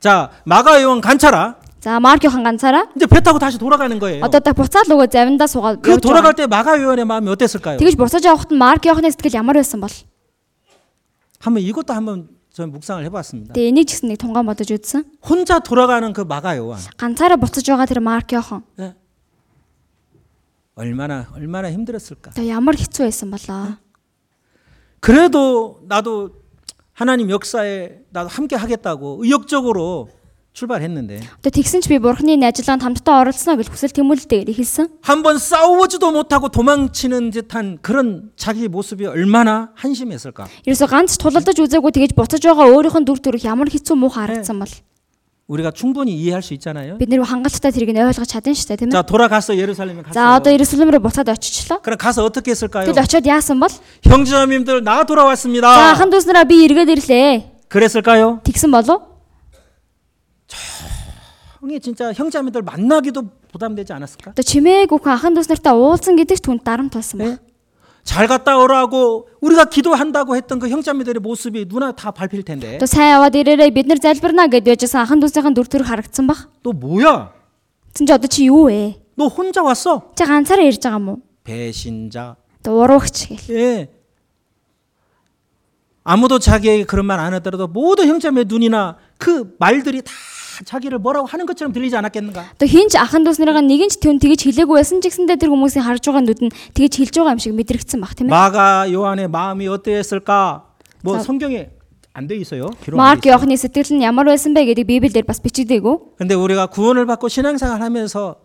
Speaker 1: 자, 마가 요한 간차라.
Speaker 2: За марк яхан ганцаараа
Speaker 1: 이제 배 타고 다시 돌아가는 거예요.
Speaker 2: одоо та буцаад л өгөө завиндаа суугаад
Speaker 1: 그
Speaker 2: явж байгаа.
Speaker 1: 돌아갈 때 마가 요한의 마음이 어땠을까요?
Speaker 2: Тэгэж буцаж явахт нь марк яханы сэтгэл ямар байсан бол?
Speaker 1: 한번 이것도 한번 전 묵상을 해봤습니다.
Speaker 2: Тэгээ энийг ч гэсэн нэг тунгаан бодож үзсэн.
Speaker 1: 혼자 돌아가는 그 마가 요한
Speaker 2: Ганцаараа буцаж байгаа тэр марк яхан
Speaker 1: 예. 얼마나 얼마나 힘들었을까.
Speaker 2: одоо ямар хэцүү байсан болоо.
Speaker 1: 그래도 나도 하나님 역사에 나도 함께 하겠다고 의욕적으로 출발했는데
Speaker 2: Одоо тэгсэн ч би бурхны ажиллагаанд хамтдаа оролцсноо гэж хүсэл тэмүүлэлтэйгээр эхэлсэн.
Speaker 1: 한 번 싸우지도 못하고 도망치는 듯한 그런 자기 모습이 얼마나 한심했을까.
Speaker 2: Ерөөсө ганц тулалдаж үзээгүй тэгэж буцаж байгаа өөрийнх нь дүр төрх ямар хэцүү муу харагдсан бол
Speaker 1: 우리가 충분히 이해할 수 있잖아요.
Speaker 2: бид нэр хангалттай тэрийг нь ойлгож чадна шүү дээ тийм
Speaker 1: 자
Speaker 2: ээ.
Speaker 1: 돌아가서 예루살렘에
Speaker 2: За
Speaker 1: 갔어요.
Speaker 2: одоо Иерусалим руу буцаад очичлоо.
Speaker 1: 그럼 가서 어떻게 했을까요?
Speaker 2: Тэгэл очиод яасан бол
Speaker 1: 형제자매님들 나
Speaker 2: за
Speaker 1: 돌아왔습니다.
Speaker 2: ахын дүүснараа би эргээд ирлээ.
Speaker 1: 그랬을까요?
Speaker 2: Тэгсэн болов?
Speaker 1: 형이 진짜 형제자매들 만나기도 부담되지 않았을까?
Speaker 2: Одоо чимээг үхэн ахын дүүснартаа уулзсан гэдэг ч түнд дарамт болсон байна.
Speaker 1: 잘 갔다 오라고 우리가 기도한다고 했던 그 형제자매들의 모습이 눈에 다 밟힐 텐데
Speaker 2: Одоо сайн яваад ирээрэй бид нар залбирна гэдээ яжсан ахын дүүснийхэн дүр төрх харагдсан баг.
Speaker 1: 너 뭐야?
Speaker 2: Тин ч одоо чи юу вэ?
Speaker 1: 너 혼자 왔어?
Speaker 2: Чи ганцаараа ирж байгаа юм уу?
Speaker 1: 배신자.
Speaker 2: Одоо уруугч гэл.
Speaker 1: 예. 아무도 자기에게 그런 말 안 하더라도 모든 형제자매 눈이나 그 말들이 다 자기를 뭐라고 하는 것처럼 들리지 않았겠는가?
Speaker 2: Одоо хинч ахын дүүснэрийн нэгэн ч түн тэгэж хэлээгүй байсан ч гэсэндээ тэр хүмүүсийн харж байгаа нүд нь тэгэж хэлж байгаа юм шиг мэдрэгдсэн баг тийм ээ.
Speaker 1: 마가 요한의 마음이 어땠을까? 뭐 성경에 안 돼 있어요. 기록 안
Speaker 2: Марк
Speaker 1: 돼 있어요.
Speaker 2: Иохны сэтгэл нь ямар байсан бэ гэдэг Библиэлд бас бичигдээгүй.
Speaker 1: 근데 우리가 구원을 받고 신앙생활 하면서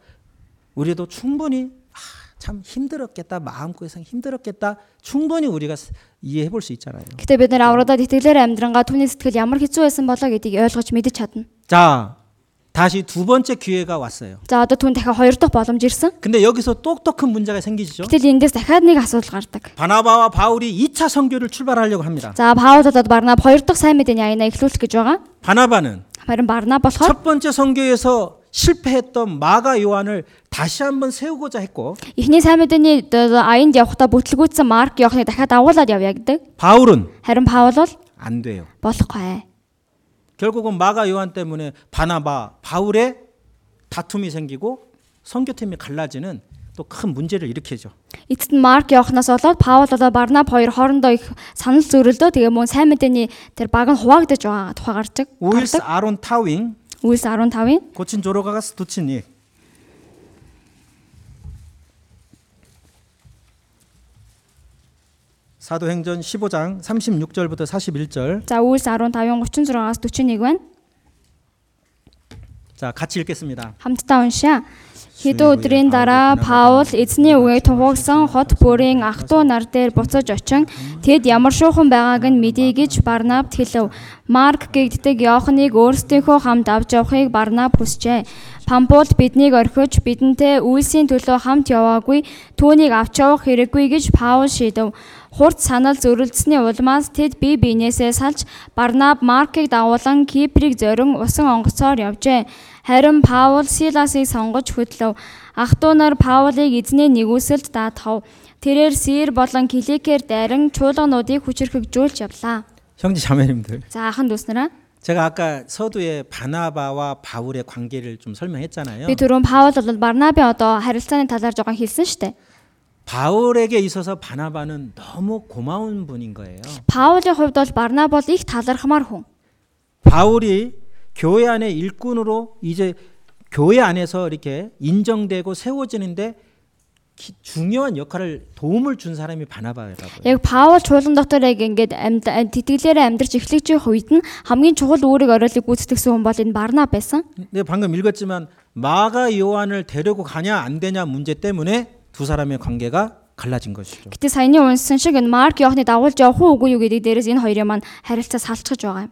Speaker 1: 우리도 충분히 아, 참 힘들었겠다. 마음 고생 힘들었겠다. 충분히 우리가 이해해 볼 수 있잖아요.
Speaker 2: Гэтэ бид нар авраадад итгэлээр амьдрангаа түүний сэтгэл ямар хэцүү байсан болоо гэдгийг ойлгож мэдэж чадна.
Speaker 1: 자, 다시 두 번째 기회가 왔어요.
Speaker 2: За одоо түүн дахиад хоёр дахь боломж ирсэн.
Speaker 1: 근데 여기서 똑똑 큰 문제가 생기시죠.
Speaker 2: Гэтэл эндээс дахиад нэг асуудал гардаг.
Speaker 1: 바나바와 바울이 2차 선교를 출발하려고 합니다.
Speaker 2: За Паул болоод Барнаб хоёр дахь сайн мэдээний аянаа эхлүүлэх гэж байгаа.
Speaker 1: 바나바는
Speaker 2: Харин Барнаб болохоор
Speaker 1: 첫 번째 선교에서 실패했던 마가 요한을 다시 한번 세우고자 했고
Speaker 2: эхний сайн мэдээний одоо аянд явхдаа бүтлгүүцсэн Марк Иохны дахиад агуулад явъя гэдэг.
Speaker 1: 바울은
Speaker 2: Харин Паул бол
Speaker 1: 안 돼요.
Speaker 2: болохгүй.
Speaker 1: 결국은 마가 요한 때문에 바나바 바울의 다툼이 생기고 선교팀이 갈라지는 또 큰 문제를 일으키죠.
Speaker 2: Эцэст нь Марк явахнаас болоод Паул болоо Барнаб хоёр хоорондоо их санал зөрөлдөө тэгээ мөн сайн мэдээний тэр баг нь хуваагдаж байгаа тухай гардаг.
Speaker 1: 우일스 아론 타윙
Speaker 2: Үйлс 15-ийн
Speaker 1: 고친 조로가가 스두친이 사도행전 15장 36절부터 41절
Speaker 2: За Үйлс 15-ын 36-аас 41 байна.
Speaker 1: 자 같이 읽겠습니다.
Speaker 2: Хамтдаа уншаа. Хэдэн өдрийн дараа Паул эзний үгийг тунхагсан хот бүрийн ах トゥ нар дээр буцаж очин тэд ямар шуухан байгааг нь мэдье гэж Барнаб хэлв. Марк гэгддэг Йоханыг өөрсдийнхөө хамт авч явахыг Барнаб хүсжээ. Пампулд биднийг орхиж бидэнтэй үйлсийн төлөө хамт яваагүй түүнийг авч явах хэрэггүй гэж Паул шийдэв. Хурд санал зөрөлдсөний улмаас тэд бие биенээсээ салж Барнаб Маркийг дагуулan Киприйг зорин усан онгоцоор явжээ. Харин Паул Силасыг сонгож хөтлөв. Ах トゥ нар Паулыг эзний нэгүсэлд даатгав. Тэрээр Сир болон Киликээр дайран чуулгануудыг хүчирхэгжүүлж явлаа.
Speaker 1: 형제 자매님들
Speaker 2: За ахын дүүснэраа
Speaker 1: 제가 아까 서두에 바나바와 바울의 관계를 좀 설명했잖아요.
Speaker 2: Би түрүүн Паул бол Барнабе одоо харилцааны талаар жоохон хэлсэн шүү дээ.
Speaker 1: 바울에게 있어서 바나바는 너무 고마운 분인 거예요.
Speaker 2: Паулын хувьд бол Барнаб бол их талархмаар хүн.
Speaker 1: 바울이 교회 안에 일꾼으로 이제 교회 안에서 이렇게 인정되고 세워지는데 기- 중요한 역할을 도움을 준 사람이 바나바라고요.
Speaker 2: Яг Паул чуулган дотор яг ингээд амьд амьд- тэтгэлээрээ амьдарч эхлэж байгаа үед нь хамгийн чухал үүрэг оройлыг гүйцэтгэсэн хүн бол энэ Барнаб байсан.
Speaker 1: 근데 방금 읽었지만 마가 요한을 데리고 가냐 안 되냐 문제 때문에 두 사람의 관계가 갈라진 것이죠.
Speaker 2: Гэтэ саяны унссан шиг энэ Марк Йохны дагуулж явах уу үгүй юу гэдэг дээрээс энэ хоёрын маань харилцаа салцгаж байгаа юм.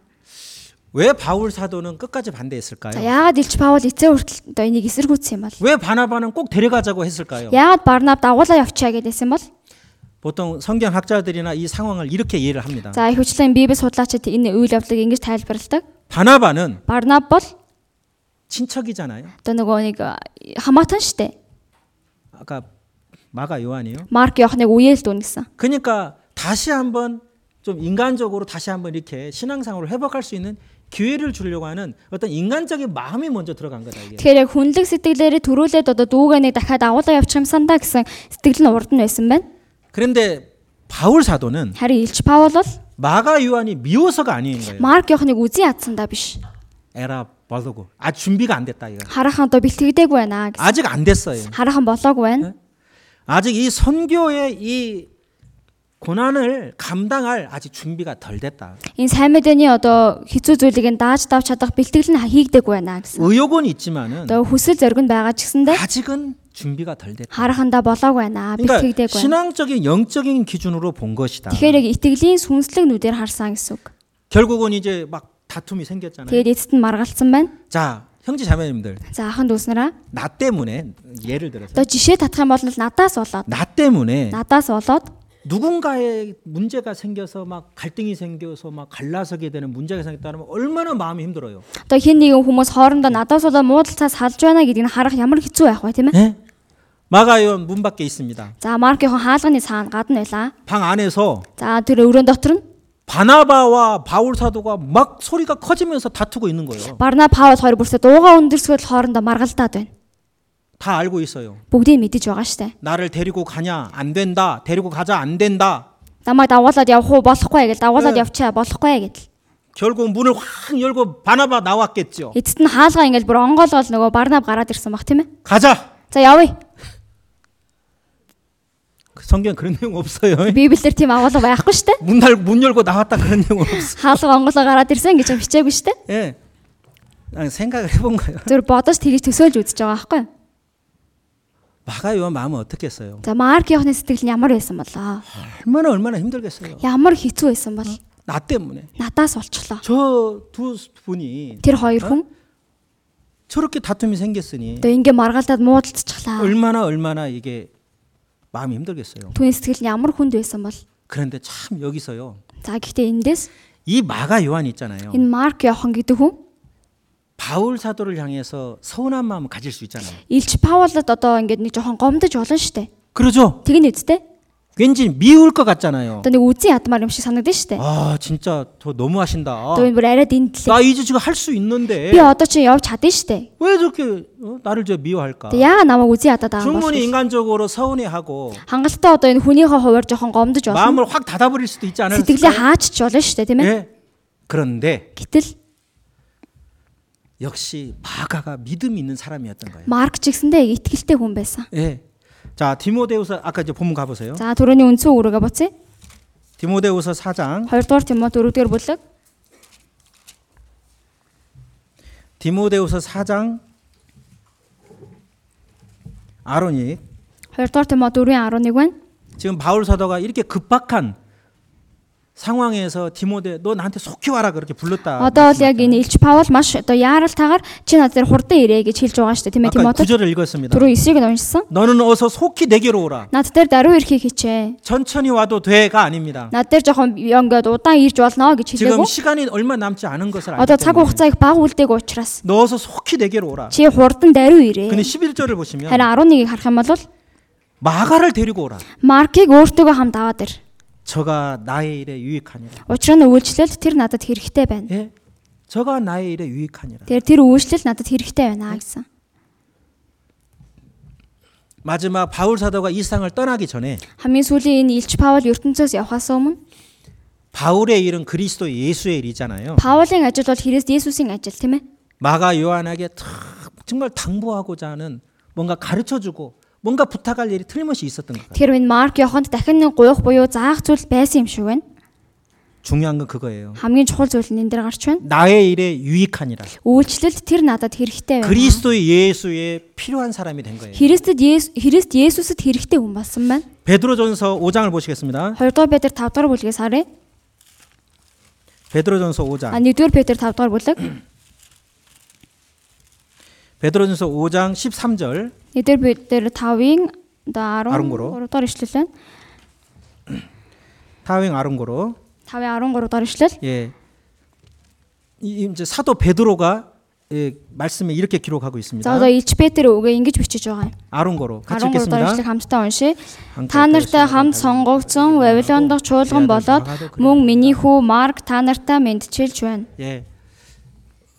Speaker 1: 왜 바울 사도는 끝까지
Speaker 2: За
Speaker 1: 반대했을까요?
Speaker 2: яагаад Илч Паул эцээ хүртэл одоо энийг эсэргүүцсэн юм бол?
Speaker 1: 왜 바나바는 꼭 데려가자고 했을까요?
Speaker 2: Яагаад Барнаб дагуулаа явчаа гэдээсэн бол?
Speaker 1: 보통 성경 학자들이나 이 상황을 이렇게 이해를 합니다.
Speaker 2: За их хвчлэн Библи судлаачид энэ үйл явдлыг ингэж тайлбарладаг.
Speaker 1: 바나바는
Speaker 2: Барнаб бол
Speaker 1: 친척이잖아요.
Speaker 2: одоо нөгөө нэг э, хамаатан штэ.
Speaker 1: 아까 마가 요한이요.
Speaker 2: Марк Йохныг үеэлдүүн гэсэн.
Speaker 1: 그러니까 다시 한번 좀 인간적으로 다시 한번 이렇게 신앙상으로 회복할 수 있는 기회를 주려고 하는 어떤 인간적인 마음이 먼저 들어간 거다 이게.
Speaker 2: Тэгэхээр яг хүнлэг сэтгэлээрээ төрүүлээд одоо дүүгээ нэг дахиад агуулаа явуучих юмсан да гэсэн сэтгэл нь урд нь байсан байна.
Speaker 1: 그런데 바울 사도는
Speaker 2: Харин Илч Паул бол
Speaker 1: 마가 요한이 미워서가 아닌 거예요.
Speaker 2: Марк Йохныг үзий ядсан да биш.
Speaker 1: 에라 벌고 아 준비가 안 됐다 이거.
Speaker 2: Хараахан одоо бэлтгэдэггүй байна гэсэн.
Speaker 1: 아직 안 됐어요.
Speaker 2: Хараахан болоогүй байна.
Speaker 1: 아직 이 선교의 이 고난을 감당할 아직 준비가 덜 됐다.
Speaker 2: Энэ сайн мэдээний одоо хэцүү зүйлийг нь дааж давж чадах бэлтгэл нь хийгдэггүй байна гэсэн.
Speaker 1: 의욕은 있지만은
Speaker 2: Одоо хүсэл зориг нь байгаа ч гэсэндэ
Speaker 1: 아직은 준비가 덜 됐다.
Speaker 2: харахандаа болоогүй байна.
Speaker 1: 그러니까
Speaker 2: Бэлтгэдэггүй байна.
Speaker 1: 신앙적인 영적인 기준으로 본 것이다.
Speaker 2: Тэгэхээр яг итгэлийн сүнслэг нүдээр харсан гэсэн үг.
Speaker 1: 결국은 이제 막 다툼이 생겼잖아요.
Speaker 2: Тэгээд эцэст нь маргалцсан байна.
Speaker 1: 자, 형제 자매님들,
Speaker 2: За ахын дүүснараа
Speaker 1: 나 때문에 예를 들어서
Speaker 2: одоо жишээ татах юм бол надаас болоод
Speaker 1: 나 때문에
Speaker 2: надаас болоод
Speaker 1: 누군가의 문제가 생겨서 막 갈등이 생겨서 막 갈라서게 되는 문제가 생겼다면 얼마나 마음이 힘들어요.
Speaker 2: одоо хин нэгэн хүмүүс хоорондоо надаас болоод муудалцаа салж байна гэдгийг нь харах ямар хэцүү байх вэ тийм
Speaker 1: 예?
Speaker 2: ээ?
Speaker 1: 마가요 문 밖에 있습니다.
Speaker 2: За маркийн хаалганы цаана гадна байлаа.
Speaker 1: 방 안에서
Speaker 2: За тэр өрөөнд дотор нь
Speaker 1: 바나바와 바울 사도가 막 소리가 커지면서 다투고 있는 거예요.
Speaker 2: Барна Паул хоёр бүрсээ дууга өндөрсгөл хоорондоо маргалдаад байна.
Speaker 1: 다 알고 있어요.
Speaker 2: Бүгдийг мэдэж байгаа штэ.
Speaker 1: 나를 데리고 가냐 안 된다. 데리고 가자 안 된다.
Speaker 2: Намайг дагуулад явах уу болохгүй гэж дагуулад
Speaker 1: Э.
Speaker 2: явчаа болохгүй гэдэл.
Speaker 1: 결국 문을 확 열고 바나바 나왔겠죠.
Speaker 2: Эцэст нь хаалгаа ингээл бүр онгоолгол нөгөө Барнаб гараад ирсэн баг тийм ээ?
Speaker 1: 가자.
Speaker 2: За явъя.
Speaker 1: 그 성경 그런 [laughs] 내용 없어요.
Speaker 2: Библиэлд тийм агуулга байхгүй штэ.
Speaker 1: 문, 달, 문 열고 나왔다 그런 내용 없어.
Speaker 2: Хаалга онгоолгоо гараад ирсэн гэж хичээгүй штэ.
Speaker 1: 예. 아니, 생각을 해본 거예요.
Speaker 2: Зүр бодож тгийж төсөөлж үзэж байгаа байхгүй. юу?
Speaker 1: 마가 요한 마음은 어떻겠어요?
Speaker 2: За Марк Йохны сэтгэл нь ямар байсан болоо?
Speaker 1: 얼마나 얼마나 힘들겠어요.
Speaker 2: Ямар хэцүү байсан бол
Speaker 1: 나 때문에
Speaker 2: надаас олчлоо.
Speaker 1: 저 두 분이
Speaker 2: Тэр хоёр хүн
Speaker 1: 저렇게 다툼이 생겼으니
Speaker 2: одоо ингээ маргалдаад муудалцчихлаа.
Speaker 1: 얼마나 얼마나 이게 마음이 힘들겠어요.
Speaker 2: Түүний сэтгэл нь ямар хүнд байсан бол
Speaker 1: 그런데 참 여기서요.
Speaker 2: за гэхдээ эндээс
Speaker 1: 이 마가 요한 있잖아요.
Speaker 2: энэ Марк Йохан гэдэг хүн
Speaker 1: 바울 사도를 향해서 서운한 마음을 가질 수 있잖아요.
Speaker 2: Илч Паулд одоо ингээд нэг жоохон гомдож болно штэ.
Speaker 1: 그러죠?
Speaker 2: Тэг нь үсттэй.
Speaker 1: 왠지 미울 것 같잖아요.
Speaker 2: Одоо нэг үзэн ядмаар юм шиг санагдаж штэ.
Speaker 1: 아 진짜 저 너무하신다.
Speaker 2: Одоо энэ бүр арай дэндлээ.
Speaker 1: 나 이제 지금 할 수 있는데
Speaker 2: Би одоо чинь явж чадна штэ.
Speaker 1: 왜 저렇게 어? 나를 저 미워할까?
Speaker 2: Тэг яага намайг үзэн ядаад байгаа юм бол
Speaker 1: 충분히 인간적으로 서운해하고
Speaker 2: хангалттай одоо энэ хүнийхээ хуваар жоохон гомдож болно.
Speaker 1: 마음을 확 닫아버릴 수도 있지 않을까?
Speaker 2: Сэтгэлээ хаачих болно штэ тийм ээ.
Speaker 1: 예. 그런데
Speaker 2: Гэтэл
Speaker 1: 역시 마가가 믿음이 있는 사람이었던 거예요.
Speaker 2: Марк ч гэсэндээ итгэлтэй хүн байсан.
Speaker 1: 예. 자 디모데후서 아까 이제 본문 가보세요.
Speaker 2: За түрүүний үнцэн үүрэгээ буцъя.
Speaker 1: 디모데후서 4장
Speaker 2: 2 дугаар Тимот 4 дугаар бүлэг.
Speaker 1: 디모데후서 4장 아론이
Speaker 2: 2 дугаар Тимот 4:11 байна.
Speaker 1: 지금 바울 사도가 이렇게 급박한 상황에서 디모데 너 나한테 속히 와라 그렇게 불렀다.
Speaker 2: Одоо бол яг энэ Илч Паул маш одоо яаралтайгаар чи над зэр хурдан ирээ гэж хэлж байгаа шүү дээ. Тийм ээ
Speaker 1: 아까
Speaker 2: Тимот.
Speaker 1: 구절을 읽었습니다.
Speaker 2: Түрүү 9-ийг нь уншсан.
Speaker 1: 너는 어서 속히 내게로 오라.
Speaker 2: Над дээр даруй ирэхийг хичээ.
Speaker 1: 천천히 와도 돼가 아닙니다.
Speaker 2: Над дээр жоохон ингээд удаан ирж болно гэж
Speaker 1: 지금
Speaker 2: хэлээгүй.
Speaker 1: 시간이 얼마 남지 않은 것을 알기
Speaker 2: Одоо цаг
Speaker 1: 때문에
Speaker 2: хугацаа их бага үлдээг учраас
Speaker 1: 너 어서 속히 내게로 오라.
Speaker 2: чи хурдан даруй
Speaker 1: 근데
Speaker 2: ирээ.
Speaker 1: 11절을 보시면
Speaker 2: Харин 11-ийг харах юм бол
Speaker 1: 마가를 데리고 오라.
Speaker 2: Маркийг өөртөөгөө хамт аваад ир.
Speaker 1: 저가 나의 일에 유익하니라.
Speaker 2: Учир нь үйлчлэлд тэр надад хэрэгтэй байна.
Speaker 1: 예? 저가 나의 일에 유익하니라.
Speaker 2: Тэр тэр үйлчлэл надад хэрэгтэй байна гэсэн.
Speaker 1: 마지막 바울 사도가 이 세상을 떠나기 전에
Speaker 2: Хамгийн сүүлийн энэ Илч Паул ертөнцөөс явхаас өмнө
Speaker 1: 바울의 일은 그리스도 예수의 일이잖아요.
Speaker 2: Паулын ажил бол Христ Есүсийн ажил тийм ээ.
Speaker 1: 마가 요한에게 탁 정말 당부하고자 하는 뭔가 가르쳐주고 뭔가 부탁할 일이 틀림없이 있었던 것 같아요.
Speaker 2: Тэр минь Марк Йоханд дахин нэг гуйх буюу заах зүйл байсан юм шиг байна.
Speaker 1: 중요한 건 그거예요.
Speaker 2: Хамгийн чухал зүйл нь энэ дээр гарч байна.
Speaker 1: 나의 일에 유익하니라.
Speaker 2: Үйлчлэлд тэр надад хэрэгтэй байна.
Speaker 1: 그리스도 예수의 필요한 사람이 된 거예요.
Speaker 2: Христэд Есүс Христ Есүсэд хэрэгтэй хүн болсон байна.
Speaker 1: 베드로전서 5장을 보시겠습니다.
Speaker 2: 2 дугаар Петр 5 дугаар бүлгээс харъя.
Speaker 1: 베드로전서 5장.
Speaker 2: А 1 дугаар Петр 5 дугаар бүлэг.
Speaker 1: 베드로전서 5장 13절.
Speaker 2: Эдгээр Петр 5-ын одоо
Speaker 1: 13.
Speaker 2: 13 дугаар ишлэл байна.
Speaker 1: 타윙 아름고로.
Speaker 2: 5-ын 13 дугаар ишлэл.
Speaker 1: 예. 이- 이제 사도 베드로가 예, 말씀에 이렇게 기록하고
Speaker 2: За
Speaker 1: 있습니다.
Speaker 2: одоо Илч Петр өвгөө ингэж бичиж байгаа юм.
Speaker 1: 아름고로 같이
Speaker 2: 13 дугаар
Speaker 1: 읽겠습니다.
Speaker 2: ишлэг хамтдаа уншия.
Speaker 1: Хамтдаа
Speaker 2: Та нартай хамт сонгогдсон Вавилон дахь чуулган болоод мөн миний хүү Марк та нартай мэдчилж байна.
Speaker 1: 예.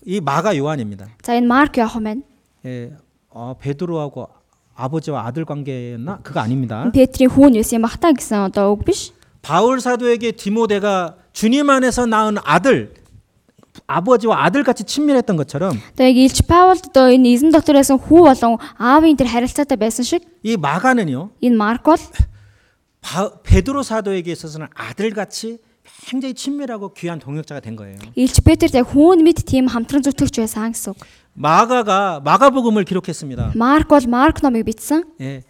Speaker 1: 이 마가 요한입니다.
Speaker 2: За энэ Марк Йохан байна.
Speaker 1: 예. 어, 베드로하고 아버지와 아들 관계였나? 그거 아닙니다.
Speaker 2: Энэ Петрийн хүү нь байсан юм бах та гэсэн одоо үг биш.
Speaker 1: 바울 사도에게 디모데가 주님 안에서 낳은 아들 아버지와 아들 같이 친밀했던 것처럼
Speaker 2: Одоо яг Илч Паулд одоо энэ эзэн дотор байсан хүү болон аавын тэр харилцаатай байсан шиг
Speaker 1: 이 마가는요
Speaker 2: энэ Марк бол
Speaker 1: 바, 베드로 사도에게 있어서는 아들 같이 굉장히 친밀하고 귀한 동역자가 된 거예요.
Speaker 2: Илч Петрт яг хүүн мэд тийм хамтран зүтгэж байсан гэсэн үг.
Speaker 1: 마가가 마가복음을 기록했습니다.
Speaker 2: Марк бол Марк номыг бичсэн.
Speaker 1: 예,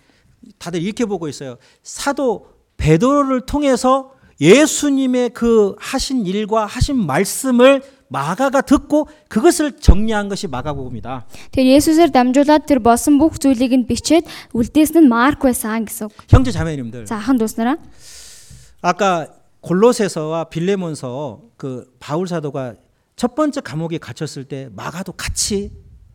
Speaker 1: 다들 이렇게 보고 있어요. 사도 베드로를 통해서 예수님의 그 하신 일과 하신 말씀을 마가가 듣고 그것을 정리한 것이 마가복음이다.
Speaker 2: Тэр Есүсээр дамжуулаад тэр болсон бүх зүйлийг нь бичээд үлдээсэн нь Марк байсан гэсэн үг.
Speaker 1: 형제 자매님들,
Speaker 2: За ахын дүүснараа.
Speaker 1: 아까 골로새서와 빌레몬서 그 바울 사도가 첫 번째 감옥에 갇혔을 때 마가도 같이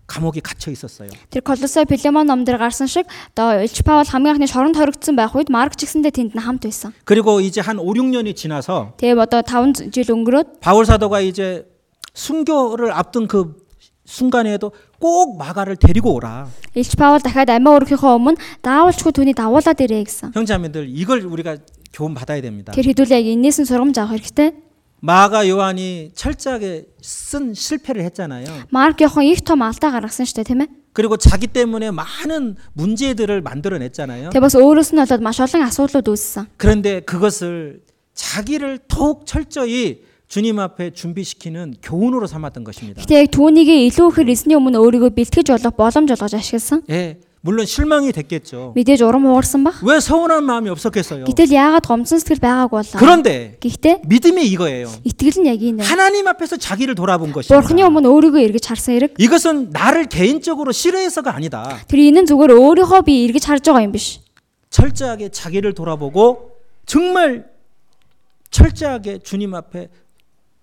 Speaker 1: 감옥에 갇혀 있었어요.
Speaker 2: Тэр Колосай Пилемон номдэр гарсан шиг одоо Илч Паул хамгийн анхны шоронд хоригдсон байх үед Марк ч гэсэндээ тэнд нь хамт байсан.
Speaker 1: 그리고 이제 한 5, 6년이 지나서
Speaker 2: Тэгээ одоо 5 жил өнгөрөөд
Speaker 1: 바울 사도가 이제 순교를 앞둔 그 순간에도 꼭 마가를 데리고 오라.
Speaker 2: Илч Паул дахиад амиа өрөхийнхөө өмнө даавалчгүй түүний давуулаад ирээ гэсэн.
Speaker 1: 형제자매들 이걸 우리가 교훈 받아야 됩니다.
Speaker 2: Тэр хэдүүлээ яг энээс нь сургамж авах хэрэгтэй.
Speaker 1: 마가 요한이 철저하게 쓴 실패를 했잖아요.
Speaker 2: Марк Йохан их том алдаа гаргасан шүү дээ тийм ээ.
Speaker 1: 그리고 자기 때문에 많은 문제들을 만들어냈잖아요.
Speaker 2: Тэгээ бас өөрөөс нь болоод маш олон асуудлууд үүссэн.
Speaker 1: 그런데 그것을 자기를 더욱 철저히 주님 앞에 준비시키는 교훈으로 삼았던 것입니다.
Speaker 2: Гэтэ яг түүнийг илүү ихээр эзний өмнө өөрийгөө бэлтгэж болох боломж олгож ашигласан.
Speaker 1: 예, 물론 실망이 됐겠죠.
Speaker 2: Мэдээж урам хугарсан баг.
Speaker 1: 왜 서운한 마음이 없었겠어요?
Speaker 2: Гэтэл яагаад гомцон сэтгэл байгаагүй болоо?
Speaker 1: 그런데
Speaker 2: Гэхдээ
Speaker 1: 믿음이 이거예요.
Speaker 2: итгэл нь яг энэ.
Speaker 1: 하나님 앞에서 자기를 돌아본
Speaker 2: Бурхны
Speaker 1: 것입니다.
Speaker 2: өмнө өөрийгөө эргэж харсан хэрэг.
Speaker 1: 이것은 나를 개인적으로 싫어해서가 아니다.
Speaker 2: Тэр энэ нь зүгээр өөрийнхөө би эргэж харж байгаа юм биш.
Speaker 1: 철저하게 자기를 돌아보고 정말 철저하게 주님 앞에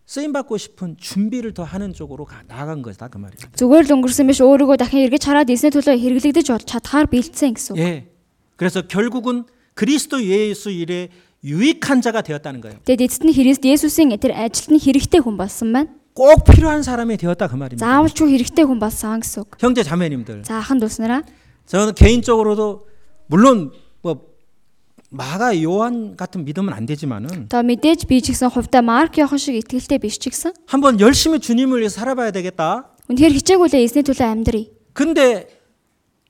Speaker 1: 쓰임 받고 싶은 준비를 더 하는 쪽으로 가- 나아간 것이다 그 말이에요.
Speaker 2: Зүгээр л өнгөрсөн биш өөрийгөө дахин эргэж хараад эзний төлөө хэрэглэгдэж бол чадхаар бэлдсэн гэсэн. үг.
Speaker 1: 예. 그래서 결국은 그리스도 예수 일에 유익한 자가 되었다는 거예요.
Speaker 2: Тэгэд эцэст нь Христ Есүсийн тэр ажилд нь хэрэгтэй хүн болсон байна.
Speaker 1: 꼭 필요한 사람이 되었다 그 말입니다.
Speaker 2: Заавалчгүй хэрэгтэй хүн болсон гэсэн үг.
Speaker 1: 형제 자매님들,
Speaker 2: За ахын дүүснараа.
Speaker 1: 저는 개인적으로도 물론 뭐 마가 요한 같은 믿음은 안 되지만은
Speaker 2: Одоо мэдээж би ч гэсэн хувьдаа Марк Йохан шиг итгэлтэй биш ч гэсэн.
Speaker 1: 한번 열심히 주님을 위해 살아봐야 되겠다.
Speaker 2: Үнэхээр хичээгүүлээ эзний төлөө амьдрий.
Speaker 1: 근데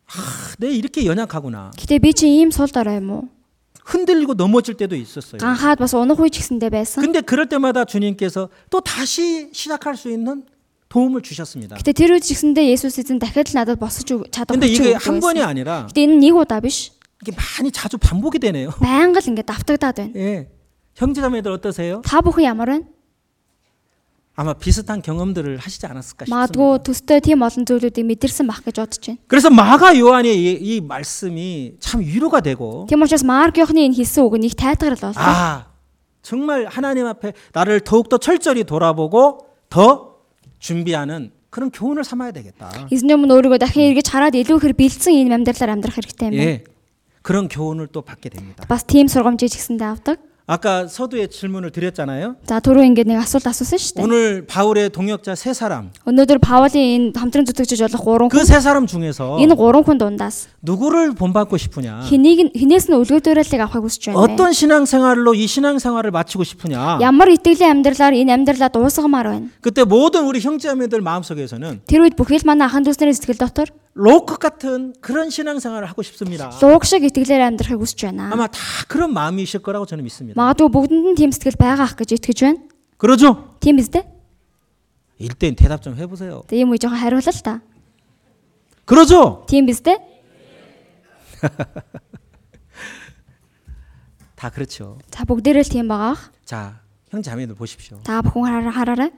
Speaker 1: 아, 내 이렇게 연약하구나.
Speaker 2: Гэтэ би чи ийм сул дорой юм уу?
Speaker 1: 흔들리고 넘어질 때도 있었어요.
Speaker 2: Ганхаад бас унах үе ч гэсэндээ байсан.
Speaker 1: 근데 그럴 때마다 주님께서 또 다시 시작할 수 있는 도움을 주셨습니다.
Speaker 2: Гэтэ тэр үед ч гэсэндээ Есүс эзэн дахиад л надад босож өг- чадах
Speaker 1: 근데
Speaker 2: хүч
Speaker 1: 이게
Speaker 2: өгөөгүй
Speaker 1: 한 번이
Speaker 2: байсан.
Speaker 1: 아니라
Speaker 2: Гэтэ энэ нэг удаа биш.
Speaker 1: 이게 많이 자주 반복이 되네요. [laughs]
Speaker 2: Баян л ингэ давтагдаад байна.
Speaker 1: 예. 형제자매들 어떠세요?
Speaker 2: Та бүхэн ямар байна?
Speaker 1: 아마 비슷한 경험들을 하시지 않았을까 싶습니다.
Speaker 2: Маадгүй төстэй тийм олон зүйлүүдийг мэдэрсэн бах гэж бодож байна.
Speaker 1: 그래서 마가 요한의 이, 이 말씀이 참 위로가 되고
Speaker 2: Тийм учраас Марк Йохны энэ хэлсэн үг нь их тайтгарл болсон.
Speaker 1: 아 정말 하나님 앞에 나를 더욱더 철저히 돌아보고 더 준비하는 그런 교훈을 삼아야 되겠다.
Speaker 2: Эзний өмнө өөрийгөө дахин эргэж хараад илүү ихэр бэлдсэн энэ амьдралаар амьдрах хэрэгтэй юм байна.
Speaker 1: 예. 그런 예. 교훈을 또 받게 됩니다.
Speaker 2: Бас тийм сургамжийг ч гэсэндээ авдаг.
Speaker 1: 아까 서두에 질문을 드렸잖아요.
Speaker 2: За түрүү ингээд нэг асуулт асуусан шүү дээ.
Speaker 1: 오늘 바울의 동역자 세 사람.
Speaker 2: Өнөөдөр Паулийн энэ хамтран зүтгэж болох гурван хүн
Speaker 1: 그 세 사람 중에서
Speaker 2: энэ гурван хүн дундаас
Speaker 1: 누구를 본받고 싶으냐?
Speaker 2: хэнийг нь- хинээс нь үлгэрдүүлэлтийг авахыг хүсэж байна вэ?
Speaker 1: 어떤 신앙생활로 이 신앙생활을 마치고 싶으냐?
Speaker 2: Ямар итгэлийн амьдралаар энэ амьдралаа дуусгамаар байна?
Speaker 1: 그때 모든 우리 형제자매들 마음속에서는
Speaker 2: Тэр үед бүхэл манай ахын дүүснэрийн сэтгэл дотор
Speaker 1: 로크 같은 그런 신앙생활을 하고 싶습니다.
Speaker 2: лууг шиг итгэлээр амьдрахыг хүсэж байна.
Speaker 1: 아마 다 그런 마음이실 거라고 저는 믿습니다.
Speaker 2: Магадгүй бүгдэнд нь тийм сэтгэл байгаах гэж итгэж байна.
Speaker 1: 그러죠?
Speaker 2: Тийм биз дээ?
Speaker 1: 일단 대답 좀 해보세요.
Speaker 2: Тэгээ юм уу жоохон хариулал л та.
Speaker 1: 그러죠?
Speaker 2: Тийм биз дээ?
Speaker 1: 다 그렇죠.
Speaker 2: За бүгдээрээ л тийм байгаах.
Speaker 1: 자, 형제자매들 보십시오.
Speaker 2: Та бүхэн хараа- хараарай.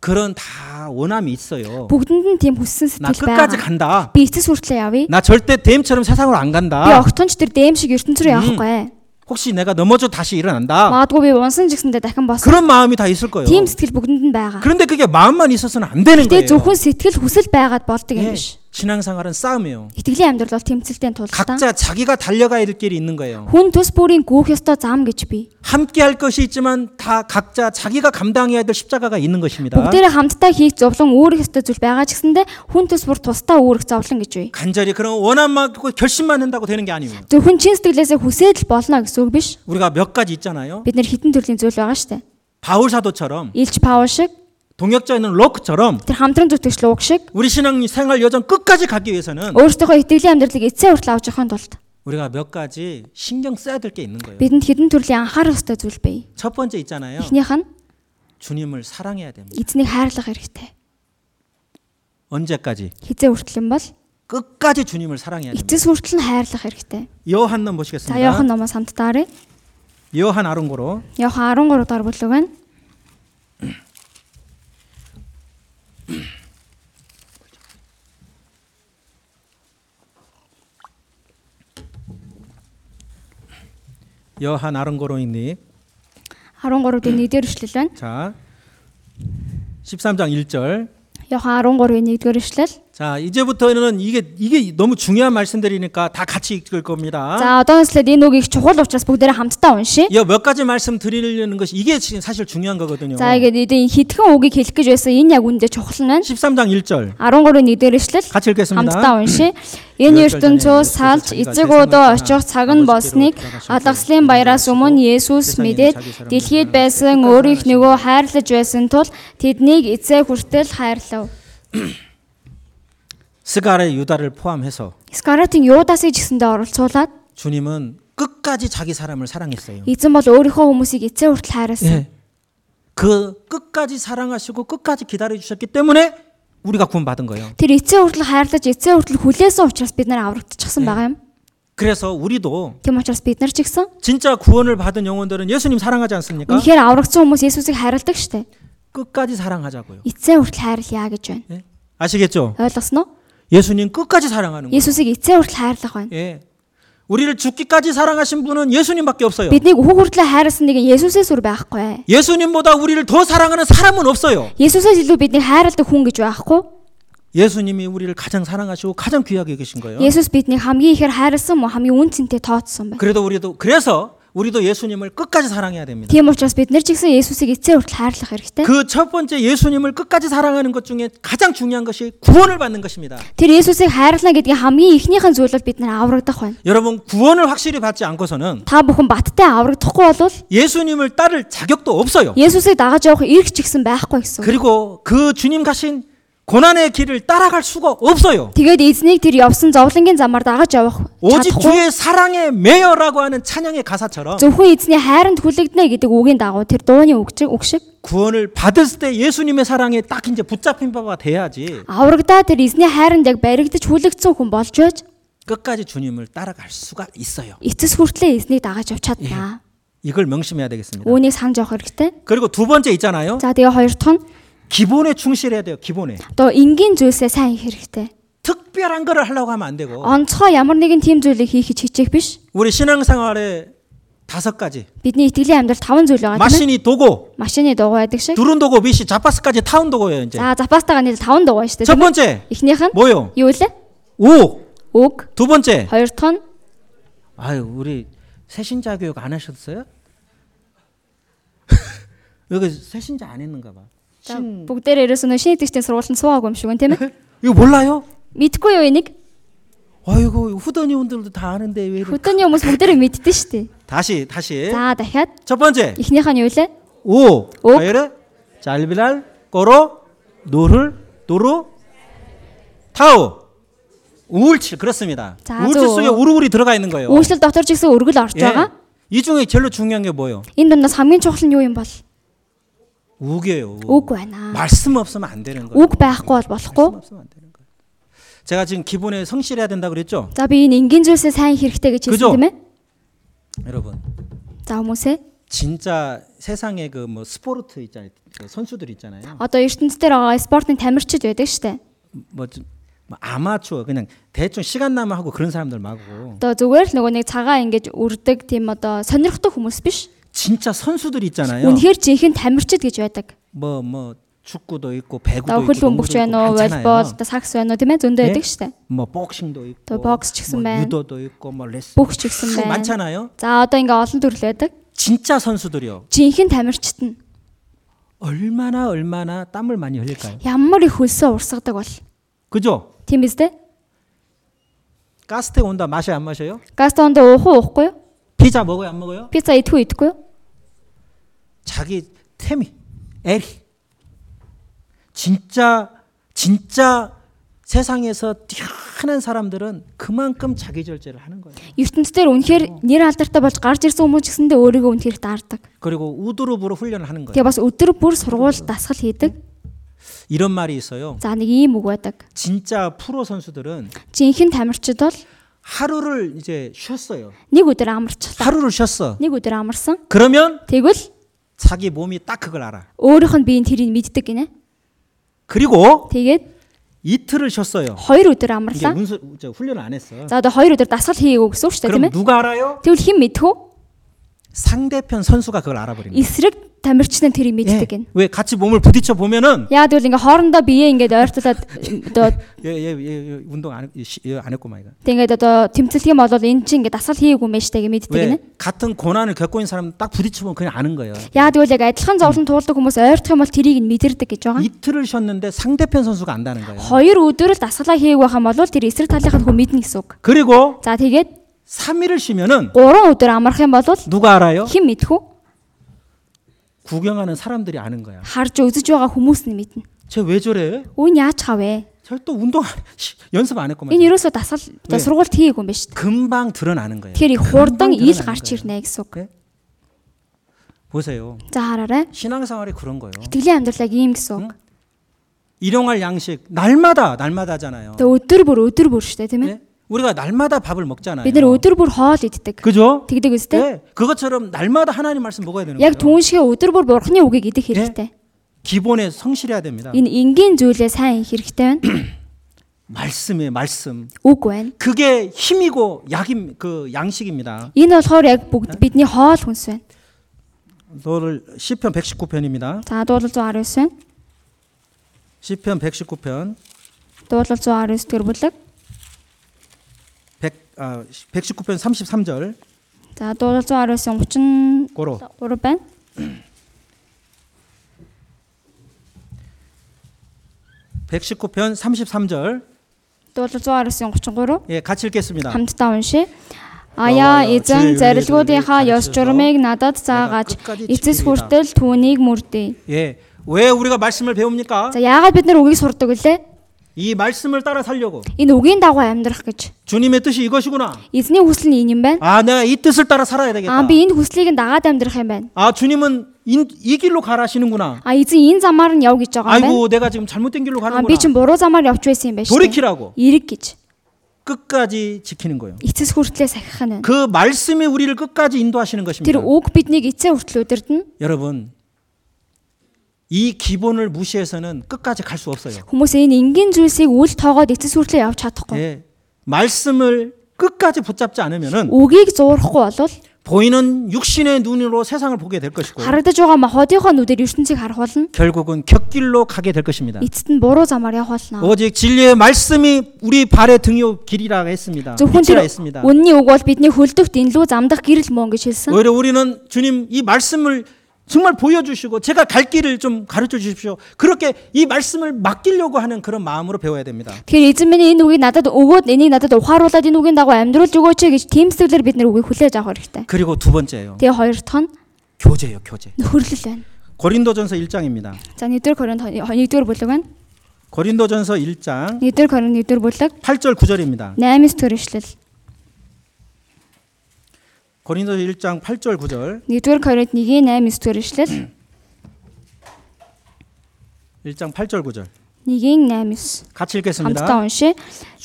Speaker 1: 그런 다 원함이 있어요.
Speaker 2: Бүгдэнд нь тийм хүссэн
Speaker 1: 나
Speaker 2: сэтгэл
Speaker 1: 끝까지
Speaker 2: байгаа.
Speaker 1: 간다.
Speaker 2: Би эцэс хүртлээ явъя.
Speaker 1: 나 절대 댐처럼 세상으로 안
Speaker 2: Би
Speaker 1: 간다.
Speaker 2: огтонч тэр дэм шиг ертөнц рүү явахгүй.
Speaker 1: 혹시 내가 넘어져 다시 일어난다.
Speaker 2: Магадгүй би унсан ч гэсэндээ дахин бос.
Speaker 1: 그런 마음이 다 있을 거예요.
Speaker 2: Тийм сэтгэл бүгдэнд нь байгаа.
Speaker 1: 그런데 그게 마음만 있어서는 안 되는 거예요.
Speaker 2: Гэтэ зөвхөн сэтгэл хүсэл байгаад болдог
Speaker 1: 예,
Speaker 2: юм биш.
Speaker 1: 신앙생활은 싸움이에요.
Speaker 2: Итгэлийн амьдрал бол тэмцэлтэй тулалдаан.
Speaker 1: 각자 자기가 달려가야 될 길이 있는 거예요.
Speaker 2: Хүн төс бүрийн гүөх ёстой зам гэж би.
Speaker 1: 함께 할 것이 있지만 다 각자 자기가 감당해야 될 십자가가 있는 것입니다.
Speaker 2: Бүгдээрээ хамтдаа хийх зовлон өөрөх ёстой зүйл байгаа ч гэсэндэ хүн төс бүр тусдаа өөрөх зовлон гэж бий.
Speaker 1: 간절히 그런 원함만 갖고 결심만 한다고 되는 게 아니에요.
Speaker 2: Зөвхөн чин сэтгэлээсээ хүсээд л болно гэсэн үг биш.
Speaker 1: 우리가 몇 가지 있잖아요.
Speaker 2: Бид нэр хитэн төрлийн зүйл байгаа штэ.
Speaker 1: 바울 사도처럼
Speaker 2: Илж Паул шиг
Speaker 1: 동역자 있는 로크처럼
Speaker 2: тэр хамтран зүтгэгч лууг шиг
Speaker 1: 우리 신앙생활 여정 끝까지 가기 위해서는
Speaker 2: өөрсдийнхөө итгэлийн амьдралыг эцсийн хүртэл авч явахын тулд
Speaker 1: 우리가 몇 가지 신경 써야 될 게 있는 거예요.
Speaker 2: бидэнд хитэн төрлийн анхаарах ёстой зүйл бий.
Speaker 1: 첫 번째 있잖아요.
Speaker 2: Эхнийх нь
Speaker 1: 주님을 사랑해야 됩니다.
Speaker 2: эзнийг хайрлах хэрэгтэй.
Speaker 1: 언제까지?
Speaker 2: Хизээ хүртэл юм бол
Speaker 1: 끝까지 주님을 사랑해야 됩니다.
Speaker 2: эцэс хүртэл нь хайрлах хэрэгтэй.
Speaker 1: 요한남 보시겠습니다.
Speaker 2: За Иохан номоос хамтдаа арай.
Speaker 1: 요한 아론고로
Speaker 2: Иохан 13 дугаар бүлэг байна.
Speaker 1: 요한 아론고로인니
Speaker 2: 13-ийн 1-р ишлэл байна.
Speaker 1: 자 13장 1절
Speaker 2: Иохан 13-ийн 1-р ишлэл.
Speaker 1: 자 이제부터는 이게 이게 너무 중요한 말씀들이니까 다 같이 읽을 겁니다.
Speaker 2: За одоонослоод энэ үг их чухал учраас бүгдээрээ хамтдаа уншия.
Speaker 1: 이몇 가지 말씀 드리려는 것이 이게 지금 사실 중요한 거거든요.
Speaker 2: За ингээд эдийн хитгэн үгийг хэлэх гэж байсан энэ яг үндэ чухал нь байна.
Speaker 1: 13장 1절
Speaker 2: 13-ийн 1-р ишлэл.
Speaker 1: 같이 읽겠습니다.
Speaker 2: Хамтдаа уншия. Энэ ертөнцөөс салж эцэг уудаа очих цаг нь болсныг алгаслын баяраас өмнө Есүс мэдээд дэлхийд байсан өөрийнхнөө хайрлаж байсан тул тэднийг эцэг хүртэл хайрлав.
Speaker 1: 스가랴 유다를 포함해서
Speaker 2: Скаратын Юдасыг ч гэсэндээ оролцуулаад
Speaker 1: 주님은 끝까지 자기 사람을 사랑했어요.
Speaker 2: эзэн бол өөрийнхөө хүмүүсийг эцээ хүртэл хайраасан.
Speaker 1: 예. 그 끝까지 사랑하시고 끝까지 기다려 주셨기 때문에 우리가 구원받은 거예요.
Speaker 2: Тэр эцээ хүртэл хайрлаж эцээ хүртэл хүлээсэн учраас бид нар аврагдчихсан байгаа юм.
Speaker 1: 그래서 우리도
Speaker 2: Тийм учраас бид нар ч гэсэн
Speaker 1: 진짜 구원을 받은 영혼들은 예수님 사랑하지 않습니까?
Speaker 2: үнэхээр аврагдсан хүмүүс Есүсийг хайрладаг штэ.
Speaker 1: 끝까지 사랑하자고요.
Speaker 2: Эцээ хүртэл хайрлая гэж байна.
Speaker 1: 예? 아시겠죠?
Speaker 2: Ойлгосноо?
Speaker 1: 예수님 끝까지 사랑하는 거예요.
Speaker 2: Есүсийг эцээ хүртэл хайрлах байна.
Speaker 1: 예. 우리를 죽기까지 사랑하신 분은 예수님밖에 없어요.
Speaker 2: Биднийг хүү хүртэл хайрсан нэг нь Есүсээс үр байхгүй.
Speaker 1: 예수님보다 우리를 더 사랑하는 사람은 없어요.
Speaker 2: Есүсээс илүү биднийг хайрладаг хүн гэж байхгүй.
Speaker 1: 예수님이 우리를 가장 사랑하시고 가장 귀하게 여기신 거예요.
Speaker 2: Есүс биднийг хамгийн ихээр хайрлсан мөн хамгийн үн цэнтэй тооцсон байна.
Speaker 1: 그래도 우리도 그래서 우리도 예수님을 끝까지 사랑해야 됩니다.
Speaker 2: Тийм учраас бид нар ч гэсэн Есүсийг эцээ хүртэл хайрлах хэрэгтэй.
Speaker 1: 그 첫 번째 예수님을 끝까지 사랑하는 것 중에 가장 중요한 것이 구원을 받는 것입니다.
Speaker 2: Тэр Есүсийг хайрлана гэдгийн хамгийн ихнийхэн зүйл бол бид нар аврагдах байна.
Speaker 1: 여러분 구원을 확실히 받지 않고서는
Speaker 2: Та бүхэн баттай аврагдахгүй бол
Speaker 1: 예수님을 따를 자격도 없어요.
Speaker 2: Есүсийг дагаж явах эрх ч гэсэн байхгүй гэсэн. үг.
Speaker 1: 그리고 그 주님 가신 고난의 길을 따라갈 수가 없어요.
Speaker 2: Тэгээд эзнийг тэр явсан зовлонгийн замаар дагаж явах
Speaker 1: 오직
Speaker 2: чадахгүй.
Speaker 1: 주의 사랑의 매여라고 하는 찬양의 가사처럼
Speaker 2: Зөвхөн эзний хайранд хүлэгдэнэ гэдэг үгийн дагуу тэр дууны үг чиг- үг шиг
Speaker 1: 구원을 받았을 때 예수님의 사랑에 딱 이제 붙잡힌 바가 돼야지
Speaker 2: аврагдаа тэр эзний хайранд яг баригдаж хүлэгдсэн хүн болж байж
Speaker 1: 끝까지 주님을 따라갈 수가 있어요.
Speaker 2: эцэс хүртлээр эзнийг дагаж явж чаднаа.
Speaker 1: 이걸 명심해야 되겠습니다.
Speaker 2: Үүнийг санаж явах хэрэгтэй.
Speaker 1: 그리고 두 번째 있잖아요.
Speaker 2: За тэгээ хоёр дахь нь
Speaker 1: 기본에 충실해야 돼요. 기본에.
Speaker 2: одоо энгийн зүйлсээ сайн хийх хэрэгтэй.
Speaker 1: 특별한 거를 하려고 하면 안 되고
Speaker 2: Онцгой ямар нэгэн тийм зүйлийг хийх гэж хичээх биш.
Speaker 1: 우리 신앙생활에 다섯 가지
Speaker 2: Бидний итгэлийн амьдрал таван зүйл байгаа тийм
Speaker 1: 마신이
Speaker 2: ээ.
Speaker 1: 도고
Speaker 2: Машины дугуй байдаг шиг.
Speaker 1: 두른 도고 미시 자파스까지 타운 도고예요 이제
Speaker 2: За запастагаа нийл таван дугуй шүү
Speaker 1: 첫
Speaker 2: дээ.
Speaker 1: 번째
Speaker 2: Эхнийх нь
Speaker 1: 뭐요?
Speaker 2: юу лээ?
Speaker 1: 오.
Speaker 2: Үг.
Speaker 1: 두 번째
Speaker 2: Хоёр дахь нь
Speaker 1: 아유 우리 새신자 교육 안 하셨어요? [laughs] 여기 새신자 안 했는가 봐.
Speaker 2: За, Бүгдээр ерөөсөө нэг шинэ тэгчтийн сургуульд суугаагүй юм шиг байна тийм
Speaker 1: [laughs]
Speaker 2: ээ.
Speaker 1: 이거 몰라요?
Speaker 2: Мэдхгүй юу энийг?
Speaker 1: 아이고 후더니원들도 다 아는데 왜 이래?
Speaker 2: Хөдөөний хүмүүс бүгдээр мэддэн шүү дээ.
Speaker 1: 다시 다시.
Speaker 2: За дахиад
Speaker 1: 첫 번째.
Speaker 2: эхнийх нь юу лээ?
Speaker 1: 오.
Speaker 2: 오.
Speaker 1: 가열에 잘비랄 꼬로 노를 노루 타오 우울치 그렇습니다.
Speaker 2: 자,
Speaker 1: 우울치
Speaker 2: 저-
Speaker 1: 속에 우르르 들어가 있는 거예요.
Speaker 2: Үйлчлэл дотор ч гэсэн өргөл орж
Speaker 1: 예.
Speaker 2: байгаа.
Speaker 1: 이 중에 제일 중요한 게 뭐예요?
Speaker 2: Энэ дундаас хамгийн чухал нь юу юм бол?
Speaker 1: 우게요. 우.
Speaker 2: Үг байна.
Speaker 1: 말씀 없으면 안 되는 거예요.
Speaker 2: Үг байхгүй бол болохгүй.
Speaker 1: 말씀 없으면 안 되는 거예요. 제가 지금 기본에 성실해야 된다 그랬죠?
Speaker 2: За би энэ энгийн зүйлсээ сайн хэрэгтэй гэж
Speaker 1: Гүзүү.
Speaker 2: хэлсэн тийм ээ.
Speaker 1: 여러분,
Speaker 2: За хүмүүсээ
Speaker 1: 진짜 세상에 그 뭐 스포츠 있잖아요. 그 선수들 있잖아요.
Speaker 2: одоо ертөнцид дээр байгаа спортын тамирчид байдаг шүү дээ.
Speaker 1: 뭐, 좀, 뭐 아마추어 그냥 대충 시간 나면 하고 그런 사람들 말고
Speaker 2: Одоо зүгээр л нөгөө нэг цагаан ингэж үрдэг тийм одоо сонирхдаг хүмүүс биш.
Speaker 1: 진짜 선수들 있잖아요.
Speaker 2: Үнэхээр жинхэнэ тамирчид гэж байдаг.
Speaker 1: 뭐 뭐 축구도 있고 배구도
Speaker 2: Одоо
Speaker 1: 있고
Speaker 2: хөл бөмбөгч байна уу,
Speaker 1: 농구도 있고
Speaker 2: волейбол,
Speaker 1: 많잖아요.
Speaker 2: одоо сагс байна уу тийм ээ зөндөө
Speaker 1: 예?
Speaker 2: байдаг шүү дээ.
Speaker 1: 뭐 복싱도 있고
Speaker 2: 또 복스
Speaker 1: 뭐
Speaker 2: 치고선 밴.
Speaker 1: 유도도 있고 뭐 레슬링
Speaker 2: Бөгч гисэн байна.
Speaker 1: 많잖아요.
Speaker 2: За одоо ингээ олон төрөл байдаг.
Speaker 1: 진짜 선수들이요.
Speaker 2: Жинхэнэ тамирчид нь
Speaker 1: 얼마나 얼마나 땀을 많이 흘릴까요?
Speaker 2: ямар их хөлсөө урсгадаг бол
Speaker 1: 그죠?
Speaker 2: тийм биз дээ.
Speaker 1: 가스테 온다 마셔 안 마셔요?
Speaker 2: Гастаунд уух уу уухгүй юу?
Speaker 1: 피자 먹어요 안 먹어요?
Speaker 2: Пицца идэхгүй идэхгүй юу?
Speaker 1: 자기 템이 에리 진짜 진짜 세상에서 뛰어난 사람들은 그만큼 자기 절제를 하는 거예요.
Speaker 2: ертөнцид дээр үнэхээр нэр алдартай болж гарч ирсэн хүмүүс ч гэсэндээ өөрийгөө үнэхээр таардаг.
Speaker 1: 그리고 우드룹으로 훈련을 하는 거예요.
Speaker 2: Тэгээ бас өдөр бүр сургуульд дасгал хийдэг.
Speaker 1: 이런 말이 있어요.
Speaker 2: За нэг ийм үг байдаг.
Speaker 1: 진짜 프로 선수들은
Speaker 2: Жинхэнэ тамирчид бол
Speaker 1: 하루를 이제 쉬었어요.
Speaker 2: нэг өдөр амарчлаа.
Speaker 1: 하루를 쉬었어.
Speaker 2: Нэг өдөр амарсан.
Speaker 1: 그러면
Speaker 2: Тэгвэл
Speaker 1: 자기 몸이 딱 그걸 알아.
Speaker 2: өөрийнх нь биеийн тэрийг мэддэг гинэ.
Speaker 1: 그리고
Speaker 2: Тэгээд
Speaker 1: 이틀을 쉬었어요.
Speaker 2: хоёр өдөр
Speaker 1: 이제
Speaker 2: амарлаа.
Speaker 1: 운수, 저 훈련을 안 했어.
Speaker 2: За одоо хоёр өдөр дасгал хийгээгүй гэсэн үг шүү дээ, тийм
Speaker 1: 그럼
Speaker 2: ээ?
Speaker 1: 누가 알아요?
Speaker 2: Тэгвэл хэн мэдхүү?
Speaker 1: 상대편 선수가 그걸 알아버린 거예요.
Speaker 2: Эсрэг тамирчин нь тэрийг
Speaker 1: 예.
Speaker 2: мэддэг гин.
Speaker 1: 왜 같이 몸을 부딪혀 보면은
Speaker 2: Яа тэгвэл ингээ хоорондоо биеэ ингээд ойртуулад одоо
Speaker 1: 예예예 예, 예, 운동 안, 했- 시- 예, 안 했구만 이거.
Speaker 2: тэгээд одоо тэмцэлх юм бол энэ чинь ингээ дасгал хийгээгүй юм байна штэ гэж мэддэг
Speaker 1: 왜
Speaker 2: гинэ.
Speaker 1: 같은 고난을 겪고 있는 사람 딱 부딪혀 보면 그냥 아는 거예요.
Speaker 2: Яа тэгвэл яг адилхан зовлон туулдаг хүмүүс ойртох юм бол тэрийг нь мэдэрдэг гэж байгаа.
Speaker 1: 이틀을 쉬었는데 상대편 선수가 안다는 거예요.
Speaker 2: Хоёр өдөр л дасгалаа хийгээгүй хам бол тэр эсрэг талынх нь хүн мэднэ гэсэн үг.
Speaker 1: 그리고
Speaker 2: За тэгээд
Speaker 1: 3일을 쉬면은
Speaker 2: 3 өдөр амарх юм бол
Speaker 1: 누가 알아요?
Speaker 2: хэн мэдхүү?
Speaker 1: 구경하는 사람들이 아는 거야.
Speaker 2: Харж үзэж байгаа хүмүүс нь мэднэ.
Speaker 1: 쟤 왜 저래?
Speaker 2: Үн яаж хавэ?
Speaker 1: 쟤또 운동 안, [laughs] 씨, 연습 안 했구만.
Speaker 2: Энэ ерөөсөө дасгал
Speaker 1: Вэ?
Speaker 2: одоо сургуульд хийгээгүй юм байна штэ.
Speaker 1: 금방 드러나는 거예요.
Speaker 2: Тэгэхээр их
Speaker 1: 금방
Speaker 2: хурдан ил
Speaker 1: 드러나는
Speaker 2: гарч
Speaker 1: 거예요.
Speaker 2: ирнэ гэсэн үг.
Speaker 1: 보세요.
Speaker 2: За хараарай.
Speaker 1: 신앙생활이 그런 거예요.
Speaker 2: Итгэлийн амьдрал яг ийм гэсэн үг.
Speaker 1: 일용할 양식 날마다 날마다잖아요.
Speaker 2: Тэгээ өдөр бүр өдөр бүр штэ тийм ээ.
Speaker 1: 예? 우리가 날마다 밥을 먹잖아요.
Speaker 2: Бид нэр өдөр бүр хоол иддэг.
Speaker 1: 그죠?
Speaker 2: Тэгдэг үстэй.
Speaker 1: 예. 그것처럼 날마다 하나님 말씀 먹어야 되는
Speaker 2: Яг
Speaker 1: 거예요.
Speaker 2: түн шиг өдөр бүр бурхны үгийг идэх хэрэгтэй.
Speaker 1: 기본에 성실해야 됩니다.
Speaker 2: Энэ энгийн зүйлээ сайн хийх хэрэгтэй байна.
Speaker 1: 말씀에 말씀.
Speaker 2: Үг байна.
Speaker 1: 그게 힘이고 약임 그 양식입니다.
Speaker 2: Энэ болохоор яг бүгд бидний хоол хүнс байна.
Speaker 1: 너를 시편 119편입니다.
Speaker 2: За дуулал 119 байна.
Speaker 1: 시편 119편
Speaker 2: Дуулал 119 дэх бүлэг.
Speaker 1: 100, 아, 119편 33절
Speaker 2: За дуулал 119
Speaker 1: 고로
Speaker 2: 33 байна.
Speaker 1: 백십구 편 33절.
Speaker 2: Дуулал 119 33
Speaker 1: 예, 같이 읽겠습니다.
Speaker 2: хамтдаа уншъя. Аяа эзэн зарилгуудынхаа ёс журмыг надад заагач эцэс хүртэл түүнийг мөрдөй.
Speaker 1: 예. 왜 우리가 말씀을 배웁니까?
Speaker 2: За яагаад бид нар үгийг сурдаг вүлээ?
Speaker 1: 이 말씀을 따라 살려고.
Speaker 2: Энэ үгийн дагуу амьдрах гэж.
Speaker 1: 주님의 뜻이 이것이구나.
Speaker 2: Эзний хүсэл нь энэ юм байна.
Speaker 1: 아, 내가 이 뜻을 따라 살아야
Speaker 2: Аа
Speaker 1: 되겠다.
Speaker 2: би энэ хүслийг нь дагаад амьдрах юм байна.
Speaker 1: 아, 주님은 인- 이 길로 가라시는구나.
Speaker 2: А эзэн энэ замаар нь яв гэж байгаа юм байна.
Speaker 1: 아이고, 내가 지금 잘못된 길로
Speaker 2: Аа би
Speaker 1: 가는구나.
Speaker 2: чинь буруу замаар явж байсан юм байна шүү. дээ.
Speaker 1: 돌이키라고.
Speaker 2: Эрэг гэж.
Speaker 1: 끝까지 지키는 거예요.
Speaker 2: Эцэс хүртлээ сахих нь байна.
Speaker 1: 그 말씀이 우리를 끝까지 인도하시는 것입니다.
Speaker 2: Тэр үг биднийг эцээ хүртэл өдөрдөн
Speaker 1: 여러분, 이 기본을 무시해서는 끝까지 갈 수 없어요.
Speaker 2: хүмүүс энэ энгийн зүйлсийг үл тоогоод эцэс хүртлээ
Speaker 1: 어.
Speaker 2: явж чадахгүй.
Speaker 1: 예. 말씀을 끝까지 붙잡지 않으면은
Speaker 2: Үгийг зуурахгүй болвол
Speaker 1: 보이는 육신의 눈으로 세상을 보게 될 것이고
Speaker 2: Харагдаж байгаа махуудынхоо нүдээр ертөнцийг харах болно.
Speaker 1: 결국은 격길로 가게 될 것입니다.
Speaker 2: Эцэст нь буруу замаар явах болно.
Speaker 1: 오직 진리의 말씀이 우리 발의 등요 길이라 했습니다.
Speaker 2: Зөвхөн
Speaker 1: 빛이라
Speaker 2: тэр
Speaker 1: 했습니다.
Speaker 2: үнний үг бол бидний хөлдөх дэнлүү замдах гэрэл мөн гэж хэлсэн.
Speaker 1: 오히려 우리는 주님 이 말씀을 정말 보여주시고 제가 갈 길을 좀 가르쳐 주십시오. 그렇게 이 말씀을 맡기려고 하는 그런 마음으로 배워야 됩니다.
Speaker 2: Тэгэхээр эзэн минь энэ үгийг надад өгөөд энийг надад ухааруулад энэ үгийн дагуу амьдруулж өгөөч ээ гэж тэмцэлээр бид нэр үгийг хүлээж авах хэрэгтэй.
Speaker 1: 그리고 두 번째요.
Speaker 2: Тэгээ хоёр дахь нь
Speaker 1: 교제요, 교제.
Speaker 2: нөхөрлөл байна.
Speaker 1: 고린도전서 1장입니다.
Speaker 2: За 1-р Коринт 1-р бүлэг байна.
Speaker 1: 고린도전서 1장
Speaker 2: 1-р Коринт 1-р бүлэг
Speaker 1: 8절 9절입니다.
Speaker 2: 8-р ишлэл.
Speaker 1: 고린도전서 1장 8절 9절.
Speaker 2: 1-р Коринт 1-ийн 8-р ишлэл.
Speaker 1: 1장 8절 9절.
Speaker 2: 1-ийн 8-9.
Speaker 1: 같이 읽겠습니다.
Speaker 2: хамтдаа уншъя.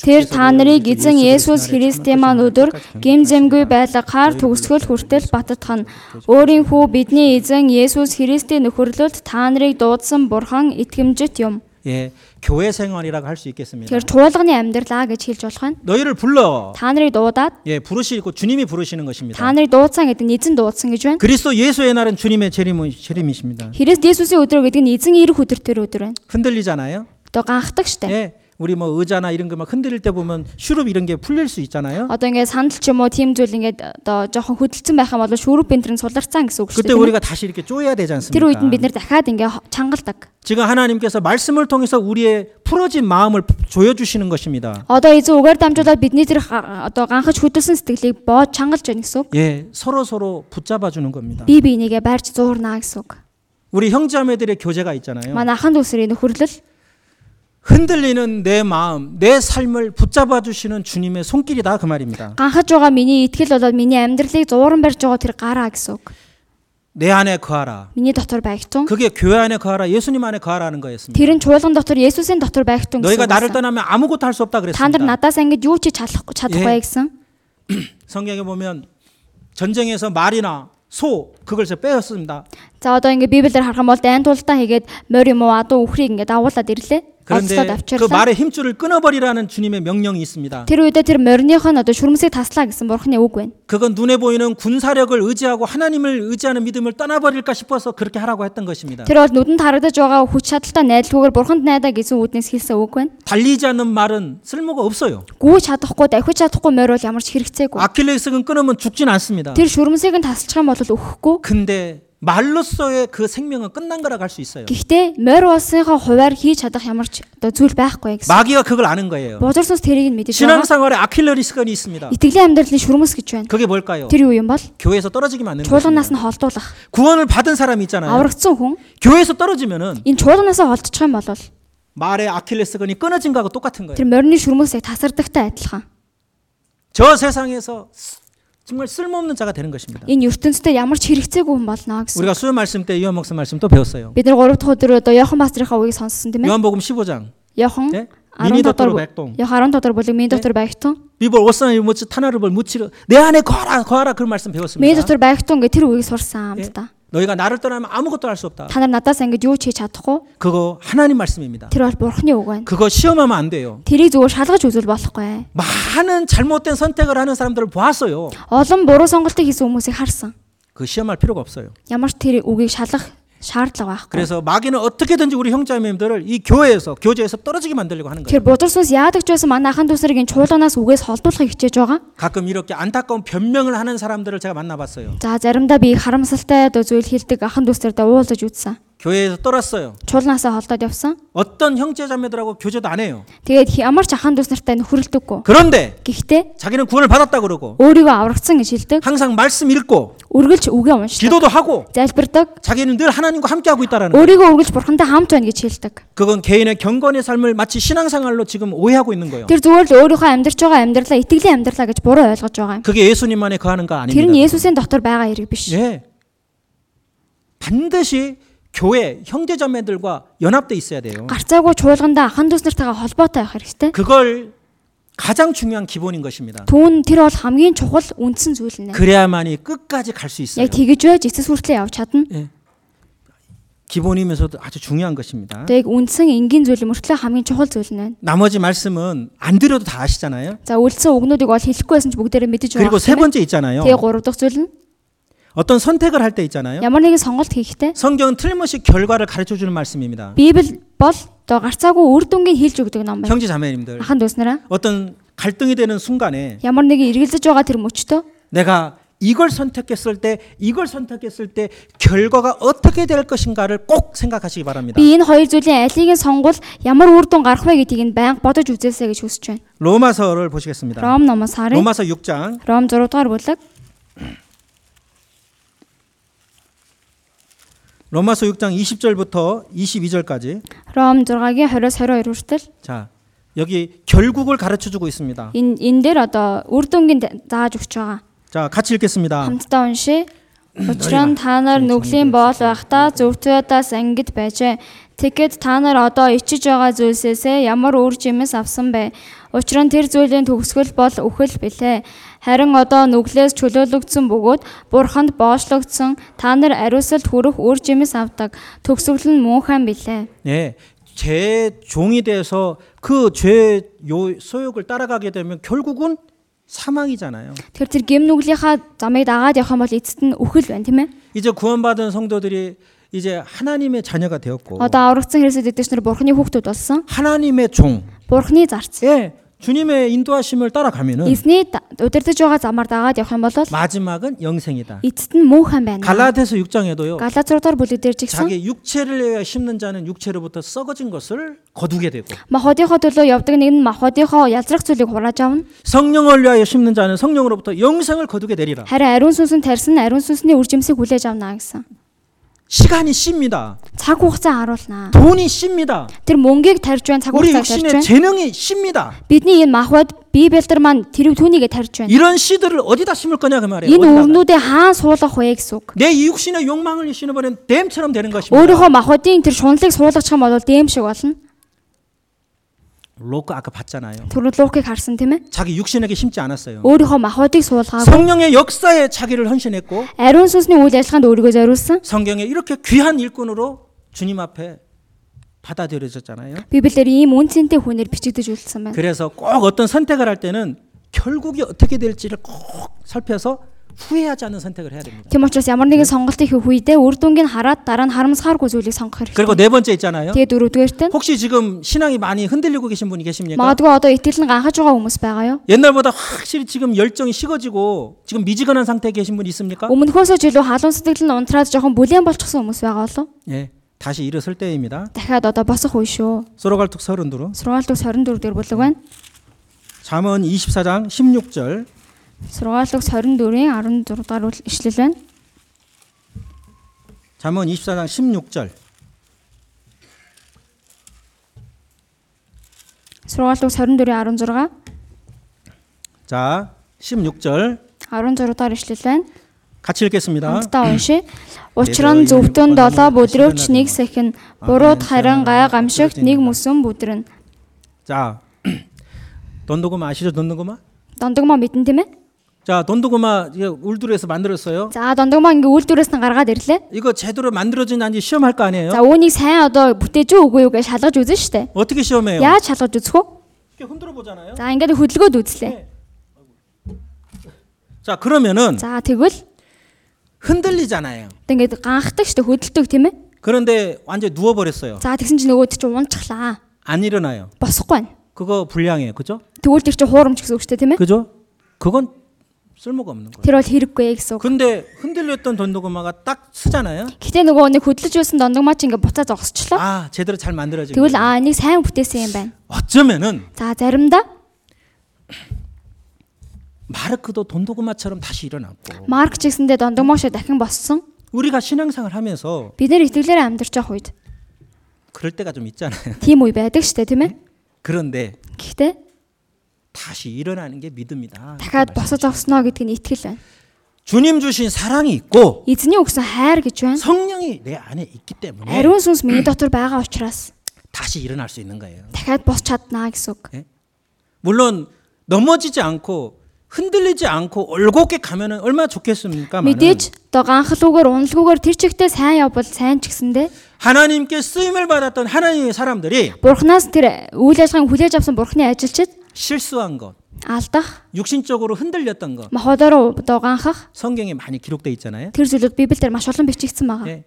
Speaker 2: Тэр та нарыг эзэн Есүс Христийн маань өдөр гимзэмгүй байлагаар төгсгөл хүртэл баттгах нь өөрийн хүү бидний эзэн Есүс Христийн нөхөрлөлд та нарыг дуудсан бурхан итгэмжит юм.
Speaker 1: 예, 교회 생활이라고 할 수 있겠습니다.
Speaker 2: Тэр туулганы амьдралаа гэж хэлж болох байна.
Speaker 1: 너희를 불러
Speaker 2: Та нарыг дуудаад
Speaker 1: 예, 부르시고 주님이 부르시는
Speaker 2: та
Speaker 1: 것입니다.
Speaker 2: нарыг дуудсан гэдэг нь эзэн дуудсан гэж байна.
Speaker 1: 그리스도 예수의 날은 주님의 재림, 재림이십니다.
Speaker 2: Христ Есүсийн өдрөө гэдэг нь эзэн ирэх өдөр тэр өдөр байна.
Speaker 1: 흔들리잖아요.
Speaker 2: Одоо ганхдаг штэ.
Speaker 1: 예. 우리 뭐 의자나 이런 거 막 흔들릴 때 보면 슈룹 이런 게 풀릴 수 있잖아요.
Speaker 2: Одоо ингээд сандал ч юм уу тийм зүйл ингээд одоо жоохон хөдөлсөн байх юм бол шүүрүп бинтер нь суларцсан гэсэн үг шүү
Speaker 1: 그때
Speaker 2: дээ. тийм
Speaker 1: 우리가 다시 이렇게 쪼여야 되지
Speaker 2: ээ? Тэр үед
Speaker 1: 않습니까?
Speaker 2: нь бид нэр дахиад ингээд чангалдаг.
Speaker 1: 지금 하나님께서 말씀을 통해서 우리의 풀어진 마음을 조여 주시는 것입니다.
Speaker 2: Одоо эзэн угаар дамжуулаад бидний тэр ха- одоо ганхаж хөдөлсөн сэтгэлийг боод чангалж байна гэсэн үг.
Speaker 1: 예, 서로 서로 붙잡아 주는 겁니다.
Speaker 2: Би биенийгээ байрч зуурнаа гэсэн үг.
Speaker 1: 우리 형제자매들의 교제가 있잖아요.
Speaker 2: Манай ахын дүүсрийн нөхөрлөл
Speaker 1: 흔들리는 내 마음, 내 삶을 붙잡아 주시는 주님의 손길이다 그 말입니다.
Speaker 2: ганхаж байгаа миний итгэл болоод миний амьдралыг зууран барьж байгаа тэр гараа гэсэн үг.
Speaker 1: 내 안에 거하라.
Speaker 2: Миний дотор байх тун.
Speaker 1: 그게 교회 안에 거하라, 예수님 안에 거하라는 거였습니다.
Speaker 2: Тэр нь чуулган дотор Есүсийн дотор байх тун
Speaker 1: 너희가
Speaker 2: гэсэн үг.
Speaker 1: 나를
Speaker 2: байсан.
Speaker 1: 떠나면 아무것도 할 수 없다
Speaker 2: Та нар
Speaker 1: 그랬습니다.
Speaker 2: надаас ингэж юу ч чадахгүй чадахгүй гэсэн.
Speaker 1: 성경에 보면 전쟁에서 말이나 소 그걸 제 빼었습니다.
Speaker 2: За одоо ингээ библиэр харах юм бол дайн тултаа хийгээд морь юм уу адуу үхрийг ингээ давуулаад ирлээ.
Speaker 1: 그런데
Speaker 2: Олцлоод
Speaker 1: 그
Speaker 2: авчирлаа.
Speaker 1: 말의 힘줄을 끊어버리라는 주님의 명령이 있습니다.
Speaker 2: Тэр үедээ тэр морьных нь одоо шүрмсийг таслаа гэсэн бурхны үг байна.
Speaker 1: 그건 눈에 보이는 군사력을 의지하고 하나님을 의지하는 믿음을 떠나버릴까 싶어서 그렇게 하라고 했던 것입니다.
Speaker 2: Тэр бол нүдэнд харагдаж байгаа хүч чадалтай найдалгүйгээр бурханд найдаа гэсэн үднээс хэлсэн үг байна.
Speaker 1: 달리지 않는 말은 쓸모가 없어요.
Speaker 2: Гүйж чадахгүй, дахиж чадахгүй морь бол ямар ч хэрэгцээгүй.
Speaker 1: 아킬레스건 끊으면 죽진 않습니다.
Speaker 2: Тэр шүрмсийг нь тасалчих юм бол үхэхгүй.
Speaker 1: 근데 말로서의 그 생명은 끝난 거라고 할 수 있어요.
Speaker 2: Гэхдээ морь улсынхаа хуваар хийж чадах ямар ч одоо зүйл байхгүй гэсэн.
Speaker 1: 마귀가 그걸 아는 거예요.
Speaker 2: Бузар сүнс тэрийг нь мэдэж байгаа.
Speaker 1: 신앙생활에 아킬레스건이 있습니다.
Speaker 2: Итгэлийн амьдралын шүрмс гэж байна.
Speaker 1: 그게 뭘까요?
Speaker 2: Тэр юу юм бол?
Speaker 1: 교회에서 떨어지기만 하는 거예요.
Speaker 2: Чуулганаас нь холдуулах.
Speaker 1: 구원을 받은 사람이 있잖아요.
Speaker 2: Аврагдсан хүн
Speaker 1: 교회에서 떨어지면은
Speaker 2: энэ чуулганаас холдчих юм бол
Speaker 1: 말의 아킬레스건이 끊어진 거하고 똑같은 거예요.
Speaker 2: тэр морины шүрмсийг тасардагтай адилхан.
Speaker 1: 저 세상에서 쓰- 정말 쓸모없는 자가 되는 것입니다.
Speaker 2: Энэ ертөнцид ямар ч хэрэгцээгүй хүн болно гэсэн.
Speaker 1: 우리가 수요 말씀 때 요한 목사 말씀 또 배웠어요.
Speaker 2: Бид нар 3 дахь өдөр одоо Яхон пастрийнхаа үгийг сонссон тийм ээ.
Speaker 1: 요한복음 15장.
Speaker 2: Яхон
Speaker 1: 네?
Speaker 2: 10
Speaker 1: 미니 дот으로
Speaker 2: дотор бү-
Speaker 1: 백동.
Speaker 2: Яг 10 дотор бүлэг минь дотор байгтун.
Speaker 1: 비볼 옷상을 못치 탄화를 벌 무치려 내 안에 거하라 거하라 그런 말씀
Speaker 2: Минь
Speaker 1: 배웠습니다.
Speaker 2: дотор байгтун гэ тэр үгийг сурсан амт да.
Speaker 1: 너희가 나를 떠나면 아무것도 할 수 없다.
Speaker 2: Та нар надаас ингэж юу ч хийж чадахгүй.
Speaker 1: 그거 하나님 말씀입니다.
Speaker 2: Тэр бол бурхны үг байна.
Speaker 1: 그거 시험하면 안 돼요.
Speaker 2: Тэрийг зүгээр шалгаж үзвэл болохгүй.
Speaker 1: 많은 잘못된 선택을 하는 사람들을 보았어요.
Speaker 2: Олон буруу сонголтыг хийсэн хүмүүсийг харсан.
Speaker 1: 그 시험할 필요가 없어요.
Speaker 2: Ямар ч тэр үгийг шалгах шаардлага байхгүй.
Speaker 1: 그래서 마귀는 어떻게든지 우리 형제자매님들을 이 교회에서 교제에서 떨어지게 만들려고 하는 거예요.
Speaker 2: Тэр бузар сүнс яадаг ч байсан манай ахын дүүсэрийг энэ чуулганаас үгээс холдуулахыг хичээж байгаа.
Speaker 1: 가끔 이렇게 안타까운 변명을 하는 사람들을 제가 만나봤어요.
Speaker 2: За заримдаа би харамсалтай одоо зүйл хэлдэг ахын дүүсэрдээ уулзаж үзсэн.
Speaker 1: 교회에서 떨었어요.
Speaker 2: Чуулнаасаа холдоод явсан.
Speaker 1: 어떤 형제자매들하고 교제도 안 해요.
Speaker 2: Тэгээд ямар ч ахын дүүс нартай нөхөрлөдөггүй.
Speaker 1: 그런데
Speaker 2: Гэхдээ
Speaker 1: 자기는 구원을 받았다 그러고
Speaker 2: өөрийгөө аврагдсан гэж хэлдэг.
Speaker 1: 항상 말씀 읽고
Speaker 2: үргэлж үгээ уншдаг,
Speaker 1: 기도도 하고
Speaker 2: залбирдаг,
Speaker 1: 자기는 늘 하나님과 함께하고 있다라는
Speaker 2: өөрийгөө үргэлж бурхантай хамт байна гэж хэлдэг.
Speaker 1: 그건 개인의 경건의 삶을 마치 신앙생활로 지금 오해하고 있는 거예요.
Speaker 2: Тэр зүгээр л өөрийнхөө амьдарч байгаа амьдралаа, итгэлийн амьдралаа гэж буруу ойлгож байгаа юм.
Speaker 1: 그게 예수님 만에 거하는 거
Speaker 2: Тэр нь
Speaker 1: 아닙니다.
Speaker 2: Есүсийн дотор байгаа хэрэг биш.
Speaker 1: 예. 반드시 교회 형제자매들과 연합돼 있어야 돼요.
Speaker 2: Гарцаагүй чуулгандаа ахан дүүс нартайгаа холбоотой байх хэрэгтэй.
Speaker 1: 그걸 가장 중요한 기본인 것입니다.
Speaker 2: Түүн тэр бол хамгийн чухал үндсэн зүйл нэ.
Speaker 1: 그래야만이 끝까지 갈 수 있어요.
Speaker 2: Яг тэгэж байж эцэс хүртлээр явж чадна.
Speaker 1: 기본이면서도 아주 중요한 것입니다.
Speaker 2: Одоо яг үндсэн энгийн зүйл мөртлөө хамгийн чухал зүйл нэ.
Speaker 1: 나머지 말씀은 안 드려도 다 아시잖아요.
Speaker 2: За үлдсэн үгнүүдийг бол хэлэхгүй байсан ч бүгдээрээ мэдэж
Speaker 1: 네, 그리고
Speaker 2: байгаа.
Speaker 1: 세 번째 있잖아요.
Speaker 2: Тэгээ гурав дахь зүйл нь
Speaker 1: 어떤 선택을 할 때 있잖아요.
Speaker 2: Ямар нэгэн сонголт хийхдээ
Speaker 1: 성경은 틀림없이 결과를 가르쳐 주는 말씀입니다.
Speaker 2: Библи бол одоо гарцаагүй үр дүнгийн хэлж өгдөг ном байна.
Speaker 1: 형제 자매님들
Speaker 2: Аханд үзснээрээ
Speaker 1: 어떤 갈등이 되는 순간에
Speaker 2: ямар нэгэн эргэлзэж байгаа тэр мөчтөө
Speaker 1: 내가 이걸 선택했을 때 이걸 선택했을 때 결과가 어떻게 될 것인가를 꼭 생각하시기 바랍니다.
Speaker 2: би энэ хоёр зүйлийн алийг нь сонгол ямар үр дүн гарах вэ гэдгийг нь байнга бодож үзээсэй гэж хүсэж байна.
Speaker 1: 로마서를 보시겠습니다.
Speaker 2: Ром номоос харъя.
Speaker 1: 로마서 6장
Speaker 2: Ром 6 дугаар бүлэг
Speaker 1: 로마서 6장 20절부터 22절까지
Speaker 2: Ром 6-гийн 20-оос 22 хүртэл
Speaker 1: 자 여기 결국을 가르쳐 주고 있습니다.
Speaker 2: энэ энэ дээр одоо үр дүнгийн зааж өгч байгаа.
Speaker 1: 자 같이 읽겠습니다.
Speaker 2: Хамтдаа уншия. Учир нь та нар нүглийн боол байхдаа зөвхөдөөс ангид байжээ. Тэгэхэд та нар одоо ичиж байгаа зүйлсээсээ ямар үр жимс авсан бэ? Учир нь тэр зүйлийн төгсгөл бол үхэл билээ. Харин одоо нүглээс чөлөөлөгдсөн бөгөөд бурханд боочлогдсон та нар ариусалд хүрэх үр жимс авдаг. Төгсгөл нь мөнхөн билээ.
Speaker 1: 예. 제 종이 돼서 그죄 소욕을 따라가게 되면 결국은 사망이잖아요.
Speaker 2: Тэгэхээр тэр гэм нүглийнхаа замыг дагаад явах юм бол эцэст нь үхэл байна, тийм ээ?
Speaker 1: 이제 구원받은 성도들이 이제 아, 하나님의 자녀가 되었고
Speaker 2: Одоо аврагдсан Христэд идэвч нар бурханы хүүхдүүд болсон.
Speaker 1: 하나님의 종.
Speaker 2: Бурханы зарц.
Speaker 1: 예. 주님의 인도하심을 따라가면은
Speaker 2: Эзний да- удирдах байгаа замаар дагаад явах юм бол
Speaker 1: 마지막은 영생이다.
Speaker 2: эцэст нь мөн хан байна.
Speaker 1: 갈라디아서 6장에도요.
Speaker 2: Галац 6 дугаар бүлэг дээр ч гэсэн
Speaker 1: 자기 육체를 심는 자는 육체로부터 썩어진 것을 거두게 되고
Speaker 2: махуудынхоо төлөө явдаг нэг нь махуудынхоо ялзрах зүйлийг хурааж авна.
Speaker 1: 성령을 위하여 심는 자는 성령으로부터 영생을 거두게 되리라.
Speaker 2: Харин ариун сүнс нь тарьсан ариун сүнсний үржимсийг хүлээж авна гэсэн.
Speaker 1: 시간이 씁니다.
Speaker 2: Цаг хугацаа харуулнаа.
Speaker 1: 돈이 씁니다.
Speaker 2: Тэр мөнгийг тарьж байна, цаг
Speaker 1: 우리
Speaker 2: хугацааг тарьж
Speaker 1: 육신의
Speaker 2: байна.
Speaker 1: 재능이 씁니다.
Speaker 2: Бидний энэ махууд бибелдэр маань тэрэг түүнийгээ тарьж байна.
Speaker 1: 이런 씨들을 어디다 심을 거냐 그 말이에요.
Speaker 2: Энэ
Speaker 1: 어디다가.
Speaker 2: өвгнүүдээ хаан суулгах вэ гэсэн үг.
Speaker 1: 내 육신의 욕망을 심어버린 댐처럼 되는 것입니다.
Speaker 2: Өөрийнхөө махуудын тэр шунлыг суулгачих юм бол дэм шиг болно.
Speaker 1: 로크 아까 봤잖아요.
Speaker 2: Тэр луукийг харсан тийм ээ.
Speaker 1: 자기 육신에게 심지 않았어요.
Speaker 2: Өөрийнхөө махуудыг суулгаагүй.
Speaker 1: 성령의 역사에 자기를 헌신했고
Speaker 2: Ариун сүнсний үйл ажиллагаанд өөрийгөө зориулсан.
Speaker 1: 성경에 이렇게 귀한 일꾼으로 주님 앞에 받아들여졌잖아요.
Speaker 2: Библиэр ийм үн цэнтэй хүнээр бичигдэж үлдсэн байна.
Speaker 1: 그래서 꼭 어떤 선택을 할 때는 결국이 어떻게 될지를 꼭 살펴서 후회하지 않는 선택을 해야 됩니다.
Speaker 2: Тийм учраас ямар нэгэн сонголтыг хийх үедээ үр дүнгийн хараад дараа нь харамсахааргүй зүйлийг сонгох
Speaker 1: 그리고
Speaker 2: хэрэгтэй.
Speaker 1: 네 번째 있잖아요.
Speaker 2: Тэгээ дөрөвдүгээрт нь
Speaker 1: 혹시 지금 신앙이 많이 흔들리고 계신 분이 계십니까?
Speaker 2: магадгүй одоо итгэл нь ганхаж байгаа хүмүүс байгаа юу?
Speaker 1: 옛날보다 확실히 지금 열정이 식어지고 지금 미지근한 상태에 계신 분 있습니까?
Speaker 2: Өмнөхөөсөө ч илүү халуун сэтгэл нь унтраад жоохон бүлээн болчихсон хүмүүс байгаа болов.
Speaker 1: 예. 다시 일어설 때입니다.
Speaker 2: Дахиад одоо босох үе шүү.
Speaker 1: 소로갈툭 32.
Speaker 2: Сургаалтус 24 дээр бүлэг байна.
Speaker 1: 잠언 24장 16절.
Speaker 2: Сургаалтус 24-ийн 16 дугаар үл- ишлэл байна.
Speaker 1: 잠언 24장 16절.
Speaker 2: Сургаалтус 24-ийн 16
Speaker 1: 자, 16절
Speaker 2: 16 дугаар ишлэл байна.
Speaker 1: 같이 읽겠습니다.
Speaker 2: Хамтдаа уншия. Учир нь зөвхөн 7 бүдрөөч нэг сэхэн, бурууд харин гай гамшигт нэг мөсөн бүдрэн.
Speaker 1: 자. [clears throat] 돈도구마 아시죠? 돈도구마?
Speaker 2: Дондогмоо мэдэн тийм ээ?
Speaker 1: 자, 돈도구마 이거 울두르에서 만들었어요.
Speaker 2: За дондогмоо ингээ үйлдвэрээс нь гаргаад ирлээ.
Speaker 1: 이거 제대로 만들어진 단지 시험할 거 아니에요?
Speaker 2: За үүнийг сайн одоо бүтээж үү үгүй юу гэж шалгаж үзэн штэ.
Speaker 1: 어떻게 시험해요?
Speaker 2: Яаж шалгаж үзэх вэ?
Speaker 1: 이렇게 흔들어 보잖아요.
Speaker 2: За ингээд хөдөлгөөд үзлээ.
Speaker 1: 자, 그러면은
Speaker 2: За тэгвэл
Speaker 1: 흔들리잖아요.
Speaker 2: одоо ингээд ганхдаг штэ хөдөлдөг тийм ээ?
Speaker 1: 그런데 완전 히 누워 버렸어요.
Speaker 2: За тэгсэн чинь нөгөөд чинь унчглаа.
Speaker 1: 안 일어나요.
Speaker 2: Босохгүй байна.
Speaker 1: 그거 불량이에요. 그죠?
Speaker 2: Тэгвэл тэр чинь хуурамч гэсэн үг штэ тийм ээ?
Speaker 1: 그죠? 그건 쓸모가 없는 거예요.
Speaker 2: Тэр бол хэрэггүй ээ гэсэн үг.
Speaker 1: 근데 흔들렸던 돈도구마가 딱 쓰잖아요.
Speaker 2: Гэтэ нөгөө нэг хөдлөж байсан дондогмоо чинь ингээ буцаа зогсчлоо.
Speaker 1: 아, 제대로 잘 만들어진 거예요.
Speaker 2: Тэгвэл аа энийг сайн бүтээсэн юм байна.
Speaker 1: 어쩌면은
Speaker 2: За заримдаа
Speaker 1: 마르크도 돈도구마처럼 다시 일어났고
Speaker 2: Марк чигсэндээ дондогмоошо дахин боссон.
Speaker 1: 우리가 신앙생활 하면서
Speaker 2: Бид нэр итгэлээр амьдарч явах үед
Speaker 1: 그럴 때가 좀 있잖아요. [laughs]
Speaker 2: тийм үе байдаг штэ тийм ээ?
Speaker 1: 그런데
Speaker 2: Гэхдээ
Speaker 1: 다시 일어나는 게 믿음이다.
Speaker 2: дахиад босож авсноо гэдг нь итгэл байна.
Speaker 1: 주님 주신 사랑이 있고
Speaker 2: Эзний өгсөн хайр гэж байна.
Speaker 1: 성령이 내 안에 있기 때문에
Speaker 2: Ариун сүнс миний дотор байгаа учраас
Speaker 1: 다시 일어날 수 있는 거예요.
Speaker 2: дахиад босч чаднаа гэсэн үг.
Speaker 1: 물론 넘어지지 않고 흔들리지 않고 올곧게 가면은 얼마나 좋겠습니까?
Speaker 2: Мэдээж одоо ганхалгүйгээр уналгүйгээр тэр чигтээ сайн явбал сайн ч гэсэндэ
Speaker 1: 하나님께 쓰임을 받았던 하나님의 사람들이
Speaker 2: бурхнаас тэр үйл ажиллагааг хүлээж авсан бурхны ажилчид
Speaker 1: 실수한 것,
Speaker 2: алдах,
Speaker 1: 육신적으로 흔들렸던 거
Speaker 2: махуудаараа одоо ганхах
Speaker 1: 성경에 많이 기록돼 있잖아요.
Speaker 2: тэр зүйлүүд Библиэлд маш олон бичигдсэн байгаа.
Speaker 1: 예.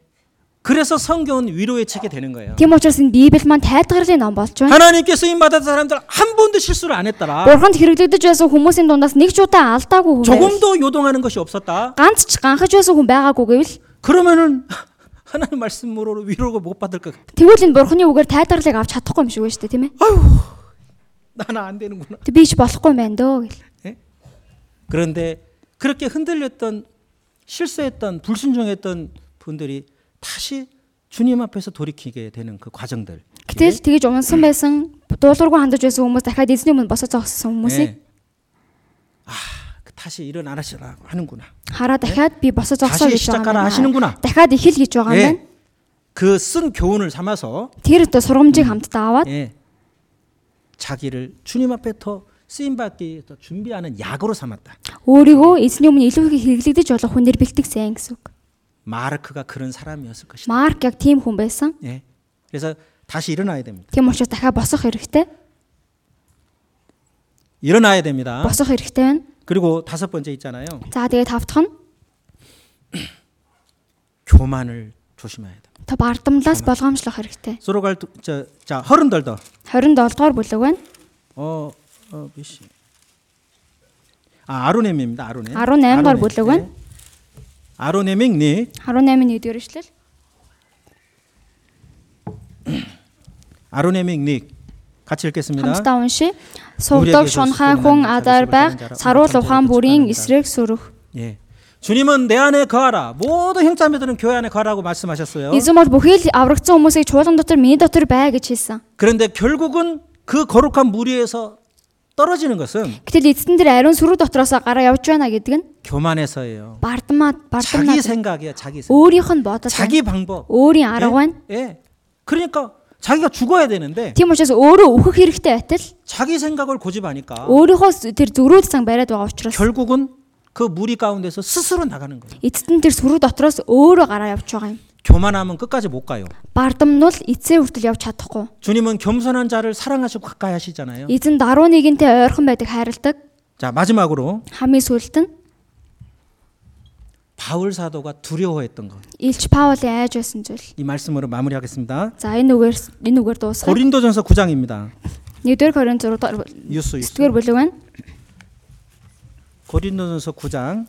Speaker 1: 그래서 성경은 위로의 책이 되는 거예요.
Speaker 2: Тийм учраас энэ Библи маань тайлгарлын ном болж байна.
Speaker 1: 하나님께서 임 받은 사람들 한 번도 실수를 안 했더라.
Speaker 2: Бурханд хэрэглэгдэж байсан хүмүүсийн дундаас нэг ч удаа алдаагүй хүн байвал,
Speaker 1: 조금도 요동하는 것이 없었다.
Speaker 2: ганц ч ганхаж байсан хүн байгаагүй гэвэл
Speaker 1: 그러면은 [laughs] 하나님 말씀으로 위로가 못 받을 것 같아.
Speaker 2: тэгвэл энэ Бурханы үгээр тайлгарлыг авч чадахгүй юм шиг байна шүү дээ, тийм ээ?
Speaker 1: 나는 안 되는구나.
Speaker 2: Тэг би ч болохгүй юм байна дөө гэл.
Speaker 1: 예? 그런데 그렇게 흔들렸던 실수했던 불순종했던 분들이 다시 주님 앞에서 돌이키게 되는 그 과정들.
Speaker 2: Гэтэл тэгж унсан байсан, дуулуургүй хандаж байсан хүмүүс дахиад эзний өмнө босоо зогссон хүмүүсийг
Speaker 1: 예. 아, 그 다시 일어나시라 하는구나.
Speaker 2: хараа дахиад би босоо зогсоо
Speaker 1: 다시
Speaker 2: гэж
Speaker 1: 시작하라
Speaker 2: байгаа юм
Speaker 1: 하시는구나.
Speaker 2: байна. Дахиад ихэл гэж
Speaker 1: 아, 네?
Speaker 2: байгаа юм байна.
Speaker 1: 그 쓴 교훈을 삼아서
Speaker 2: Тэр одоо сургамжийг хамтдаа аваад
Speaker 1: 예. 자기를 주님 앞에 더 쓰임 받기 더 준비하는 약으로 삼았다.
Speaker 2: өөрийгөө эзний өмнө илүү их хэрэглэгдэж болох хүнээр бэлтгэсэн гэсэн үг.
Speaker 1: 마르크가 그런 사람이었을 것이다.
Speaker 2: Марк яг тийм хүн байсан.
Speaker 1: 예. 그래서 다시 일어나야 됩니다.
Speaker 2: Тийм учраас дахиад босох хэрэгтэй.
Speaker 1: 일어나야 됩니다.
Speaker 2: Босох хэрэгтэй байна.
Speaker 1: 그리고 다섯 번째 있잖아요.
Speaker 2: За тэгээ тавтах нь
Speaker 1: 교만을 조심해야 돼.
Speaker 2: та бардамлаас болгоомжлох хэрэгтэй.
Speaker 1: 소로갈 저자 허른덜더.
Speaker 2: 27 дугаар бүлэг байна.
Speaker 1: 어, 어, 몇 시? 아, 아로넴입니다. 아로넴. 예.
Speaker 2: 아로넴 걸 보려고 한?
Speaker 1: 아로넴닉
Speaker 2: 18-ийн 1-р эшлэл.
Speaker 1: 아로넴닉 같이 읽겠습니다.
Speaker 2: Хамтдаа уншия. Сувдаг шунхай хүн адар байх, саруул ухаан бүрийн эсрэг сүрөх.
Speaker 1: 예. 주님은 내 안에 거하라. 모든 형제자매들은 교회 안에 거하라고 말씀하셨어요.
Speaker 2: Эзэн бол бүхий л аврагдсан хүмүүсийг чуулган дотор миний дотор бай гэж хэлсэн.
Speaker 1: 그런데 결국은 그 거룩한 무리에서 떨어지는 것은
Speaker 2: Гэтэл эзэн тэр ариун сүрэг дотроос гараа явж байна гэдэг нь
Speaker 1: 교만에서예요.
Speaker 2: бардамаа
Speaker 1: 자기
Speaker 2: бардамнаа
Speaker 1: 생각이야, 자기 생각.
Speaker 2: өөрийнх нь бодол байна.
Speaker 1: 자기 방법.
Speaker 2: өөрийн арга байна.
Speaker 1: 예? 예. 그러니까 자기가 죽어야 되는데
Speaker 2: Тийм учраас өөрөө өөхөх хэрэгтэй байтал
Speaker 1: 자기 생각을 고집하니까
Speaker 2: өөрийнхөө тэр зөрүүд зан бариад байгаа учраас
Speaker 1: 결국은 그 무리 가운데서 스스로 나가는 거예요.
Speaker 2: эцэд нь тэр сүрэг дотроос өөрөө гараа явж байгаа юм.
Speaker 1: 교만하면 끝까지 못 가요.
Speaker 2: Бардамнуул эцээ хүртэл явж чадахгүй.
Speaker 1: 주님은 겸손한 자를 사랑하시고 가까이 하시잖아요.
Speaker 2: Эзэн даруй нэгэнтэй ойрхон байдаг хайрладаг.
Speaker 1: 자, 마지막으로
Speaker 2: Хамгийн сүүлд нь
Speaker 1: 바울 사도가 두려워했던 것.
Speaker 2: Илч Паулийн айж байсан зүйл.
Speaker 1: 이 말씀으로 마무리하겠습니다.
Speaker 2: За энэ үгээр энэ үгээр дуусгая.
Speaker 1: 고린도전서 9장입니다.
Speaker 2: 1-р Коринт 6-р
Speaker 1: 유스 유스.
Speaker 2: бүлэг байна.
Speaker 1: 고린도전서 9장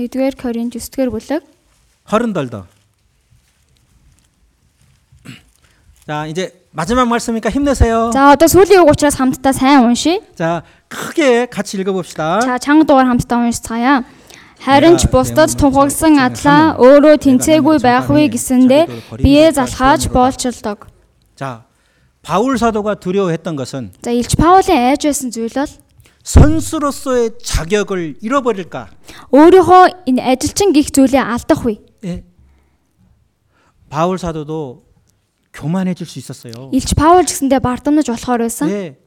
Speaker 2: 1-р Коринт 9-р бүлэг.
Speaker 1: 허른덜더. 자, 이제 마지막 말씀이니까 힘내세요.
Speaker 2: За одоо сүүлийн үг учраас хамтдаа сайн уншия.
Speaker 1: 자, 크게 같이 읽어봅시다.
Speaker 2: За чанга дугаар хамтдаа уншицгаая. Харин
Speaker 1: Яа,
Speaker 2: ч бусдад
Speaker 1: тийм
Speaker 2: тунхагсан
Speaker 1: болцсон. Хамаа.
Speaker 2: атлаа өөрөө
Speaker 1: Яа,
Speaker 2: тэнцээгүй
Speaker 1: хамаа.
Speaker 2: байхгүй
Speaker 1: Хамаа.
Speaker 2: гэсэндэ бие залхааж
Speaker 1: Хамаа.
Speaker 2: боолчлдог.
Speaker 1: 자, 바울 사도가 두려워했던 것은
Speaker 2: За Илч Паулийн айж байсан зүйл бол
Speaker 1: 선수로서의 자격을 잃어버릴까?
Speaker 2: өөрийнхөө энэ ажилчин гих зүйлээ алдах вэ?
Speaker 1: 예. 바울 사도도 교만해질 수 있었어요.
Speaker 2: Илч Паул гэсэндэ бардамнаж болохоор байсан.
Speaker 1: 예.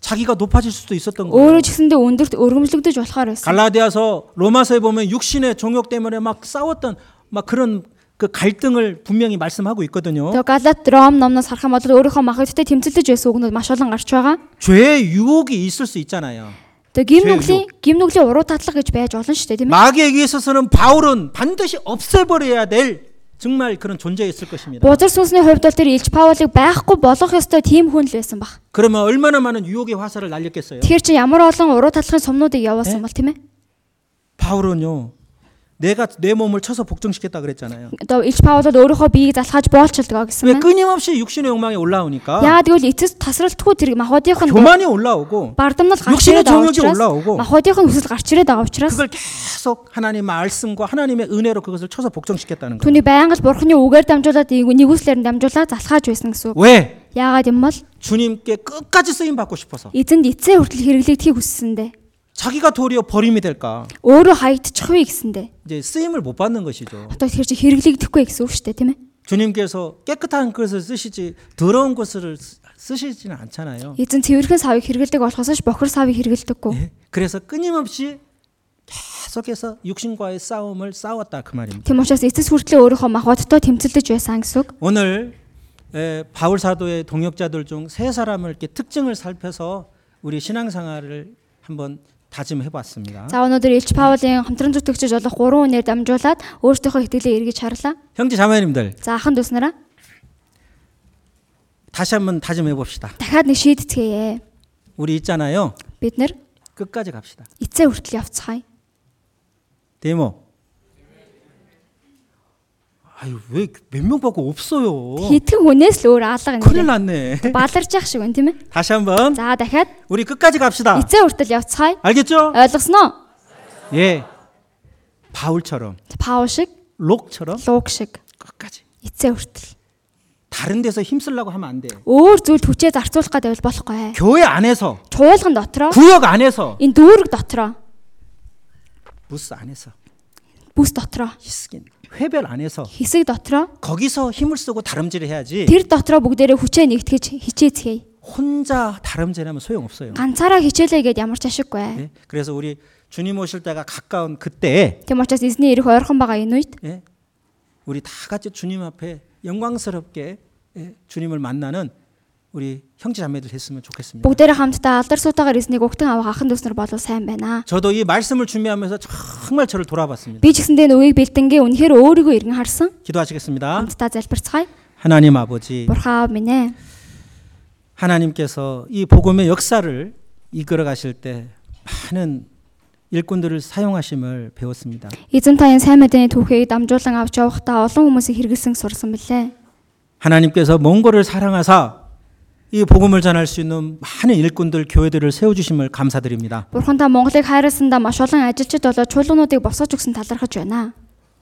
Speaker 1: 자기가 높아질 수도 있었던 거예요.
Speaker 2: Өөрөө ч гэсэндээ өндөрт өргөмжлөгдөж болохоор байсан.
Speaker 1: 갈라디아서 로마서에 보면 육신의 종욕 때문에 막 싸웠던 막 그런 그 갈등을 분명히 말씀하고 있거든요.
Speaker 2: Тэгээ Галат Ром номноос харах юм бол өөрийнхөө махбодтой тэмцэлдэж байсан үгнүүд маш олон гарч байгаа.
Speaker 1: 죄의 유혹이 있을 수 있잖아요.
Speaker 2: Тэгээ гим
Speaker 1: Шээл
Speaker 2: нүглийн гим нүглийн уруу татлах гэж байж олон шүү дээ, тийм ээ.
Speaker 1: 마귀에게 있어서는 바울은 반드시 없애버려야 될 정말 그런 존재였을 것입니다.
Speaker 2: Бузар сүнсний хувьд бол тэр Илч Паулыг байхгүй болох ёстой тийм хүн л байсан баг.
Speaker 1: 그러면 얼마나 많은 유혹의 화살을 날렸겠어요?
Speaker 2: Тэгэхэр чи ямар олон уруу татлахын сумнуудыг явуулсан бол тийм ээ.
Speaker 1: 바울은요. 내가 내 몸을 쳐서 복종시켰다 그랬잖아요.
Speaker 2: Одоо Илч Паул бол өөрийнхөө биеийг залхааж боолчлдог
Speaker 1: 왜
Speaker 2: гэсэн байна.
Speaker 1: 끊임없이 육신의 욕망이 올라오니까
Speaker 2: Яа тэгвэл эцэс тасралтгүй тэр махбодийнх нь
Speaker 1: 교만이 올라오고
Speaker 2: бардамнал гарч
Speaker 1: Югшины
Speaker 2: ирээд байгаа
Speaker 1: жонглогийн
Speaker 2: учраас
Speaker 1: улаавгүй.
Speaker 2: махбодийнх нь хүсэл гарч ирээд байгаа учраас
Speaker 1: 그걸 계속 하나님의 말씀과 하나님의 은혜로 그것을 쳐서 복종시켰다는 거예요.
Speaker 2: түүний байнга л бурхны үгээр дамжуулаад нэгүслээр нь дамжуулаад залхааж байсан гэсэн үг.
Speaker 1: 왜?
Speaker 2: Яагаад юм бол
Speaker 1: 주님께 끝까지 쓰임 받고 싶어서
Speaker 2: эзэнд эцээ хүртэл хэрэглэгдэхийг хүссэндээ
Speaker 1: 자기가 도리어 버림이 될까?
Speaker 2: өөрөө хаягдчих вэ гэсэндээ
Speaker 1: 이제 쓰임을 못 받는 것이죠.
Speaker 2: одоо тэр чи хэрэглэгдэхгүй гэсэн үг шүү дээ тийм ээ
Speaker 1: 주님께서 깨끗한 것을 쓰시지 더러운 것을 쓰- 쓰시지는 않잖아요.
Speaker 2: эзэн цэвэрхэн савыг хэрэглэдэг болохоос ш бохор савыг хэрэглэдэггүй
Speaker 1: 예? 그래서 끊임없이 계속해서 육신과의 싸움을 싸웠다 그 말입니다.
Speaker 2: тийм учраас эцэс хүртэл өөрийнхөө махбодтой тэмцэлдэж байсан гэсэн үг
Speaker 1: 예, 오늘 에, 바울 사도의 동역자들 중 세 사람을 이렇게 특징을 살펴서 우리 신앙생활을 한번 다짐해 봤습니다.
Speaker 2: За өнөөдөр Илч Паулийн хамтран зүтгэгчж болох гурван үнээр дамжуулаад өөртөөхөө итгэлээ эргэж харлаа.
Speaker 1: 형제 자매님들
Speaker 2: За ахын дүүснараа
Speaker 1: 다시 한번 다짐해 봅시다.
Speaker 2: дахиад нэг шийдтгээе.
Speaker 1: 우리 있잖아요.
Speaker 2: Бид нэр
Speaker 1: 끝까지 갑시다.
Speaker 2: эцээ хүртэл явцгаая.
Speaker 1: 데모. 아유 왜 몇 명 밖에 없어요.
Speaker 2: Хитгэн хүнээс л өөр аалга
Speaker 1: 큰일
Speaker 2: юм.
Speaker 1: 났네.
Speaker 2: Баларж явах шиг байна тийм ээ.
Speaker 1: 다시 한번
Speaker 2: За дахиад
Speaker 1: 우리 끝까지 갑시다.
Speaker 2: эцээ хүртэл явцгаая.
Speaker 1: 알겠죠?
Speaker 2: 어. Ойлгосноо?
Speaker 1: 예. 바울처럼
Speaker 2: Паул шиг,
Speaker 1: 록처럼
Speaker 2: Луг шиг
Speaker 1: 끝까지.
Speaker 2: эцээ хүртэл.
Speaker 1: 다른 데서 힘쓰려고 하면 안 돼.
Speaker 2: Өөр зүйлд хүчээ зарцуулах гэдэг бол болохгүй. ээ.
Speaker 1: 교회 안에서
Speaker 2: Чуулган дотроо,
Speaker 1: 구역 안에서
Speaker 2: энэ дүүрэг дотроо,
Speaker 1: 부스 안에서
Speaker 2: бүс дотроо,
Speaker 1: 히스긴 회별 안에서
Speaker 2: хэсэг дотроо,
Speaker 1: 거기서 힘을 쓰고 다름질을 해야지
Speaker 2: тэр дотроо бүгдээрээ хүчээ нэгтгэж хичээцгээе.
Speaker 1: 혼자 다름질하면 소용없어요.
Speaker 2: Ганцаараа хичээлээ гэд ямар ч ашиггүй. ээ.
Speaker 1: 예? 그래서 우리 주님 오실 때가 가까운 그때
Speaker 2: Тэм учраас эзний ирэх ойрхон байгаа энэ үед
Speaker 1: 예? 우리 다 같이 주님 앞에 영광스럽게 예? 주님을 만나는 우리 형제 자매들 했으면 좋겠습니다.
Speaker 2: бүгдээрээ хамтдаа алдар суутаагаар эзнийг өгтөн авах ахын дүүснэр болов сайн байна.
Speaker 1: 저도 이 말씀을 준비하면서 정말 저를 돌아봤습니다.
Speaker 2: Би ч гэсэндээ нүгийг бэлтэнгээ үнэхээр өөрийгөө иргэн харсан.
Speaker 1: 기도하시겠습니다.
Speaker 2: Хамтдаа залбирцгаая.
Speaker 1: 하나님 아버지,
Speaker 2: Бурхан аав минь ээ.
Speaker 1: 하나님께서 이 복음의 역사를 이끌어 가실 때 많은 일꾼들을 사용하심을 배웠습니다.
Speaker 2: Эзэн та энэ сайн мэдээний түүхийг дамжуулан авч явахдаа олон хүмүүсийг хэрэгэлсэн сурсан билээ.
Speaker 1: 하나님께서 몽골을 사랑하사 이 복음을 전할 수 있는 많은 일꾼들 교회들을 세워 주심을 감사드립니다.
Speaker 2: Бурхан та Монголыг хайраасандаа маш олон ажилчид болоод чуулгануудыг босгож өгсөн талархаж байна.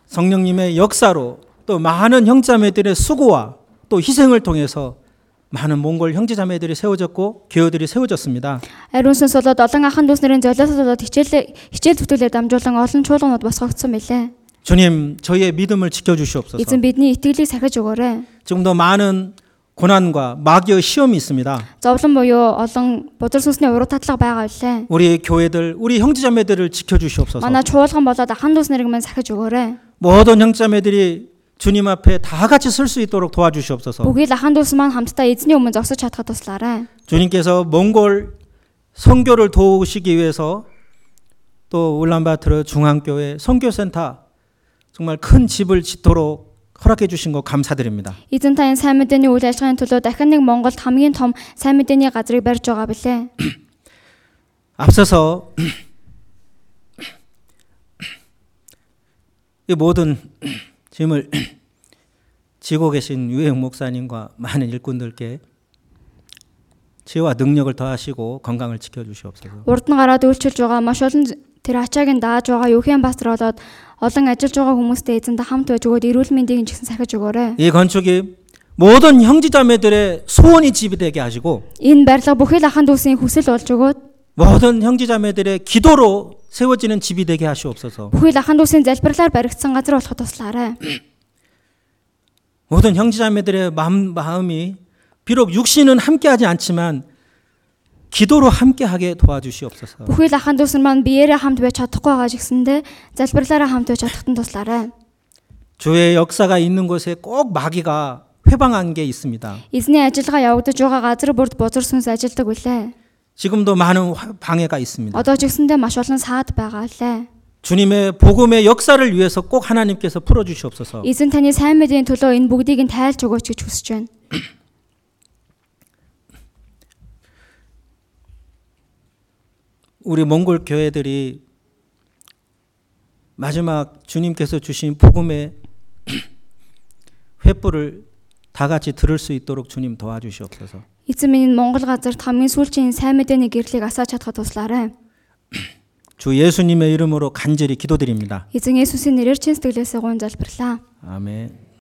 Speaker 1: 성령님의 역사로 또 많은 형제자매들의 수고와 또 희생을 통해서 많은 몽골 형제자매들이 세워졌고 교회들이 세워졌습니다.
Speaker 2: Ариунсэнс болоод олон ахын дүүснэрийн золиосод болоод хичээл хичээл зүтгэлээр дамжуулан олон чуулганууд босгогдсон билээ.
Speaker 1: 주님, 저희의 믿음을 지켜 주시옵소서.
Speaker 2: Эзэн бидний итгэлийг сахиж өгөөрэй.
Speaker 1: 지금도 많은 고난과 마귀의 시험이 있습니다.
Speaker 2: Зовлон буюу олон бузар сүнсний уруу татлага байгаа үлээ.
Speaker 1: 우리 교회들, 우리 형제자매들을 지켜주시옵소서.
Speaker 2: Манай чуулган болоод ахан дүүс нэрийг минь сахиж өгөөрэй.
Speaker 1: 모든 형제자매들이 주님 앞에 다 같이 설 수 있도록 도와주시옵소서.
Speaker 2: Бүгд л ахан дүүс маань хамтдаа эзний өмнө зогсож чадхад туслаарай.
Speaker 1: 주님께서 몽골 선교를 도우시기 위해서 또 울란바토르 중앙교회 선교센터 정말 큰 집을 짓도록 허락해 주신 거 감사드립니다.
Speaker 2: Эзэн та энэ сайн мэдээний үйл ажиллагааны төлөө дахин нэг Монголд хамгийн том сайн мэдээний газрыг барьж байгаа билээ.
Speaker 1: 앞서서 이 모든 짐을 지고 계신 유영 목사님과 많은 일꾼들께 지혜와 능력을 더하시고 건강을 지켜 주시옵소서.
Speaker 2: Урд нь гараад үйлчилж байгаа маш олон з- тэр ачааг нь дааж байгаа юухэн бастар болоод олон ажиллаж байгаа хүмүүстэй эзэн та хамт байж өгөөд эрүүл мэндийг нь ч гэсэн сахиж өгөөрэй.
Speaker 1: 이 건축이 모든 형제자매들의 소원이 집이 되게 하시고
Speaker 2: Энэ барилга бүхэл ахан дүүсийн хүсэл болж өгөөд
Speaker 1: 모든 형제자매들의 기도로 세워지는 집이 되게 하시옵소서.
Speaker 2: бүхэл ахан дүүсийн залбирлаар баригдсан газар болоход туслаарай.
Speaker 1: 모든 형제자매들의 마음, 마음이 비록 육신은 함께하지 않지만 기도로 함께하게 도와주시옵소서.
Speaker 2: Бүхэл ахын дүүс нар маань биеэрээ хамт байж чадахгүй байгаа ч гэсэндэ залбирлаараа хамт байж чадахтан туслаарай.
Speaker 1: 주의 역사가 있는 곳에 꼭 마귀가 회방한 게 있습니다.
Speaker 2: Эзний ажиллагаа явагдаж байгаа газар бүрд бузар сүнс ажилдаг үлээ.
Speaker 1: 지금도 많은 화- 방해가 있습니다.
Speaker 2: Одоо ч гэсэндэ маш олон саад байгаа лээ.
Speaker 1: 주님의 복음의 역사를 위해서 꼭 하나님께서 풀어주시옵소서.
Speaker 2: Эзэн таны сайн мэдээний төлөө энэ бүгдийг нь тайлж өгөөч гэж хүсэж байна.
Speaker 1: 우리 몽골 교회들이 마지막 주님께서 주신 복음의 [clears throat] 횃불을 다 같이 들을 수 있도록 주님 도와주시옵소서.
Speaker 2: Эзэн минь энэ Монгол газарт хамгийн сүүлчийн сайн мэдээний гэрлийг асааж чадхад туслаарай.
Speaker 1: 주 예수님의 이름으로 간절히 기도드립니다.
Speaker 2: Эзэн Есүсийн нэрээр чин сэтгэлээсээ гун залбирлаа.
Speaker 1: 아멘.